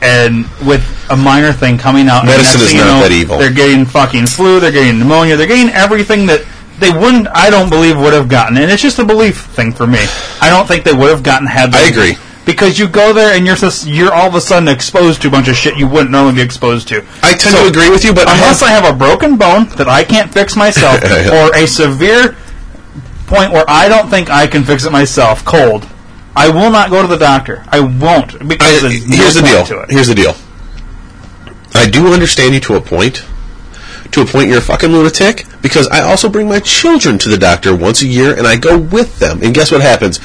Speaker 3: and with a minor thing coming out. and
Speaker 2: Medicine
Speaker 3: next
Speaker 2: is
Speaker 3: thing you
Speaker 2: not
Speaker 3: know,
Speaker 2: that evil.
Speaker 3: They're getting fucking flu. They're getting pneumonia. They're getting everything that they wouldn't. I don't believe would have gotten, and it's just a belief thing for me. I don't think they would have gotten had.
Speaker 2: I
Speaker 3: they-
Speaker 2: agree.
Speaker 3: Because you go there and you're just, you're all of a sudden exposed to a bunch of shit you wouldn't normally be exposed to.
Speaker 2: I tend to agree with you, but
Speaker 3: unless I have a broken bone that I can't fix
Speaker 2: *laughs*
Speaker 3: myself, or a severe point where I don't think I can fix it myself, cold, I will not go to the doctor. I won't
Speaker 2: I,
Speaker 3: because there's no
Speaker 2: here's the
Speaker 3: point
Speaker 2: deal.
Speaker 3: To it.
Speaker 2: Here's the deal. I do understand you to a point. To a point, you're a fucking lunatic because I also bring my children to the doctor once a year and I go with them. And guess what happens?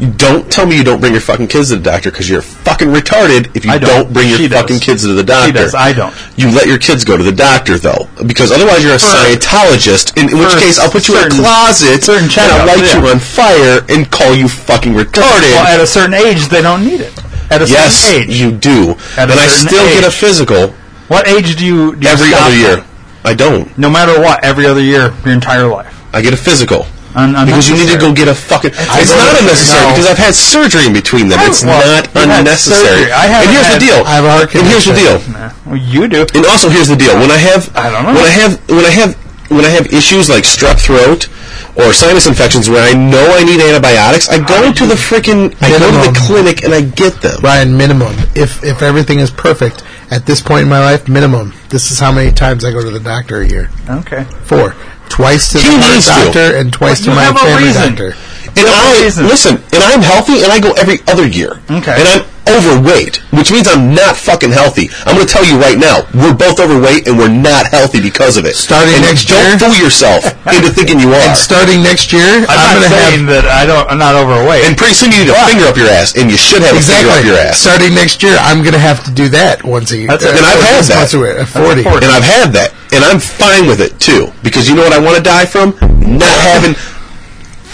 Speaker 2: You don't tell me you don't bring your fucking kids to the doctor because you're fucking retarded if you
Speaker 3: I
Speaker 2: don't.
Speaker 3: don't.
Speaker 2: bring your
Speaker 3: She does.
Speaker 2: fucking kids to the doctor.
Speaker 3: She does. I don't.
Speaker 2: You let your kids go to the doctor though because otherwise you're a
Speaker 3: For-
Speaker 2: Scientologist. In, in which
Speaker 3: for
Speaker 2: case I'll put you in a
Speaker 3: certain-
Speaker 2: closet
Speaker 3: certain
Speaker 2: and I'll
Speaker 3: checkups,
Speaker 2: light
Speaker 3: yeah.
Speaker 2: you on fire and call you fucking retarded.
Speaker 3: Well, at a certain age, they don't need it. At a
Speaker 2: Yes,
Speaker 3: certain age,
Speaker 2: you do.
Speaker 3: At a
Speaker 2: and I
Speaker 3: certain
Speaker 2: still get a
Speaker 3: age.
Speaker 2: physical
Speaker 3: what age do you? Do you
Speaker 2: every
Speaker 3: stop
Speaker 2: other year.
Speaker 3: at?
Speaker 2: I don't.
Speaker 3: No matter what, every other year, your entire life.
Speaker 2: I get a physical.
Speaker 3: Un-
Speaker 2: because you need to go
Speaker 3: unnecessary.
Speaker 2: get a fucking. It's
Speaker 3: I
Speaker 2: not
Speaker 3: don't-
Speaker 2: unnecessary
Speaker 3: no.
Speaker 2: because I've had surgery in between them.
Speaker 3: I-
Speaker 2: It's
Speaker 3: well,
Speaker 2: not
Speaker 3: you've had
Speaker 2: unnecessary.
Speaker 3: surgery. I
Speaker 2: and
Speaker 3: haven't
Speaker 2: here's
Speaker 3: had-
Speaker 2: the deal.
Speaker 1: I have a heart
Speaker 2: and here's the deal.
Speaker 3: Nah. Well, you do.
Speaker 2: And also, here's the deal. When I have,
Speaker 3: I don't know.
Speaker 2: When I have, when I have, when I have issues like strep throat or sinus infections where I know I need antibiotics, I go to the freaking, I go to the
Speaker 1: Minimum.
Speaker 2: clinic and I get them.
Speaker 1: Ryan, minimum. If if everything is perfect at this point in my life, minimum. This is how many times I go to the doctor a year.
Speaker 3: Okay.
Speaker 1: Four. Twice to
Speaker 2: He
Speaker 1: the heart
Speaker 2: needs to.
Speaker 1: doctor and twice
Speaker 3: You
Speaker 1: to my
Speaker 3: have a
Speaker 1: family
Speaker 3: reason.
Speaker 1: doctor.
Speaker 2: And I
Speaker 3: reason.
Speaker 2: listen, and I'm healthy, and I go every other year.
Speaker 3: Okay.
Speaker 2: And I'm overweight, which means I'm not fucking healthy. I'm going to tell you right now, we're both overweight and we're not healthy because of it.
Speaker 1: Starting
Speaker 2: and
Speaker 1: next
Speaker 2: don't
Speaker 1: year?
Speaker 2: fool
Speaker 1: *laughs*
Speaker 2: yourself into thinking you are.
Speaker 1: And starting next year, I'm,
Speaker 3: I'm, not
Speaker 1: going to
Speaker 3: saying
Speaker 1: have
Speaker 3: that I don't. I'm not overweight.
Speaker 2: and pretty soon you need a finger up your ass, and you should have a
Speaker 1: exactly
Speaker 2: finger up your ass.
Speaker 1: starting next year. I'm going to have to do that once a year. Uh,
Speaker 3: That's it.
Speaker 2: And I've had
Speaker 1: once
Speaker 2: that.
Speaker 1: a week, at forty.
Speaker 2: And I've had that, and I'm fine with it too, because you know what I want to die from? Not having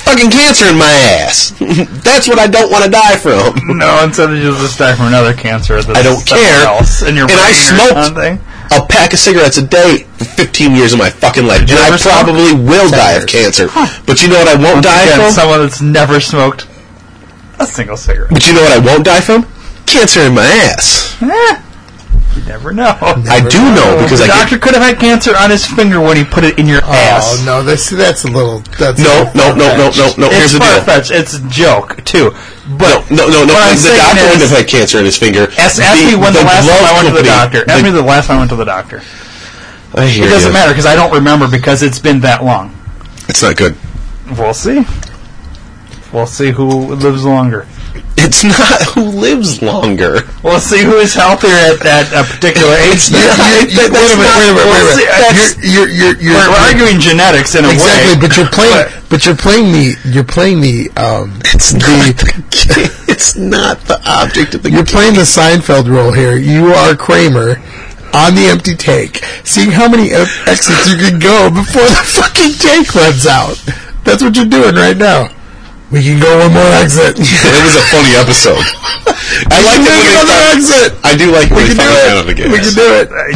Speaker 2: fucking cancer in my ass. *laughs* That's what I don't want to die from.
Speaker 3: no, instead of you'll just die from another cancer. That's
Speaker 2: I don't
Speaker 3: something
Speaker 2: care.
Speaker 3: Else in your
Speaker 2: and
Speaker 3: brain
Speaker 2: I smoked
Speaker 3: Or something.
Speaker 2: a pack of cigarettes a day for 15 years of my fucking life, and
Speaker 3: you
Speaker 2: I
Speaker 3: ever smoke?
Speaker 2: probably will die of cancer. But you know what I won't die
Speaker 3: Again,
Speaker 2: from?
Speaker 3: someone that's never smoked a single cigarette.
Speaker 2: But you know what I won't die from? Cancer in my ass.
Speaker 3: Eh, you never know.
Speaker 2: *laughs* I do know because
Speaker 3: the
Speaker 2: I get
Speaker 3: doctor could have had cancer on his finger when he put it in your
Speaker 1: Oh
Speaker 3: ass.
Speaker 1: no, that's that's a little. That's
Speaker 2: No, no, no, no, no, no. Here's
Speaker 3: It's
Speaker 2: the
Speaker 3: far
Speaker 2: deal.
Speaker 3: fetched. It's a joke too.
Speaker 2: No, no, no, no.
Speaker 3: What I'm
Speaker 2: The
Speaker 3: saying
Speaker 2: doctor wouldn't
Speaker 3: is-
Speaker 2: have had cancer in his finger.
Speaker 3: Ask, ask me when the, last time
Speaker 2: glove
Speaker 3: I went to the
Speaker 2: company-
Speaker 3: doctor. Ask me the last time I went to the doctor.
Speaker 2: I hear
Speaker 3: It doesn't
Speaker 2: ya.
Speaker 3: matter because I don't remember because it's been that long.
Speaker 2: It's not good.
Speaker 3: We'll see. We'll see who lives longer.
Speaker 2: It's *laughs* not who lives longer.
Speaker 3: We'll see who is healthier at that uh, particular
Speaker 2: *laughs* It's
Speaker 3: age.
Speaker 2: not-
Speaker 1: You- you- wait
Speaker 2: that- that's
Speaker 1: a minute,
Speaker 2: not-
Speaker 1: wait a minute,
Speaker 2: well,
Speaker 1: wait a
Speaker 2: see,
Speaker 1: minute.
Speaker 2: that's-
Speaker 1: You're, you're, you're,
Speaker 3: We're,
Speaker 1: you're,
Speaker 3: we're arguing genetics in a
Speaker 1: exactly,
Speaker 3: way.
Speaker 1: but you're playing, but you're playing the, you're playing the, um,
Speaker 2: *laughs* It's not the, *laughs* it's not the object of the
Speaker 1: You're playing the Seinfeld role here. You are Kramer on the empty tank, seeing how many e- exits you can go before the fucking tank runs out. That's what you're doing right now. We can go one more
Speaker 2: *laughs*
Speaker 1: exit.
Speaker 2: *laughs* It was a funny episode. I like
Speaker 1: we can make another exit. We can
Speaker 2: it when they found- I do like it when
Speaker 1: do
Speaker 2: they finally found out
Speaker 1: it.
Speaker 2: again.
Speaker 1: We can do it.
Speaker 3: but Uh,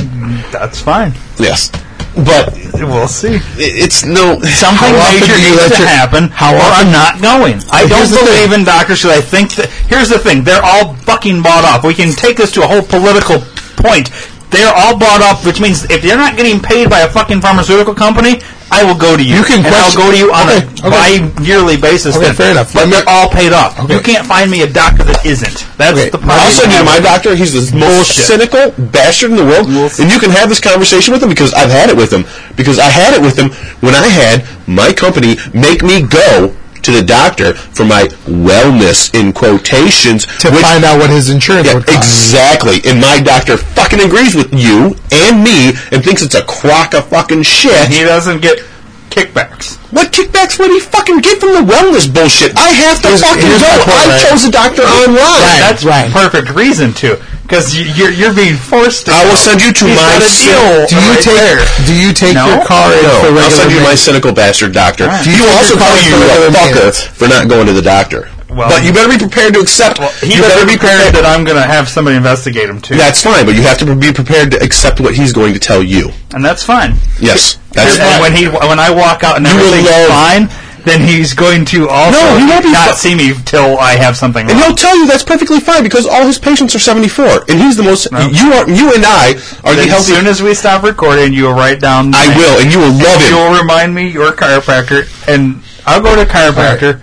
Speaker 3: that's fine.
Speaker 2: Yes, but it-
Speaker 1: *laughs*
Speaker 3: We'll see.
Speaker 2: it's no.
Speaker 3: Something
Speaker 1: How often
Speaker 3: major
Speaker 1: do you
Speaker 3: needs
Speaker 1: let
Speaker 3: to
Speaker 1: your-
Speaker 3: happen. How I'm not going. I
Speaker 1: But
Speaker 3: don't
Speaker 1: here's the
Speaker 3: believe
Speaker 1: thing.
Speaker 3: in doctors because I think that here's the thing: they're all fucking bought up. We can take this to a whole political point. They're all bought up, which means if you're not getting paid by a fucking pharmaceutical company, I will go to you.
Speaker 1: You can
Speaker 3: and
Speaker 1: question-
Speaker 3: I'll go to you on
Speaker 1: Okay,
Speaker 3: a
Speaker 1: okay.
Speaker 3: bi-yearly basis.
Speaker 1: Okay,
Speaker 3: then.
Speaker 1: fair enough.
Speaker 3: But they're all paid up.
Speaker 1: Okay.
Speaker 3: You can't find me a doctor that isn't. That's
Speaker 1: Okay,
Speaker 3: the
Speaker 1: but
Speaker 3: problem.
Speaker 2: Also, dude, my doctor, he's the most
Speaker 3: Bullshit.
Speaker 2: cynical bastard in the world. And you can have this conversation with him because I've had it with him. Because I had it with him when I had my company make me go to the doctor for my wellness in quotations
Speaker 1: To
Speaker 2: which-
Speaker 1: find out what his insurance
Speaker 2: Yeah,
Speaker 1: would cost.
Speaker 2: exactly. And my doctor fucking agrees with you and me and thinks it's a crock of fucking shit.
Speaker 3: he doesn't get kickbacks.
Speaker 2: What kickbacks would he fucking get from the wellness bullshit? I have to
Speaker 1: Here's-
Speaker 2: fucking
Speaker 1: here's
Speaker 2: go.
Speaker 1: my point,
Speaker 2: I
Speaker 1: right?
Speaker 2: chose a doctor online.
Speaker 3: That's
Speaker 1: right.
Speaker 3: perfect reason to because you're you're being forced to.
Speaker 2: I will
Speaker 3: go.
Speaker 2: send you to
Speaker 3: He's
Speaker 2: my
Speaker 3: got a
Speaker 2: cy-
Speaker 3: deal
Speaker 1: Do you
Speaker 3: right
Speaker 1: take
Speaker 3: there.
Speaker 1: Do you take
Speaker 3: No.
Speaker 1: your car in
Speaker 2: No,
Speaker 1: for
Speaker 2: I'll
Speaker 1: regular?
Speaker 2: send you my
Speaker 1: maintenance?
Speaker 2: cynical bastard doctor.
Speaker 3: Alright.
Speaker 2: You,
Speaker 1: You think
Speaker 2: also
Speaker 1: you're
Speaker 2: call
Speaker 1: calling
Speaker 2: you
Speaker 1: for
Speaker 2: a
Speaker 1: regular
Speaker 2: fucker
Speaker 1: maintenance?
Speaker 2: for not going to the doctor.
Speaker 3: Well-
Speaker 2: but you better be prepared to accept.
Speaker 3: Well, he
Speaker 2: you better be
Speaker 3: prepared
Speaker 2: prepared.
Speaker 3: that I'm going to have somebody investigate him too,
Speaker 2: That's fine, but you have to be prepared to accept what he's going to tell you.
Speaker 3: and that's fine.
Speaker 2: Yes, that's
Speaker 3: and when he when I walk out and
Speaker 2: You will
Speaker 3: everything's
Speaker 2: love-
Speaker 3: fine, then he's going to also
Speaker 2: No, he won't be
Speaker 3: not
Speaker 2: fu-
Speaker 3: see me till I have something.
Speaker 2: And
Speaker 3: wrong.
Speaker 2: he'll tell you that's perfectly fine because all his patients are 74, and he's the most. You are. You and I are the
Speaker 3: Then as
Speaker 2: healthy.
Speaker 3: soon as we stop recording, you will write down. the
Speaker 2: I
Speaker 3: name.
Speaker 2: will, and you will love
Speaker 3: You
Speaker 2: it.
Speaker 3: will remind me you're a chiropractor, and I'll go to chiropractor.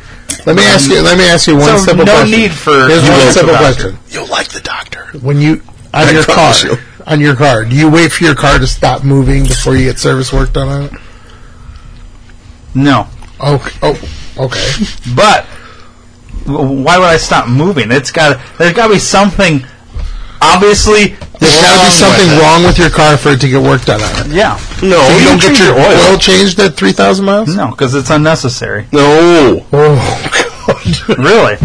Speaker 1: Let me ask you. Let me ask you one
Speaker 3: So
Speaker 1: simple
Speaker 3: no
Speaker 1: question.
Speaker 3: need for
Speaker 1: Here's
Speaker 3: you
Speaker 1: one
Speaker 3: will-
Speaker 1: simple
Speaker 3: doctor.
Speaker 1: question.
Speaker 2: You'll like the doctor.
Speaker 1: when you on
Speaker 2: I
Speaker 1: your car
Speaker 2: promise you.
Speaker 1: on your car do you wait for your car to stop moving before you get service work done on it
Speaker 3: No,
Speaker 1: oh oh okay
Speaker 3: but w- why would I stop moving? It's got there's got to be something. Obviously,
Speaker 1: there's got to be
Speaker 3: wrong
Speaker 1: something
Speaker 3: with it.
Speaker 1: wrong with your car for it to get work done on it
Speaker 3: Yeah,
Speaker 2: No,
Speaker 1: So
Speaker 2: you don't get
Speaker 1: change
Speaker 2: your oil.
Speaker 1: changed at 3000
Speaker 2: Hmm?
Speaker 1: miles
Speaker 3: no, because it's unnecessary. *laughs*
Speaker 2: No,
Speaker 1: oh god
Speaker 3: really?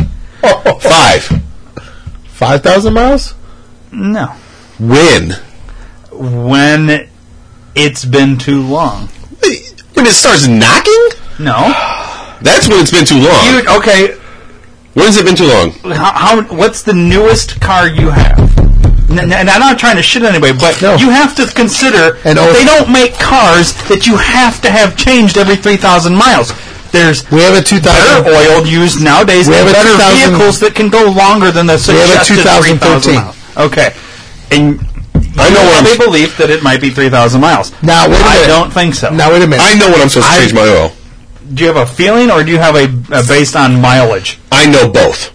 Speaker 2: five.
Speaker 1: 5000 miles
Speaker 3: No.
Speaker 2: When?
Speaker 3: when it's been too long.
Speaker 2: When it starts knocking?
Speaker 3: No,
Speaker 2: That's when it's been too long.
Speaker 3: you okay?
Speaker 2: When's it been too long?
Speaker 3: How, how? What's the newest car you have? N- n- And I'm not trying to shit anybody, but
Speaker 1: No.
Speaker 3: you have to consider
Speaker 1: And
Speaker 3: that
Speaker 1: also-
Speaker 3: they don't make cars that you have to have changed every three thousand miles. There's
Speaker 1: we have a
Speaker 3: better
Speaker 1: 2000
Speaker 3: oil used nowadays.
Speaker 1: We have a
Speaker 3: and
Speaker 1: 2000
Speaker 3: better vehicles that can go longer than the
Speaker 1: have a
Speaker 3: suggested three thousand
Speaker 1: 2013.
Speaker 3: miles. Okay, and
Speaker 2: I know what I'm.
Speaker 3: they believe that it might be three thousand miles.
Speaker 1: Now, wait a
Speaker 3: I
Speaker 1: minute.
Speaker 3: don't think so.
Speaker 1: now wait a minute
Speaker 2: I know when I'm supposed to
Speaker 3: I-
Speaker 2: change my oil.
Speaker 3: do you have a feeling or do you have a, a based on mileage?
Speaker 2: I know both.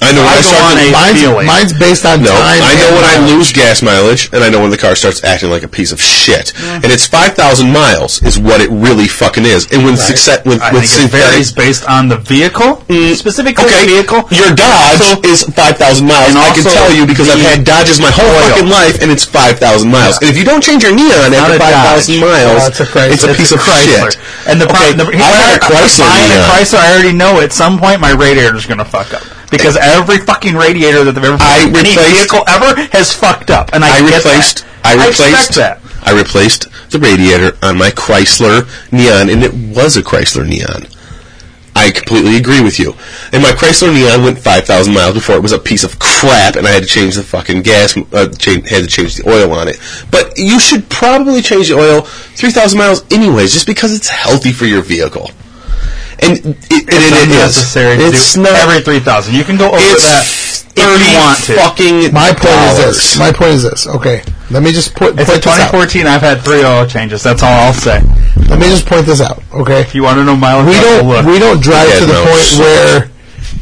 Speaker 2: I know when I
Speaker 3: I go
Speaker 2: start.
Speaker 3: on a-
Speaker 1: Mine's,
Speaker 3: feeling.
Speaker 1: mine's based on
Speaker 2: No,
Speaker 1: time.
Speaker 2: I know
Speaker 1: and
Speaker 2: when
Speaker 1: mileage.
Speaker 2: I lose gas mileage, and I know when the car starts acting like a piece of shit. And
Speaker 3: Mm.
Speaker 2: it's five thousand miles is what it really fucking is. And when success, when,
Speaker 3: I
Speaker 2: when
Speaker 3: think it
Speaker 2: synthetic-
Speaker 3: varies based on the vehicle,
Speaker 1: Mm,
Speaker 3: specifically
Speaker 2: okay,
Speaker 3: the vehicle.
Speaker 2: your Dodge
Speaker 3: So-
Speaker 2: is five thousand miles.
Speaker 3: And
Speaker 2: I can
Speaker 3: also
Speaker 2: tell you because I've
Speaker 3: the
Speaker 2: had Dodges my whole
Speaker 3: oil.
Speaker 2: fucking life, and it's five thousand miles.
Speaker 3: Yeah.
Speaker 2: And if you don't change your neon
Speaker 3: Not
Speaker 2: after
Speaker 3: a
Speaker 2: five thousand
Speaker 3: Dodge.
Speaker 2: miles,
Speaker 3: No,
Speaker 2: it's,
Speaker 3: it's a Chrysler.
Speaker 2: a piece of
Speaker 3: Chrysler.
Speaker 2: shit.
Speaker 3: And the
Speaker 2: Okay,
Speaker 3: problem,
Speaker 2: I had a Chrysler
Speaker 3: Buying a
Speaker 2: neon.
Speaker 3: Chrysler, I already know at some point my radiator's going to fuck up because every fucking radiator that they've ever
Speaker 2: I
Speaker 3: any
Speaker 2: replaced-
Speaker 3: vehicle ever has fucked up, and I,
Speaker 2: I
Speaker 3: get
Speaker 2: replaced.
Speaker 3: that.
Speaker 2: I replaced.
Speaker 3: expect that.
Speaker 2: I replaced the radiator on my Chrysler Neon, and it was a Chrysler Neon. I completely agree with you. And my Chrysler Neon went five thousand miles before it was a piece of crap, and I had to change the fucking gas. Uh, change, had to change the oil on it. But you should probably change the oil three thousand miles anyways, just because it's healthy for your vehicle. And it, it, it
Speaker 3: It's
Speaker 2: is.
Speaker 3: unnecessary to
Speaker 2: It's
Speaker 3: do
Speaker 2: not
Speaker 3: every three thousand. You can go over
Speaker 2: It's
Speaker 3: that
Speaker 2: thirty
Speaker 3: if you want to.
Speaker 2: fucking
Speaker 1: My point
Speaker 2: dollars.
Speaker 1: is this. My point is this. Okay, let me just point, point
Speaker 3: It's a
Speaker 1: this out.
Speaker 3: 2014. I've had three oil changes. That's all I'll say.
Speaker 1: Let me just point this out. Okay,
Speaker 3: If you want to know mileage,
Speaker 1: we
Speaker 3: I'll
Speaker 1: don't
Speaker 3: look.
Speaker 1: we don't drive
Speaker 2: Yeah,
Speaker 1: to the
Speaker 2: no.
Speaker 1: point where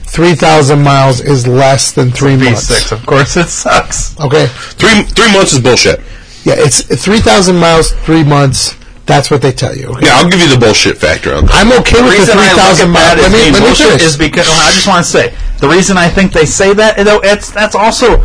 Speaker 1: three thousand miles is less than three
Speaker 3: V6,
Speaker 1: months.
Speaker 3: of course, it sucks.
Speaker 1: Okay,
Speaker 2: Three three months is bullshit.
Speaker 1: yeah, it's three thousand miles, three months. That's what they tell you. Okay,
Speaker 2: Yeah, I'll give you the bullshit factor on that.
Speaker 1: I'm okay
Speaker 3: The
Speaker 1: with the
Speaker 3: reason
Speaker 1: three
Speaker 3: I look
Speaker 1: thousand
Speaker 3: at
Speaker 1: miles.
Speaker 3: that
Speaker 1: Let
Speaker 3: as
Speaker 1: me
Speaker 3: being
Speaker 1: let me
Speaker 3: bullshit
Speaker 1: finish.
Speaker 3: is because well, I just want to say the reason I think they say that though it's that's also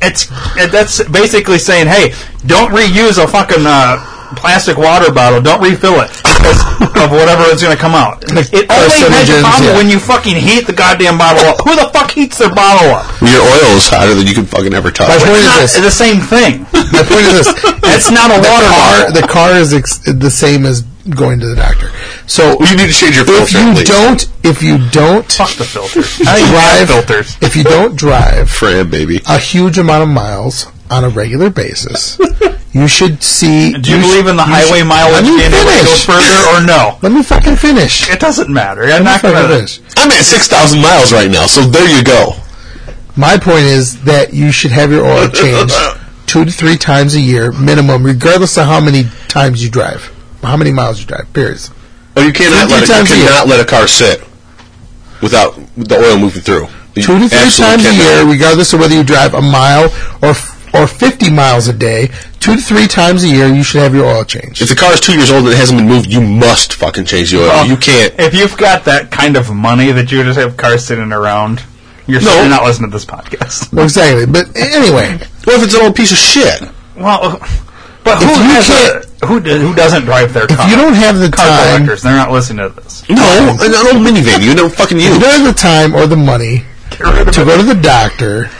Speaker 3: it's it, that's basically saying hey don't reuse a fucking uh, plastic water bottle don't refill it because of whatever is going to come out. It only has a
Speaker 1: carcinogens,
Speaker 3: problem
Speaker 1: yeah.
Speaker 3: when you fucking heat the goddamn bottle up. Who the fuck heats their bottle up?
Speaker 2: Your oil is hotter than you can fucking ever touch.
Speaker 1: My point
Speaker 3: Not
Speaker 1: is this.
Speaker 3: the same *laughs* thing.
Speaker 1: My point is this.
Speaker 3: That's not a water
Speaker 1: Car,
Speaker 3: bottle.
Speaker 1: the car is ex- the same as going to the doctor. So
Speaker 2: Well, *laughs* you need to change your
Speaker 1: if
Speaker 2: filter.
Speaker 1: you
Speaker 2: please.
Speaker 1: don't, if you don't
Speaker 3: Fuck the *laughs* filters. I don't even have
Speaker 1: drive,
Speaker 3: filters.
Speaker 1: if you don't drive
Speaker 2: Fran, baby.
Speaker 1: a huge amount of miles on a regular
Speaker 3: *laughs*
Speaker 1: basis. you should see.
Speaker 3: Do you,
Speaker 1: sh-
Speaker 3: believe in the
Speaker 1: you
Speaker 3: highway
Speaker 1: should-
Speaker 3: mileage
Speaker 1: Let me
Speaker 3: standard that goes
Speaker 1: finish.
Speaker 3: further or no?
Speaker 1: Let me fucking finish.
Speaker 3: It doesn't matter. I'm
Speaker 1: Let me
Speaker 3: not
Speaker 1: fucking
Speaker 3: gonna.
Speaker 1: finish.
Speaker 2: I'm at six thousand miles right now, so there you go.
Speaker 1: My point is that you should have your
Speaker 3: *laughs*
Speaker 1: oil changed two to three times a year minimum, regardless of how many times you drive, how many miles you drive. Periods.
Speaker 2: Oh, you cannot
Speaker 1: Fifty
Speaker 2: let a, you
Speaker 1: times a year.
Speaker 2: cannot let a car sit without the oil moving through. You
Speaker 1: Two to three times
Speaker 2: absolutely
Speaker 1: a
Speaker 2: cannot.
Speaker 1: year, regardless of whether you drive a mile or f- or 50 miles a day. Two to three times a year, you should have your oil changed.
Speaker 2: If the car is two years old and it hasn't been moved, you must fucking change the oil.
Speaker 3: Well,
Speaker 2: you can't.
Speaker 3: If you've got that kind of money that you just have cars sitting around, you're
Speaker 2: No.
Speaker 3: certainly not listening to this podcast.
Speaker 1: Well, exactly. But anyway,
Speaker 2: Well, if it's an old piece of shit,
Speaker 3: *laughs* Well, but who
Speaker 1: If you
Speaker 3: has a-
Speaker 1: can't-
Speaker 3: who do- who doesn't drive their car?
Speaker 1: if you don't have the
Speaker 3: car
Speaker 1: time,
Speaker 3: collectors, they're not listening to this.
Speaker 2: no, an old minivan you don't fucking *laughs*
Speaker 1: if you
Speaker 2: use.
Speaker 1: don't have the time or the money
Speaker 3: rid of
Speaker 1: to
Speaker 3: it.
Speaker 1: go to the doctor.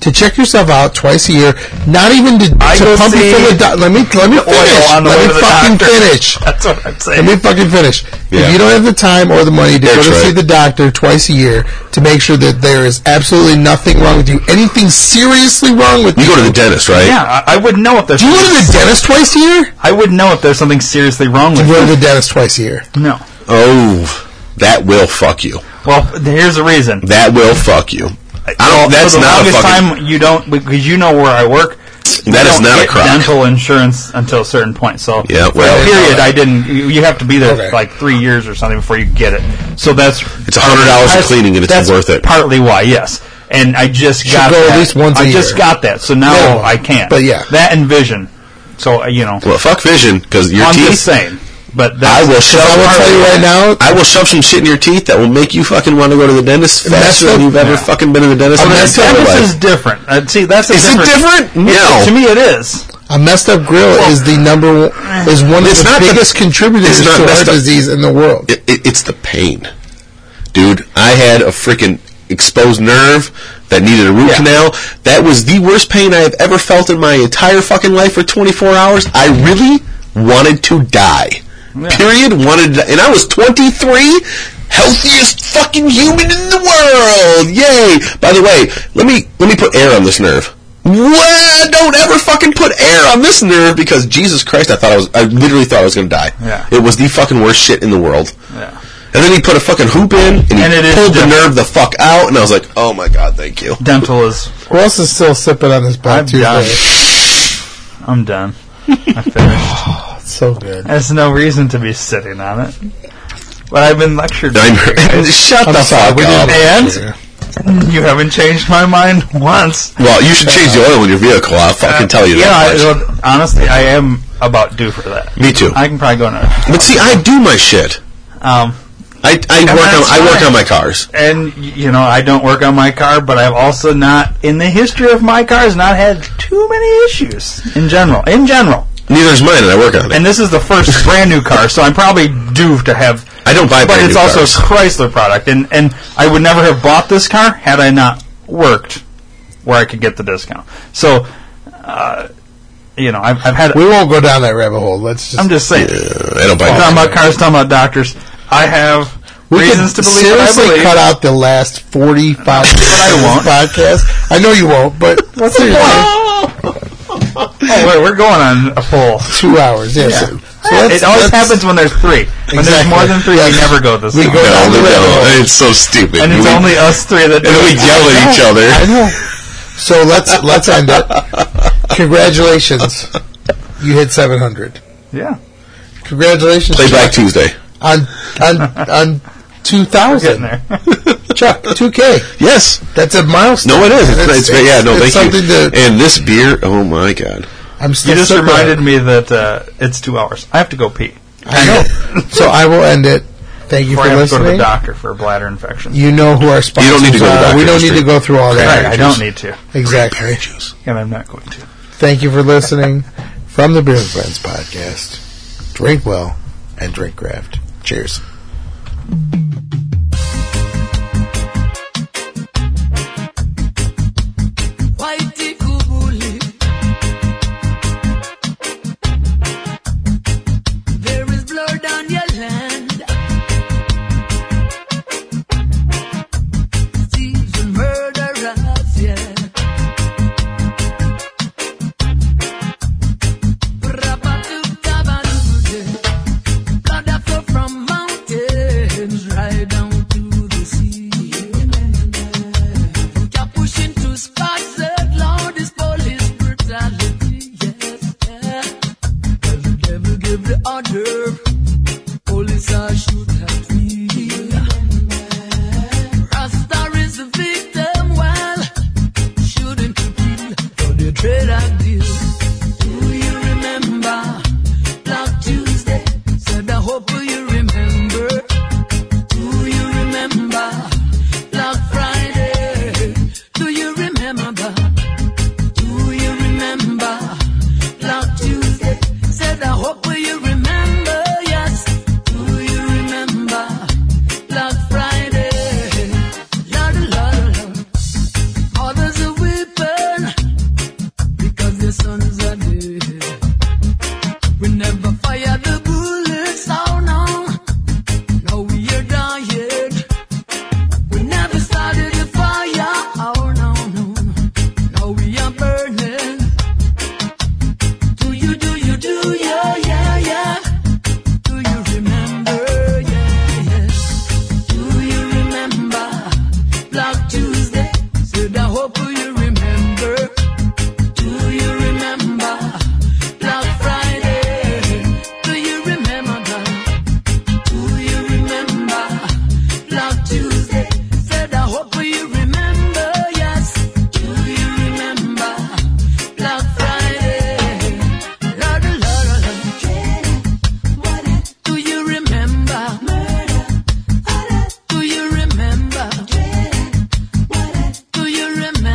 Speaker 1: To check yourself out twice a year, not even to,
Speaker 3: I
Speaker 1: to
Speaker 3: go
Speaker 1: pump
Speaker 3: see
Speaker 1: it full of. Do- let me let me
Speaker 3: the oil
Speaker 1: finish.
Speaker 3: on the way
Speaker 1: Let
Speaker 3: to
Speaker 1: me
Speaker 3: the
Speaker 1: fucking
Speaker 3: doctor.
Speaker 1: finish.
Speaker 3: That's what I'm saying.
Speaker 1: Let me fucking finish.
Speaker 2: Yeah.
Speaker 1: If you don't have the time or the money to go
Speaker 2: That's
Speaker 1: to see
Speaker 2: right.
Speaker 1: the doctor twice a year to make sure that there is absolutely nothing wrong with you, anything seriously wrong with
Speaker 2: You
Speaker 1: you,
Speaker 2: go to the dentist, right?
Speaker 3: yeah, I, I would know if there's.
Speaker 1: do you go to the dentist twice a year?
Speaker 3: I would know if there's something seriously wrong
Speaker 1: You
Speaker 3: with
Speaker 1: go
Speaker 3: it.
Speaker 1: to the dentist twice a year.
Speaker 3: No.
Speaker 2: Oh, that will fuck you.
Speaker 3: Well, here's the reason.
Speaker 2: That will fuck you. I don't. That's
Speaker 3: for the
Speaker 2: not a
Speaker 3: longest
Speaker 2: fucking.
Speaker 3: time you don't because you know where I work.
Speaker 2: That
Speaker 3: you
Speaker 2: is
Speaker 3: don't
Speaker 2: not a
Speaker 3: get
Speaker 2: crock.
Speaker 3: dental insurance until a certain point. So
Speaker 2: Yeah,
Speaker 3: for
Speaker 2: well-
Speaker 3: a period I didn't. You you have to be there
Speaker 1: Okay.
Speaker 3: for like three years or something before you get it. So that's
Speaker 2: It's $100 for cleaning and it's
Speaker 3: that's
Speaker 2: worth it.
Speaker 3: Partly why, yes. And I just got
Speaker 1: go at
Speaker 3: that.
Speaker 1: least once a
Speaker 3: I just
Speaker 1: year.
Speaker 3: got that. So now
Speaker 1: Minimum.
Speaker 3: I can't.
Speaker 1: But yeah.
Speaker 3: that and vision. So uh, you know,
Speaker 2: Well, fuck vision because your
Speaker 3: I'm
Speaker 2: teeth.
Speaker 3: just saying. But
Speaker 2: I
Speaker 3: that's,
Speaker 2: will shove.
Speaker 1: I will tell you right now,
Speaker 2: I will shove some shit in your teeth that will make you fucking want to go to the dentist
Speaker 1: That's
Speaker 2: faster than
Speaker 1: what-
Speaker 2: you've ever
Speaker 3: yeah.
Speaker 2: fucking been to the dentist.
Speaker 1: I'm
Speaker 2: in your
Speaker 1: not
Speaker 2: entire
Speaker 1: telling
Speaker 2: life.
Speaker 3: this is different. Uh, see, that's a
Speaker 2: Is it
Speaker 3: different.
Speaker 2: different?
Speaker 3: Yeah,
Speaker 2: No.
Speaker 3: to me it is.
Speaker 1: a messed up grill is the number one, is one of
Speaker 2: It's
Speaker 1: the
Speaker 2: not the-
Speaker 1: biggest contributors
Speaker 2: it's
Speaker 1: to
Speaker 2: not
Speaker 1: heart
Speaker 2: messed up.
Speaker 1: disease in the world.
Speaker 2: It, it, it's the pain, dude. I had a freaking exposed nerve that needed a root
Speaker 3: Yeah.
Speaker 2: canal. That was the worst pain I have ever felt in my entire fucking life for 24 hours. I really wanted to die. Period. Wanted, to, and I was 23. Healthiest fucking human in the world! Yay! By the way, let me let me put air on this nerve. Well, don't ever fucking put air on this nerve because Jesus Christ, I thought I was, I literally thought I was gonna die.
Speaker 3: Yeah.
Speaker 2: It was the fucking worst shit in the world.
Speaker 3: Yeah.
Speaker 2: And then he put a fucking hoop in, and he
Speaker 3: And it is
Speaker 2: pulled the
Speaker 3: different.
Speaker 2: nerve the fuck out, and I was like, oh my god, thank
Speaker 3: *laughs*
Speaker 2: you.
Speaker 3: Dental is
Speaker 1: Ross is still sipping on his Black
Speaker 3: I'm done.
Speaker 1: Tuesday.
Speaker 3: I'm done. I finished.
Speaker 1: It's so good.
Speaker 3: There's no reason to be sitting on it. But I've been
Speaker 2: *laughs*
Speaker 3: lectured.
Speaker 2: Shut
Speaker 1: I'm
Speaker 2: the
Speaker 1: sorry,
Speaker 2: fuck
Speaker 1: we didn't-
Speaker 2: up.
Speaker 3: And
Speaker 1: Yeah.
Speaker 3: You haven't changed my mind once.
Speaker 2: Well, you should change the oil in your vehicle. I'll fucking tell you
Speaker 3: Uh, Yeah, I,
Speaker 2: that. much.
Speaker 3: well, honestly, I am about due for that.
Speaker 2: Me too.
Speaker 3: I can probably go another.
Speaker 2: But see, I do my shit.
Speaker 3: Um,
Speaker 2: I, I work on
Speaker 3: that's
Speaker 2: I work
Speaker 3: fine.
Speaker 2: on my cars.
Speaker 3: and y- you know, I don't work on my car, but I've also not, in the history of my cars, not had too many issues in general. In general,
Speaker 2: Neither is mine, and I work on it.
Speaker 3: and this is
Speaker 2: *laughs*
Speaker 3: the first brand new car, so I'm probably due to have.
Speaker 2: I don't buy
Speaker 3: but
Speaker 2: brand
Speaker 3: it's
Speaker 2: new
Speaker 3: also
Speaker 2: cars.
Speaker 3: a Chrysler product, and and I would never have bought this car had I not worked where I could get the discount. So, uh, you know, I've, I've had.
Speaker 1: We won't go down that rabbit hole. Let's just.
Speaker 3: I'm just saying.
Speaker 2: Uh, I don't buy.
Speaker 3: talking about cars, talking about doctors. I have
Speaker 1: we could
Speaker 3: reasons to believe that I
Speaker 1: seriously
Speaker 3: believe.
Speaker 1: cut out the last 45 minutes
Speaker 3: *laughs*
Speaker 1: of
Speaker 3: I
Speaker 1: this
Speaker 3: won't.
Speaker 1: podcast. I know you won't,
Speaker 3: *laughs*
Speaker 1: but what's the point?
Speaker 3: Oh, wait, we're going on a
Speaker 2: *laughs*
Speaker 3: full.
Speaker 1: Two hours, yes. So let's-
Speaker 3: it always
Speaker 1: let's-
Speaker 3: happens when there's three. When there's
Speaker 1: Exactly.
Speaker 3: more than three,
Speaker 1: Yes.
Speaker 3: we never go this
Speaker 1: We
Speaker 3: long.
Speaker 1: go down the rabbit hole.
Speaker 2: It's so stupid.
Speaker 3: and it's
Speaker 2: we,
Speaker 3: only us three that
Speaker 2: and
Speaker 3: do
Speaker 2: then we
Speaker 3: it.
Speaker 2: yell at
Speaker 3: *laughs*
Speaker 2: each other.
Speaker 1: I know. So let's let's end it. Congratulations, you hit 700.
Speaker 3: Yeah.
Speaker 1: Congratulations,
Speaker 2: Play Black
Speaker 1: Chuck,
Speaker 2: Tuesday.
Speaker 1: on on on
Speaker 3: Getting
Speaker 1: 2000.
Speaker 3: there.
Speaker 1: Chuck, 2K.
Speaker 2: Yes.
Speaker 1: That's a milestone.
Speaker 2: No, it is. It's,
Speaker 1: That's-
Speaker 2: it's, yeah. No,
Speaker 1: it's
Speaker 2: thank you.
Speaker 1: something to-
Speaker 2: and this beer. Oh my god.
Speaker 1: I'm
Speaker 3: You
Speaker 1: still
Speaker 3: just
Speaker 1: circling.
Speaker 3: reminded me that uh, it's two hours. I have to go pee.
Speaker 1: I know. so I will end it. Thank you
Speaker 3: Or
Speaker 1: for
Speaker 3: I have to go to the
Speaker 1: listening.
Speaker 3: doctor for a bladder infection.
Speaker 1: You know who our sponsors
Speaker 2: need to go to the
Speaker 1: are.
Speaker 2: doctor,
Speaker 1: we don't
Speaker 2: just
Speaker 1: need to
Speaker 2: drink
Speaker 1: go through all that.
Speaker 3: Right, I don't need to.
Speaker 1: Exactly.
Speaker 3: And I'm not going to.
Speaker 1: Thank you for listening from the Beer and Friends podcast. Drink well and drink craft. Cheers.
Speaker 4: Whitey Kubuli. There is blood on your land. Thieves and murderers, yeah. Rapatutabalude. Blood that flow from mountains right down to the sea. You're pushing to spots that loud is police brutality. Yes, yeah. Well, the devil gave the order. Police are shoot at me. Rasta is the victim while shooting to kill. So they trade a deal. Do you remember Black Tuesday? Said I hope you remember. Do you remember Black Friday? Do you remember? Do you remember Black Tuesday? Said I hope you remember, yes. Do you remember Black Friday? Lord, Lord, Lord. Others are weeping because their sons are dead. We never fire the bullets, oh no. Now we are dying. We never started a fire. Oh no, no, no. Now we are burning. Do you, do you, do you, yeah, yeah. Do you remember, yeah, yeah. Do you remember Black Tuesday? Said I hope you remember. Do you remember Black Friday? Do you remember? Do you remember Black Tuesday? Said I hope you remember, yes. Do you remember Black Friday? La la la la la. Do you remember murder? Do you remember? Do you remember murder? Do you remember?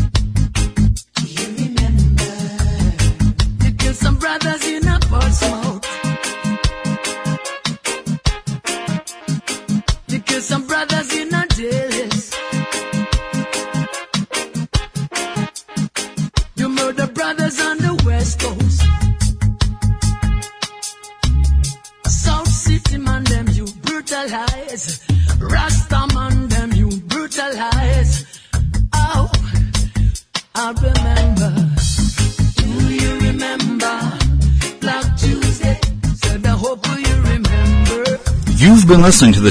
Speaker 4: Do you remember? You kill some brothers in a Portsmouth. You kill some brothers in a Dallas. You murder brothers on the West Coast. South City man them you brutalize. Rasta man them you brutalize. Oh, I remember. Do you remember Black Tuesday? Said I hope you remember.
Speaker 9: You've been listening to the